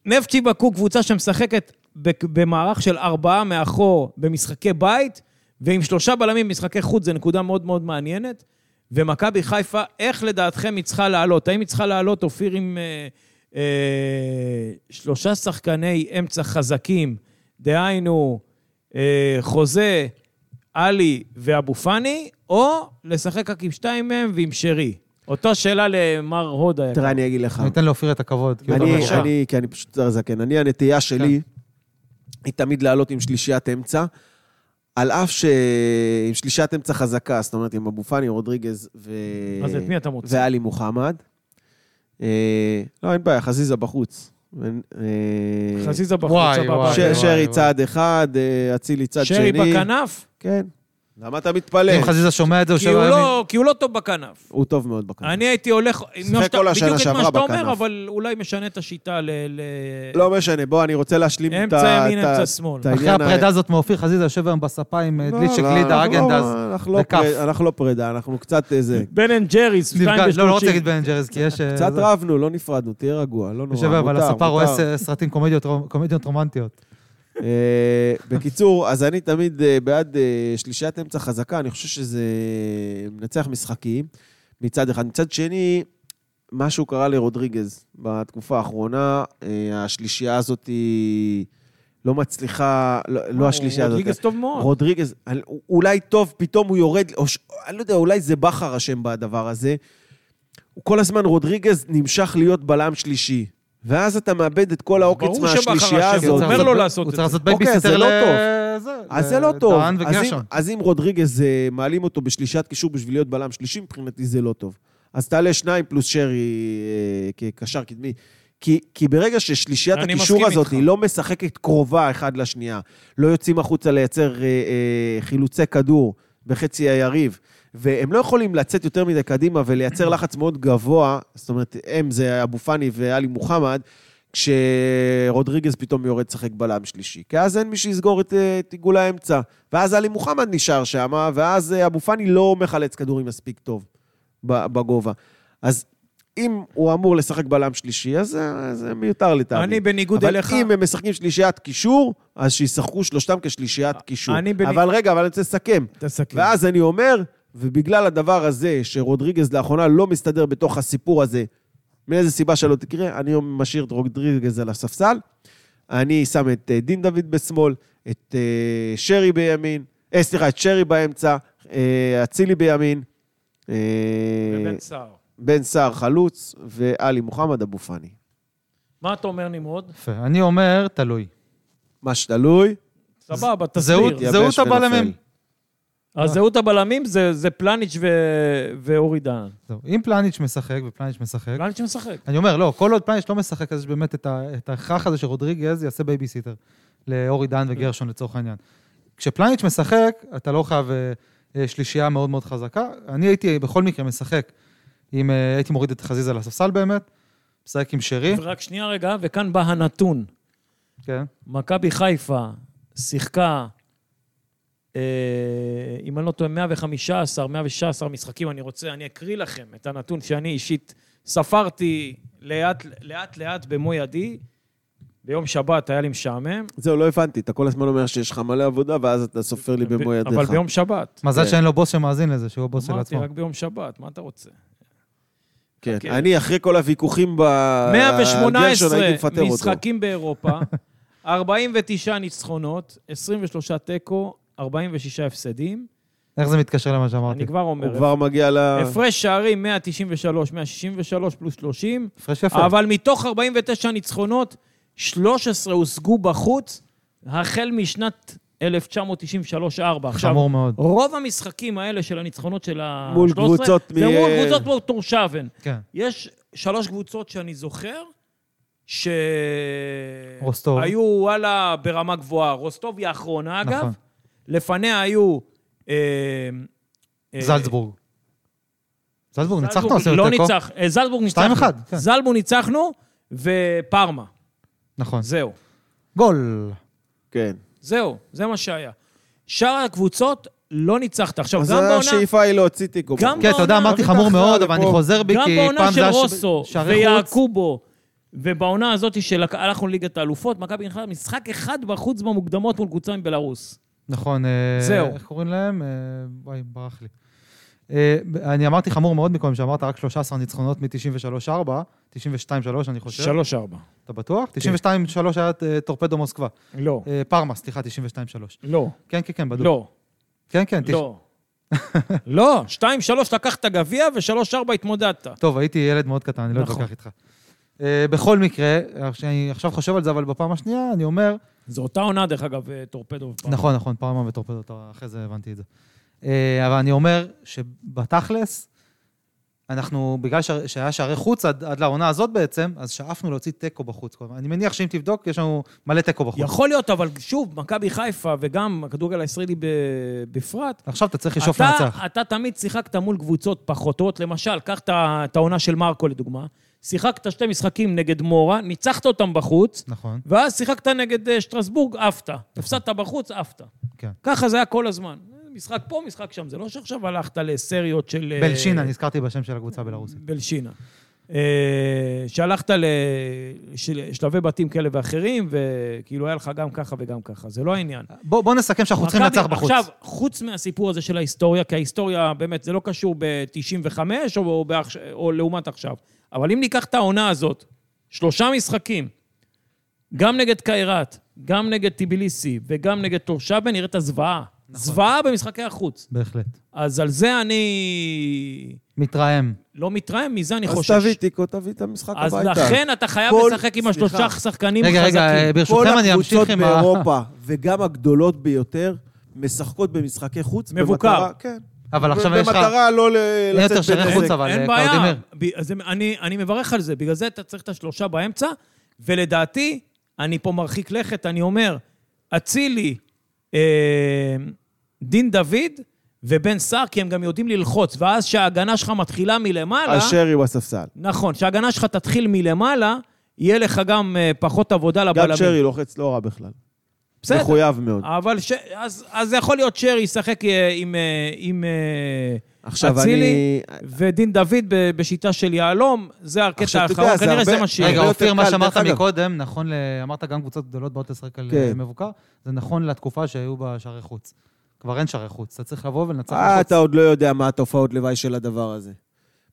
Speaker 1: נפצ'י בקו קבוצה שמשחקת בק- במערך של ארבעה מאחור במשחקי בית, ועם שלושה בלמים במשחקי חוץ, זו נקודה מאוד מאוד מעניינת. ומכבי חיפה, איך לדעתכם היא צריכה לעלות? האם היא צריכה לעלות, אופיר, עם אה, אה, שלושה שחקני אמצע חזקים, דהיינו אה, חוזה, עלי ואבו פאני, או לשחק רק עם שתיים מהם ועם שרי? אותה שאלה למר הוד היקר.
Speaker 2: תראה, אני אגיד לך.
Speaker 3: אני אתן לאופיר את הכבוד.
Speaker 1: כאילו
Speaker 3: כי הוא לא
Speaker 2: אני,
Speaker 3: בבקשה.
Speaker 2: אני, כי אני פשוט זר זקן. אני, הנטייה שלי
Speaker 1: כן.
Speaker 2: היא תמיד לעלות עם שלישיית אמצע, על אף ש... עם שלישיית אמצע חזקה, זאת אומרת, עם אבו פאני, רודריגז ו...
Speaker 1: אז את מי אתה מוצא?
Speaker 2: ועלי מוחמד. אה, לא, אין בעיה, חזיזה בחוץ. אין- אה,
Speaker 1: חזיזה בחוץ,
Speaker 3: וואי,
Speaker 1: סבבה.
Speaker 3: וואי,
Speaker 2: ש-
Speaker 3: וואי.
Speaker 2: שרי צד אחד, אה, אצילי צד שני.
Speaker 1: שרי בכנף?
Speaker 2: כן. למה אתה מתפלא?
Speaker 3: אם חזיזה שומע את זה, הוא
Speaker 1: כי הוא
Speaker 3: שומע...
Speaker 1: לא- כי הוא לא טוב בכנף.
Speaker 2: הוא טוב מאוד
Speaker 3: כן.
Speaker 2: בכנף.
Speaker 1: אני הייתי הולך... עם מה
Speaker 2: שיחק
Speaker 1: שאתה-
Speaker 2: כל השנה
Speaker 1: בדיוק את מה
Speaker 2: שעברה
Speaker 1: שאתה אומר,
Speaker 2: בכנף.
Speaker 1: אבל אולי משנה את השיטה ל... ל-
Speaker 2: לא משנה, בוא, אני רוצה להשלים את ה...
Speaker 1: אמצע ימין,
Speaker 2: את ה-
Speaker 1: אמצע שמאל.
Speaker 2: את העניין
Speaker 3: אחרי
Speaker 2: ה-
Speaker 3: הפרידה הזאת מאופיר חזיזה יושב היום בספה עם אה,
Speaker 2: לא,
Speaker 3: דליצ'ק,
Speaker 2: לא,
Speaker 3: גלידה,
Speaker 2: אנחנו לא-
Speaker 3: אגנדז.
Speaker 2: אנחנו לא
Speaker 3: וכף.
Speaker 2: פרידה, אנחנו לא פרידה, אנחנו קצת איזה...
Speaker 1: בן אנד ג'ריס, שתיים
Speaker 3: נפגע- לא, לא רוצה
Speaker 1: ושלושים.
Speaker 3: להגיד בן אנד ג'ריז, כי יש... אה,
Speaker 2: קצת
Speaker 3: זה.
Speaker 2: רבנו, לא נפרדנו, תהיה רגוע, לא נורא,
Speaker 3: יושב היום על
Speaker 2: מותר,
Speaker 3: הספה, רואה
Speaker 2: מותר.
Speaker 3: ס- סרטים קומדיות רומ- קומדיות רומנטיות.
Speaker 2: אה, בקיצור, אז אני תמיד אה, בעד אה, שלישיית אמצע חזקה, אני חושב שזה מנצח משחקים מצד אחד. מצד שני, משהו קרה לרודריגז בתקופה האחרונה, אה, השלישייה הזאת היא לא מצליחה, לא- לא השלישייה הזאת.
Speaker 1: רודריגז טוב מאוד.
Speaker 2: רודריגז, אל- אולי טוב, פתאום הוא יורד, או ש- אני לא יודע, אולי זה בכר אשם בדבר הזה. הוא כל הזמן רודריגז נמשך להיות בלם שלישי. ואז אתה מאבד את כל העוקץ
Speaker 1: ברור שבכר
Speaker 2: מהשלישייה
Speaker 1: אשם, הוא
Speaker 2: הזאת.
Speaker 1: אומר לו לעשות
Speaker 3: הוא
Speaker 1: את
Speaker 3: צריך
Speaker 1: זה.
Speaker 3: לא לעשות
Speaker 2: אוקיי,
Speaker 3: בייביסיטר
Speaker 2: זה לא
Speaker 3: זה,
Speaker 2: אז זה לא טוב.
Speaker 3: דהן
Speaker 2: אז אם,
Speaker 3: וגרשון.
Speaker 2: אז אם רודריגז אה, מעלים אותו בשלישת קישור בשביל להיות בלם שלישי, מבחינתי זה לא טוב. אז תעלה שניים פלוס שרי אה, כקשר קדמי. כי, כי ברגע ששלישיית
Speaker 1: אני
Speaker 2: הקישור
Speaker 1: מסכים
Speaker 2: הזאת
Speaker 1: איתך.
Speaker 2: היא לא משחקת קרובה אחד לשנייה, לא יוצאים החוצה לייצר אה, אה, חילוצי כדור בחצי היריב, והם לא יכולים לצאת יותר מדי קדימה ולייצר לחץ מאוד גבוה, זאת אומרת, הם זה אבו פאני ואלי מוחמד, כשרודריגז פתאום יורד לשחק בלם שלישי. כי אז אין מי שיסגור את, אה, את עיגול האמצע. ואז עלי מוחמד נשאר שם, ואז אה, אבו פאני לא מחלץ כדורים מספיק טוב ב- בגובה. אז אם הוא אמור לשחק בלם שלישי, אז אה, זה מיותר לטעמי.
Speaker 1: אני בניגוד
Speaker 2: אבל
Speaker 1: אליך...
Speaker 2: אם הם משחקים שלישיית קישור, אז שישחקו שלושתם כשלישיית קישור.
Speaker 1: אני בני- כן.
Speaker 2: אבל רגע, אבל אני רוצה לסכם.
Speaker 1: תסכם.
Speaker 2: ואז אני אומר, ובגלל הדבר הזה, שרודריגז לאחרונה לא מסתדר בתוך הסיפור הזה, מאיזה סיבה שלא תקרה, אני משאיר את רודריגז על הספסל, אני שם את אה, דין דוד בשמאל, את אה, שרי בימין, אה, סליחה, את שרי באמצע, אה, אצילי בימין, אה,
Speaker 1: ובן סער.
Speaker 2: בן סער חלוץ, ועלי מוחמד אבו פאני.
Speaker 1: מה אתה אומר, נמרוד?
Speaker 3: יפה. אני אומר, תלוי.
Speaker 2: מה שתלוי,
Speaker 1: סבבה,
Speaker 3: זהות-
Speaker 1: תסביר.
Speaker 2: יבש
Speaker 3: זהות הבלמים.
Speaker 2: ונופל.
Speaker 1: אז זהות הבלמים זה- זה פלניץ' ו- ואורי דהן.
Speaker 3: זהו. אם פלניץ' משחק, ופלניץ' משחק,
Speaker 1: פלניץ' משחק.
Speaker 3: אני אומר, לא, כל עוד פלניץ' לא משחק, אז יש באמת את ה- את ההכרח הזה שרודריגז יעשה בייביסיטר לאורי דן וגרשון לצורך העניין. כשפלניץ' משחק, אתה לא חייב אה, אה, שלישייה מאוד מאוד חזקה. אני הייתי בכל מקרה משחק, עם, אה, הייתי מוריד את חזיזה לספסל באמת, משחק עם שרי,
Speaker 1: רק שנייה רגע, וכאן בא הנתון.
Speaker 3: כן,
Speaker 1: מכבי חיפה שיחקה, אה, אם אני לא טועה, 115, 116 משחקים. אני רוצה, אני אקריא לכם את הנתון שאני אישית ספרתי לאט לאט, לאט במו ידי. ביום שבת היה לי משעמם.
Speaker 2: זהו, לא הבנתי, אתה כל הזמן אומר שיש לך מלא עבודה, ואז אתה סופר לי במו ידיך.
Speaker 1: אבל ביום שבת.
Speaker 3: מזל
Speaker 2: כן.
Speaker 3: שאין לו בוס שמאזין לזה, שהוא הבוס של
Speaker 1: אמרתי,
Speaker 3: עצמו.
Speaker 1: רק ביום שבת, מה אתה רוצה?
Speaker 2: כן,
Speaker 1: כן.
Speaker 2: אני אחרי כל הוויכוחים ב... על אה, גרשון,
Speaker 1: 118
Speaker 2: הייתי מפטר אותו.
Speaker 1: משחקים באירופה, [LAUGHS] 49 ניצחונות, 23 תיקו, 46 הפסדים.
Speaker 3: איך זה מתקשר למה שאמרתי?
Speaker 1: אני כבר
Speaker 2: אוקיי. הוא
Speaker 1: אומר,
Speaker 2: כבר מגיע ל...
Speaker 1: הפרש שערים 193, 163 פלוס 30,
Speaker 3: הפרש יפה.
Speaker 1: אבל מתוך 49 ניצחונות, 13 הושגו בחוץ, החל משנת 1993-4. עכשיו,
Speaker 3: חמור מאוד.
Speaker 1: רוב המשחקים האלה של הניצחונות של ה...
Speaker 2: מול
Speaker 1: 13,
Speaker 2: קבוצות
Speaker 1: זה
Speaker 2: מ-
Speaker 1: מול קבוצות כמו טורשבן.
Speaker 3: כן.
Speaker 1: יש שלוש קבוצות שאני זוכר, ש...
Speaker 3: רוסטוב.
Speaker 1: היו וואלה ברמה גבוהה. רוסטוב היא האחרונה, אגב.
Speaker 3: נכון.
Speaker 1: לפניה היו... אה, אה,
Speaker 3: זלצבורג. זלצבורג, ניצחנו,
Speaker 1: זלצבורג
Speaker 3: עשינו
Speaker 1: לא
Speaker 3: תיקו.
Speaker 1: ניצח, אה, זלצבורג ניצחנו.
Speaker 3: 2-1, כן.
Speaker 1: זלצבורג ניצחנו, ופרמה.
Speaker 3: נכון.
Speaker 1: זהו.
Speaker 3: גול.
Speaker 1: לא,
Speaker 2: כן.
Speaker 1: זהו, זה מה שהיה. שאר הקבוצות לא ניצחת. עכשיו,
Speaker 2: אז
Speaker 1: גם בעונה...
Speaker 2: השאיפה היא להוציא תיקו.
Speaker 1: גם
Speaker 3: כן, אתה יודע,
Speaker 1: בעונה-
Speaker 3: אמרתי חמור מאוד, אבל אני
Speaker 2: ופה-
Speaker 3: חוזר בי,
Speaker 1: לא גם
Speaker 3: כי
Speaker 1: בעונה
Speaker 3: פעם
Speaker 1: של
Speaker 3: זה היה ש-
Speaker 1: רוסו
Speaker 3: שערי חוץ.
Speaker 1: ויעקובו, ובעונה הזאת שהלכנו לליגת האלופות, מכבי נכנסה משחק אחד בחוץ במוקדמות מול קבוצה מבלארוס.
Speaker 3: נכון. אה,
Speaker 1: זהו.
Speaker 3: איך קוראים להם? אה, וואי, ברח לי. אה, אני אמרתי חמור מאוד מקודם, שאמרת רק 13 ניצחונות מ-93-4, 92-3 אני חושב.
Speaker 1: 3-4.
Speaker 3: אתה בטוח?
Speaker 1: כן.
Speaker 3: 92-3 היה אה, טורפדו מוסקבה.
Speaker 1: לא.
Speaker 3: אה, פרמה, סליחה, 92-3.
Speaker 1: לא.
Speaker 3: כן, כן, כן, בדוק.
Speaker 1: לא.
Speaker 3: כן, כן. תש-
Speaker 1: לא. לא, 2-3 לקחת גביע ו-3-4 התמודדת.
Speaker 3: טוב, הייתי ילד מאוד קטן, אני לא
Speaker 1: נכון.
Speaker 3: אתווכח איתך. אה, בכל מקרה, אני עכשיו חושב על זה, אבל בפעם השנייה אני אומר,
Speaker 1: זו אותה עונה, דרך אגב, אה, טורפדו. ופרמה.
Speaker 3: נכון, נכון, פרמה וטורפדות, אחרי זה הבנתי את זה. אה, אבל אני אומר שבתכלס, אנחנו, בגלל ש- שהיה שערי חוץ עד, עד לעונה הזאת בעצם, אז שאפנו להוציא תיקו בחוץ. כל הזמן. אני מניח שאם תבדוק, יש לנו מלא תיקו בחוץ.
Speaker 1: יכול להיות, אבל שוב, מכבי חיפה וגם הכדורגל הישראלי ב- בפרט,
Speaker 3: עכשיו אתה צריך לשאוף
Speaker 1: אתה-
Speaker 3: לנצח.
Speaker 1: אתה תמיד שיחקת מול קבוצות פחות טובות. למשל, קח את ה- את העונה של מרקו לדוגמה. שיחקת שתי משחקים נגד מורה, ניצחת אותם בחוץ,
Speaker 3: נכון,
Speaker 1: ואז שיחקת נגד אה, שטרסבורג, עפת. הפסדת בחוץ, עפת.
Speaker 3: כן.
Speaker 1: ככה זה היה כל הזמן. משחק פה, משחק שם. זה לא שעכשיו הלכת לסריות של... אה,
Speaker 3: בלשינה, נזכרתי בשם של הקבוצה הבלארוסית.
Speaker 1: בלשינה. אה, שהלכת לשלבי בתים כאלה ואחרים, וכאילו היה לך גם ככה וגם ככה. זה לא העניין.
Speaker 3: בוא, בוא נסכם שאנחנו צריכים
Speaker 1: מכבי-
Speaker 3: לנצח בחוץ.
Speaker 1: עכשיו, חוץ מהסיפור הזה של ההיסטוריה, כי ההיסטוריה, באמת, זה לא קשור ב-95 או, או, בעכש- או לעומת עכשיו, אבל אם ניקח את העונה הזאת, שלושה משחקים, גם נגד קיירת, גם נגד טיביליסי וגם נגד תורשבן, נראית זוועה.
Speaker 3: נכון.
Speaker 1: זוועה במשחקי החוץ.
Speaker 3: בהחלט.
Speaker 1: אז על זה אני
Speaker 3: מתרעם.
Speaker 1: לא מתרעם, מזה אני חושש.
Speaker 2: אז תביא תיקו, תביא את המשחק
Speaker 1: אז
Speaker 2: הביתה.
Speaker 1: לכן אתה חייב
Speaker 2: כל-
Speaker 1: לשחק עם
Speaker 2: סליחה.
Speaker 1: השלושה שחקנים
Speaker 3: רגע, רגע, אה,
Speaker 1: חזקים.
Speaker 2: כל
Speaker 3: ברשותכם אני
Speaker 2: הקבוצות
Speaker 3: אמשיך עם ה...
Speaker 2: באירופה, וגם הגדולות ביותר, משחקות במשחקי חוץ.
Speaker 1: מבוקר.
Speaker 2: במטרה- כן.
Speaker 3: [LAUGHS] אבל עכשיו יש לך...
Speaker 2: במטרה לא ל-
Speaker 3: אין
Speaker 2: לצאת
Speaker 3: יותר שערי
Speaker 2: בנזק.
Speaker 3: חוץ, אבל,
Speaker 1: אין
Speaker 3: אה,
Speaker 1: בעיה.
Speaker 3: קלאודימיר.
Speaker 1: ב- אז אני, אני מברך על זה, בגלל זה אתה צריך את השלושה באמצע, ולדעתי, אני פה מרחיק לכת, אני אומר, אצילי, אה, דין דוד ובן סער, כי הם גם יודעים ללחוץ, ואז כשההגנה שלך מתחילה מלמעלה,
Speaker 2: אז שרי הוא הספסל.
Speaker 1: נכון, כשההגנה שלך תתחיל מלמעלה, יהיה לך גם אה, פחות עבודה לבלמים.
Speaker 2: גם שרי לוחץ לא רע בכלל.
Speaker 1: בסדר.
Speaker 2: מחויב מאוד.
Speaker 1: אבל ש... אז, אז יכול להיות שרי ישחק אה, עם, אה, עם אה,
Speaker 2: עכשיו
Speaker 1: אצילי
Speaker 2: אני-
Speaker 1: ודין דוד ב- בשיטה של יהלום, זה הקטע
Speaker 2: עכשיו, אתה יודע,
Speaker 1: האחרון,
Speaker 2: זה
Speaker 1: כנראה זה
Speaker 2: הרבה-
Speaker 1: מה
Speaker 3: רגע,
Speaker 1: שיהיה.
Speaker 2: הרבה
Speaker 3: אופיר,
Speaker 2: יותר
Speaker 3: מה
Speaker 2: קל,
Speaker 3: שאמרת
Speaker 2: דרך אגב.
Speaker 3: מקודם, נכון, ל... אמרת גם קבוצות גדולות באות לשחק על
Speaker 2: כן.
Speaker 3: אה, מבוקר, זה נכון לתקופה שהיו בה שערי חוץ. כבר אין שערי חוץ, אתה צריך לבוא ולנצח
Speaker 2: אה,
Speaker 3: בחוץ.
Speaker 2: אתה עוד לא יודע מה התופעות לוואי של הדבר הזה.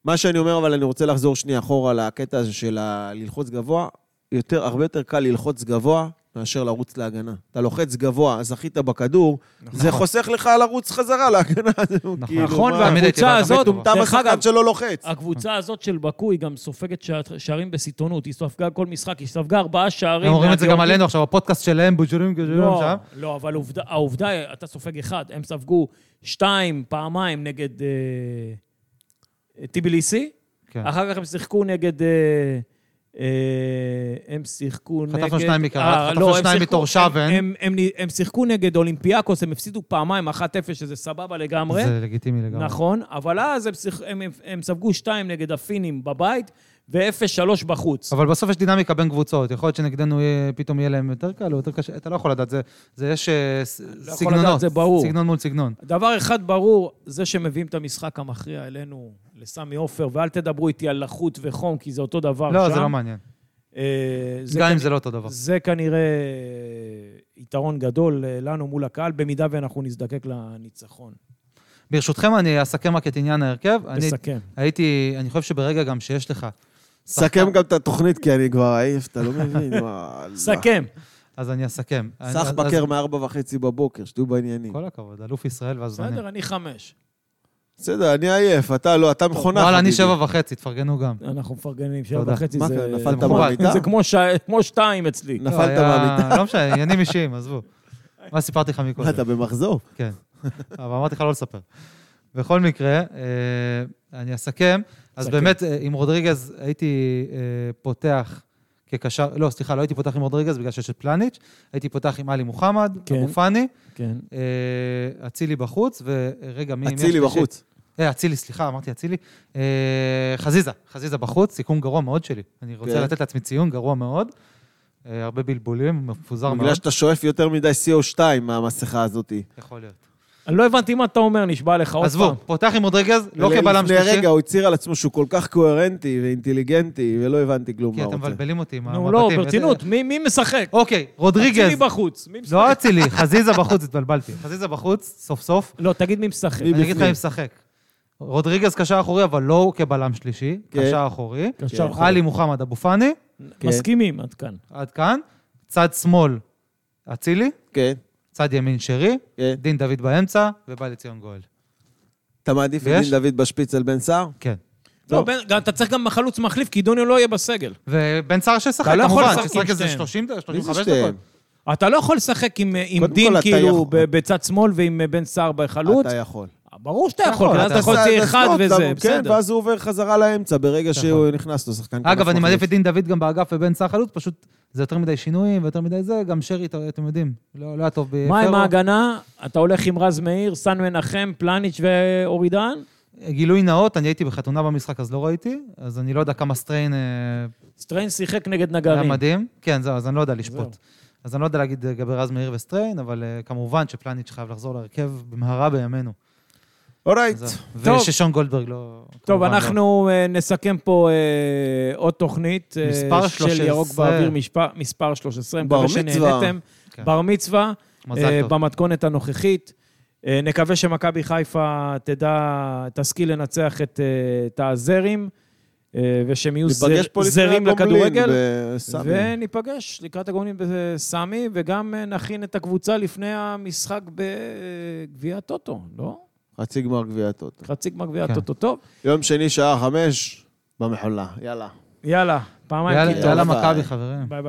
Speaker 2: מה שאני אומר, אבל אני רוצה לחזור שנייה אחורה לקטע הזה של ה- ללחוץ גבוה. יותר, הרבה יותר קל ללחוץ גבוה מאשר לרוץ להגנה. אתה לוחץ גבוה, זכית בכדור, זה חוסך לך לרוץ חזרה להגנה. [LAUGHS] כאילו
Speaker 3: נכון.
Speaker 1: נכון,
Speaker 3: מה, תמיד הייתי
Speaker 1: והקבוצה
Speaker 3: בעד
Speaker 1: הזאת,
Speaker 3: המטרה.
Speaker 2: אתה
Speaker 1: דרך אגב,
Speaker 2: השחקן שלא לוחץ.
Speaker 1: הקבוצה הזאת של בקו היא גם סופגת שע- שערים בסיטונות, היא ספגה כל משחק, היא ספגה ארבעה שערים.
Speaker 3: הם אומרים את זה גם
Speaker 1: מהגאורגים.
Speaker 3: עלינו עכשיו, הפודקאסט שלהם, בוז'ורים גוז'ורים
Speaker 1: לא,
Speaker 3: שם.
Speaker 1: לא, אבל עובדה, העובדה, אתה סופג אחד, הם ספגו שתיים, פעמיים נגד אה, טיביליסי,
Speaker 3: כן.
Speaker 1: אחר כך הם שיחקו נגד אה, אה, הם שיחקו נגד...
Speaker 3: חטפנו שניים מקראת,
Speaker 1: אה,
Speaker 3: חטפנו
Speaker 1: לא, הם
Speaker 3: שניים
Speaker 1: שיחקו-
Speaker 3: מתור
Speaker 1: הם-
Speaker 3: שוון.
Speaker 1: הם- הם נ- הם שיחקו נגד אולימפיאקוס, הם הפסידו פעמיים, 1-0, שזה סבבה לגמרי.
Speaker 3: זה לגיטימי לגמרי.
Speaker 1: נכון, אבל אז הם, שיח... הם, הם, הם ספגו 2 נגד הפינים בבית ו-0-3 בחוץ.
Speaker 3: אבל בסוף יש דינמיקה בין קבוצות. יכול להיות שנגדנו יהיה- פתאום יהיה להם יותר קל או יותר קשה, אתה לא יכול לדעת. זה, זה יש אה, ס-
Speaker 1: לא לדעת,
Speaker 3: סגנונות.
Speaker 1: זה ברור.
Speaker 3: סגנון מול סגנון.
Speaker 1: דבר אחד ברור, זה שמביאים את המשחק המכריע אלינו, לסמי עופר, ואל תדברו איתי על לחות וחום, כי זה אותו דבר
Speaker 3: לא,
Speaker 1: שם.
Speaker 3: זה לא מעניין.
Speaker 1: אה, זה
Speaker 3: גם אם
Speaker 1: כנ-
Speaker 3: זה לא אותו דבר.
Speaker 1: זה כנראה אה, יתרון גדול אה, לנו מול הקהל, במידה ואנחנו נזדקק לניצחון.
Speaker 3: ברשותכם, אני אסכם רק את עניין ההרכב. אני
Speaker 1: נסכם.
Speaker 2: לא.
Speaker 3: הייתי, אני חושב שברגע גם שיש לך,
Speaker 2: סכם גם את התוכנית, כי אני כבר עייף, אתה לא [LAUGHS] מבין, וואלה.
Speaker 1: סכם.
Speaker 3: אז אני אסכם.
Speaker 2: סך
Speaker 3: אז-
Speaker 2: בקר מארבע וחצי בבוקר, שתהיו בעניינים.
Speaker 3: אז- כל הכבוד, אלוף ישראל והזמנים.
Speaker 1: בסדר, אני חמש.
Speaker 2: אה. בסדר, אני עייף, אתה לא, אתה מכונה.
Speaker 3: וואלה, אני
Speaker 2: חביבי.
Speaker 3: שבע וחצי, תפרגנו גם.
Speaker 1: אנחנו מפרגנים, שבע
Speaker 3: תודה.
Speaker 1: וחצי
Speaker 2: מה
Speaker 1: זה...
Speaker 2: קרה, נפלת
Speaker 3: מכובד.
Speaker 2: מהמיטה?
Speaker 1: זה כמו ש- כמו שתיים אצלי.
Speaker 2: נפלת
Speaker 3: לא, היה-
Speaker 2: מהמיטה?
Speaker 3: לא משנה, עניינים אישיים, עזבו. מה סיפרתי לך
Speaker 2: מה,
Speaker 3: מקודם?
Speaker 2: [LAUGHS] אתה במחזור?
Speaker 3: כן. אבל אמרתי לך לא לספר. בכל מקרה, אה, אני אסכם. אז
Speaker 1: סכם.
Speaker 3: באמת, אה, עם רודריגז הייתי אה, פותח כקשר, לא, סליחה, לא הייתי פותח עם רודריגז בגלל שיש את פלניץ', הייתי פותח עם עלי מוחמד,
Speaker 1: כן.
Speaker 3: אבו פאני,
Speaker 1: כן.
Speaker 3: אה, אצילי בחוץ, ורגע, מי... מי
Speaker 2: אצילי
Speaker 3: השלישי?
Speaker 2: בחוץ.
Speaker 3: אה, אצילי, סליחה, אמרתי אצילי. אה, חזיזה, חזיזה בחוץ, סיכום גרוע מאוד שלי. אני רוצה
Speaker 2: כן.
Speaker 3: לתת לעצמי ציון גרוע מאוד. אה, הרבה בלבולים, מפוזר
Speaker 2: בגלל
Speaker 3: מאוד.
Speaker 2: שאתה שואף יותר מדי CO2 מהמסכה הזאת.
Speaker 3: יכול להיות.
Speaker 1: אני לא הבנתי מה אתה אומר, נשבע לך עוד
Speaker 3: עזבו,
Speaker 1: פעם.
Speaker 3: פותח עם רודריגז, לא כבלם
Speaker 2: לפני
Speaker 3: שלישי.
Speaker 2: רגע הוא הצהיר על עצמו שהוא כל כך קוהרנטי ואינטליגנטי, ולא הבנתי כלום
Speaker 3: כי
Speaker 2: מה הוא
Speaker 3: אתם
Speaker 2: רוצה.
Speaker 3: מבלבלים אותי עם
Speaker 1: נו,
Speaker 3: המבטים.
Speaker 1: לא,
Speaker 3: יותר-
Speaker 1: ברצינות, מי מי משחק?
Speaker 3: אוקיי, רודריגז.
Speaker 1: אצילי בחוץ. מי משחק?
Speaker 3: לא אצילי, חזיזה בחוץ, התבלבלתי. חזיזה בחוץ, סוף סוף.
Speaker 1: לא, תגיד מי משחק.
Speaker 2: מי
Speaker 3: אני אגיד לך
Speaker 2: בפנים.
Speaker 3: אם משחק. רודריגז קשר אחורי, אבל לא הוא כבלם שלישי,
Speaker 2: כן.
Speaker 3: קשר אחורי.
Speaker 1: קשר אחורי.
Speaker 3: עלי מוחמד אבו פאני,
Speaker 2: כן.
Speaker 1: מסכימים עד כאן.
Speaker 3: עד כאן. צד שמאל, אצילי.
Speaker 2: כן,
Speaker 3: צד ימין שרי,
Speaker 2: כן.
Speaker 3: דין דוד באמצע, ובא לציון גואל.
Speaker 2: אתה מעדיף את
Speaker 3: ויש?
Speaker 2: דין דוד בשפיץ על בן סער?
Speaker 3: כן.
Speaker 1: לא, בן- גם אתה צריך גם חלוץ מחליף, כי דוניו לא יהיה בסגל.
Speaker 3: ובן סער שישחק,
Speaker 1: אתה לא יכול
Speaker 3: כמובן,
Speaker 1: לשחק עם
Speaker 3: שישחק איזה
Speaker 1: שתיהם.
Speaker 3: 30,
Speaker 2: מי זה
Speaker 3: 35
Speaker 2: שתיהם?
Speaker 3: דקות.
Speaker 1: אתה לא יכול לשחק עם, עם
Speaker 2: קודם
Speaker 1: דין
Speaker 2: כל, אתה
Speaker 1: כאילו
Speaker 2: יכול.
Speaker 1: ב- בצד שמאל ועם אה, בן סער בחלוץ.
Speaker 2: אתה יכול.
Speaker 1: אה, ברור שאתה
Speaker 3: אתה
Speaker 1: יכול,
Speaker 3: יכול,
Speaker 1: כי אז
Speaker 3: נכון,
Speaker 1: אתה
Speaker 3: אתה
Speaker 1: יכול
Speaker 2: אתה-
Speaker 1: להוציא
Speaker 2: אתה
Speaker 1: אחד
Speaker 2: סלוט,
Speaker 1: וזה,
Speaker 2: אתה- כן,
Speaker 1: בסדר.
Speaker 2: ואז הוא עובר חזרה לאמצע ברגע שהוא נכנס לו, שחקן כנף
Speaker 3: אגב, אני מעדיף
Speaker 2: מחליף.
Speaker 3: את דין דוד גם באגף ובן סער חלוץ, פשוט זה יותר מדי שינויים ויותר מדי זה, גם שרי, אתה- אתם יודעים, לא לא היה טוב בפרו.
Speaker 1: מה עם ההגנה? אתה הולך עם רז מאיר, סן מנחם, פלניץ' ואורידן?
Speaker 3: גילוי נאות, אני הייתי בחתונה במשחק, אז לא ראיתי, אז אני לא יודע כמה סטריין אה,
Speaker 1: סטריין שיחק נגד
Speaker 3: היה
Speaker 1: נגרים.
Speaker 3: מדהים. כן, זהו, אז אני לא יודע לשפוט.
Speaker 1: זהו.
Speaker 3: אז אני לא יודע להגיד לגבי רז מאיר וסטריין, אבל אה, כמובן שפלניץ' חייב לחזור להרכב במהרה בימינו.
Speaker 2: אורייט.
Speaker 3: זהו.
Speaker 1: טוב.
Speaker 3: וששון גולדברג לא...
Speaker 1: טוב,
Speaker 3: כמובן לא.
Speaker 1: אנחנו אה, נסכם פה אה, עוד תוכנית אה,
Speaker 3: מספר
Speaker 1: של ירוק
Speaker 3: 13.
Speaker 1: באוויר, משפ- מספר 13.
Speaker 2: בר
Speaker 1: מקווה
Speaker 2: מצווה.
Speaker 1: שנהניתם.
Speaker 3: כן.
Speaker 1: בר מצווה.
Speaker 3: מזל
Speaker 1: אה,
Speaker 3: טוב.
Speaker 1: במתכונת הנוכחית. אה, נקווה שמכבי חיפה תדע, תשכיל לנצח את, אה, את הזרים, אה, ושהם יהיו זר,
Speaker 2: ניפגש פה לפני
Speaker 1: זרים לכדורגל.
Speaker 2: הגומלין בסמי.
Speaker 1: וניפגש לקראת הגומלין בסמי, וגם אה, נכין את הקבוצה לפני המשחק בגביע הטוטו, לא?
Speaker 2: חצי גמר גביע הטוטו.
Speaker 1: חצי גמר גביע
Speaker 3: כן.
Speaker 1: הטוטו. טוב,
Speaker 2: יום שני, שעה חמש, במחולה. יאללה.
Speaker 1: יאללה, פעמיים
Speaker 3: יאללה
Speaker 1: קיטור.
Speaker 3: יאללה
Speaker 2: ביי.
Speaker 3: מכבי, חברים.
Speaker 1: ביי ביי.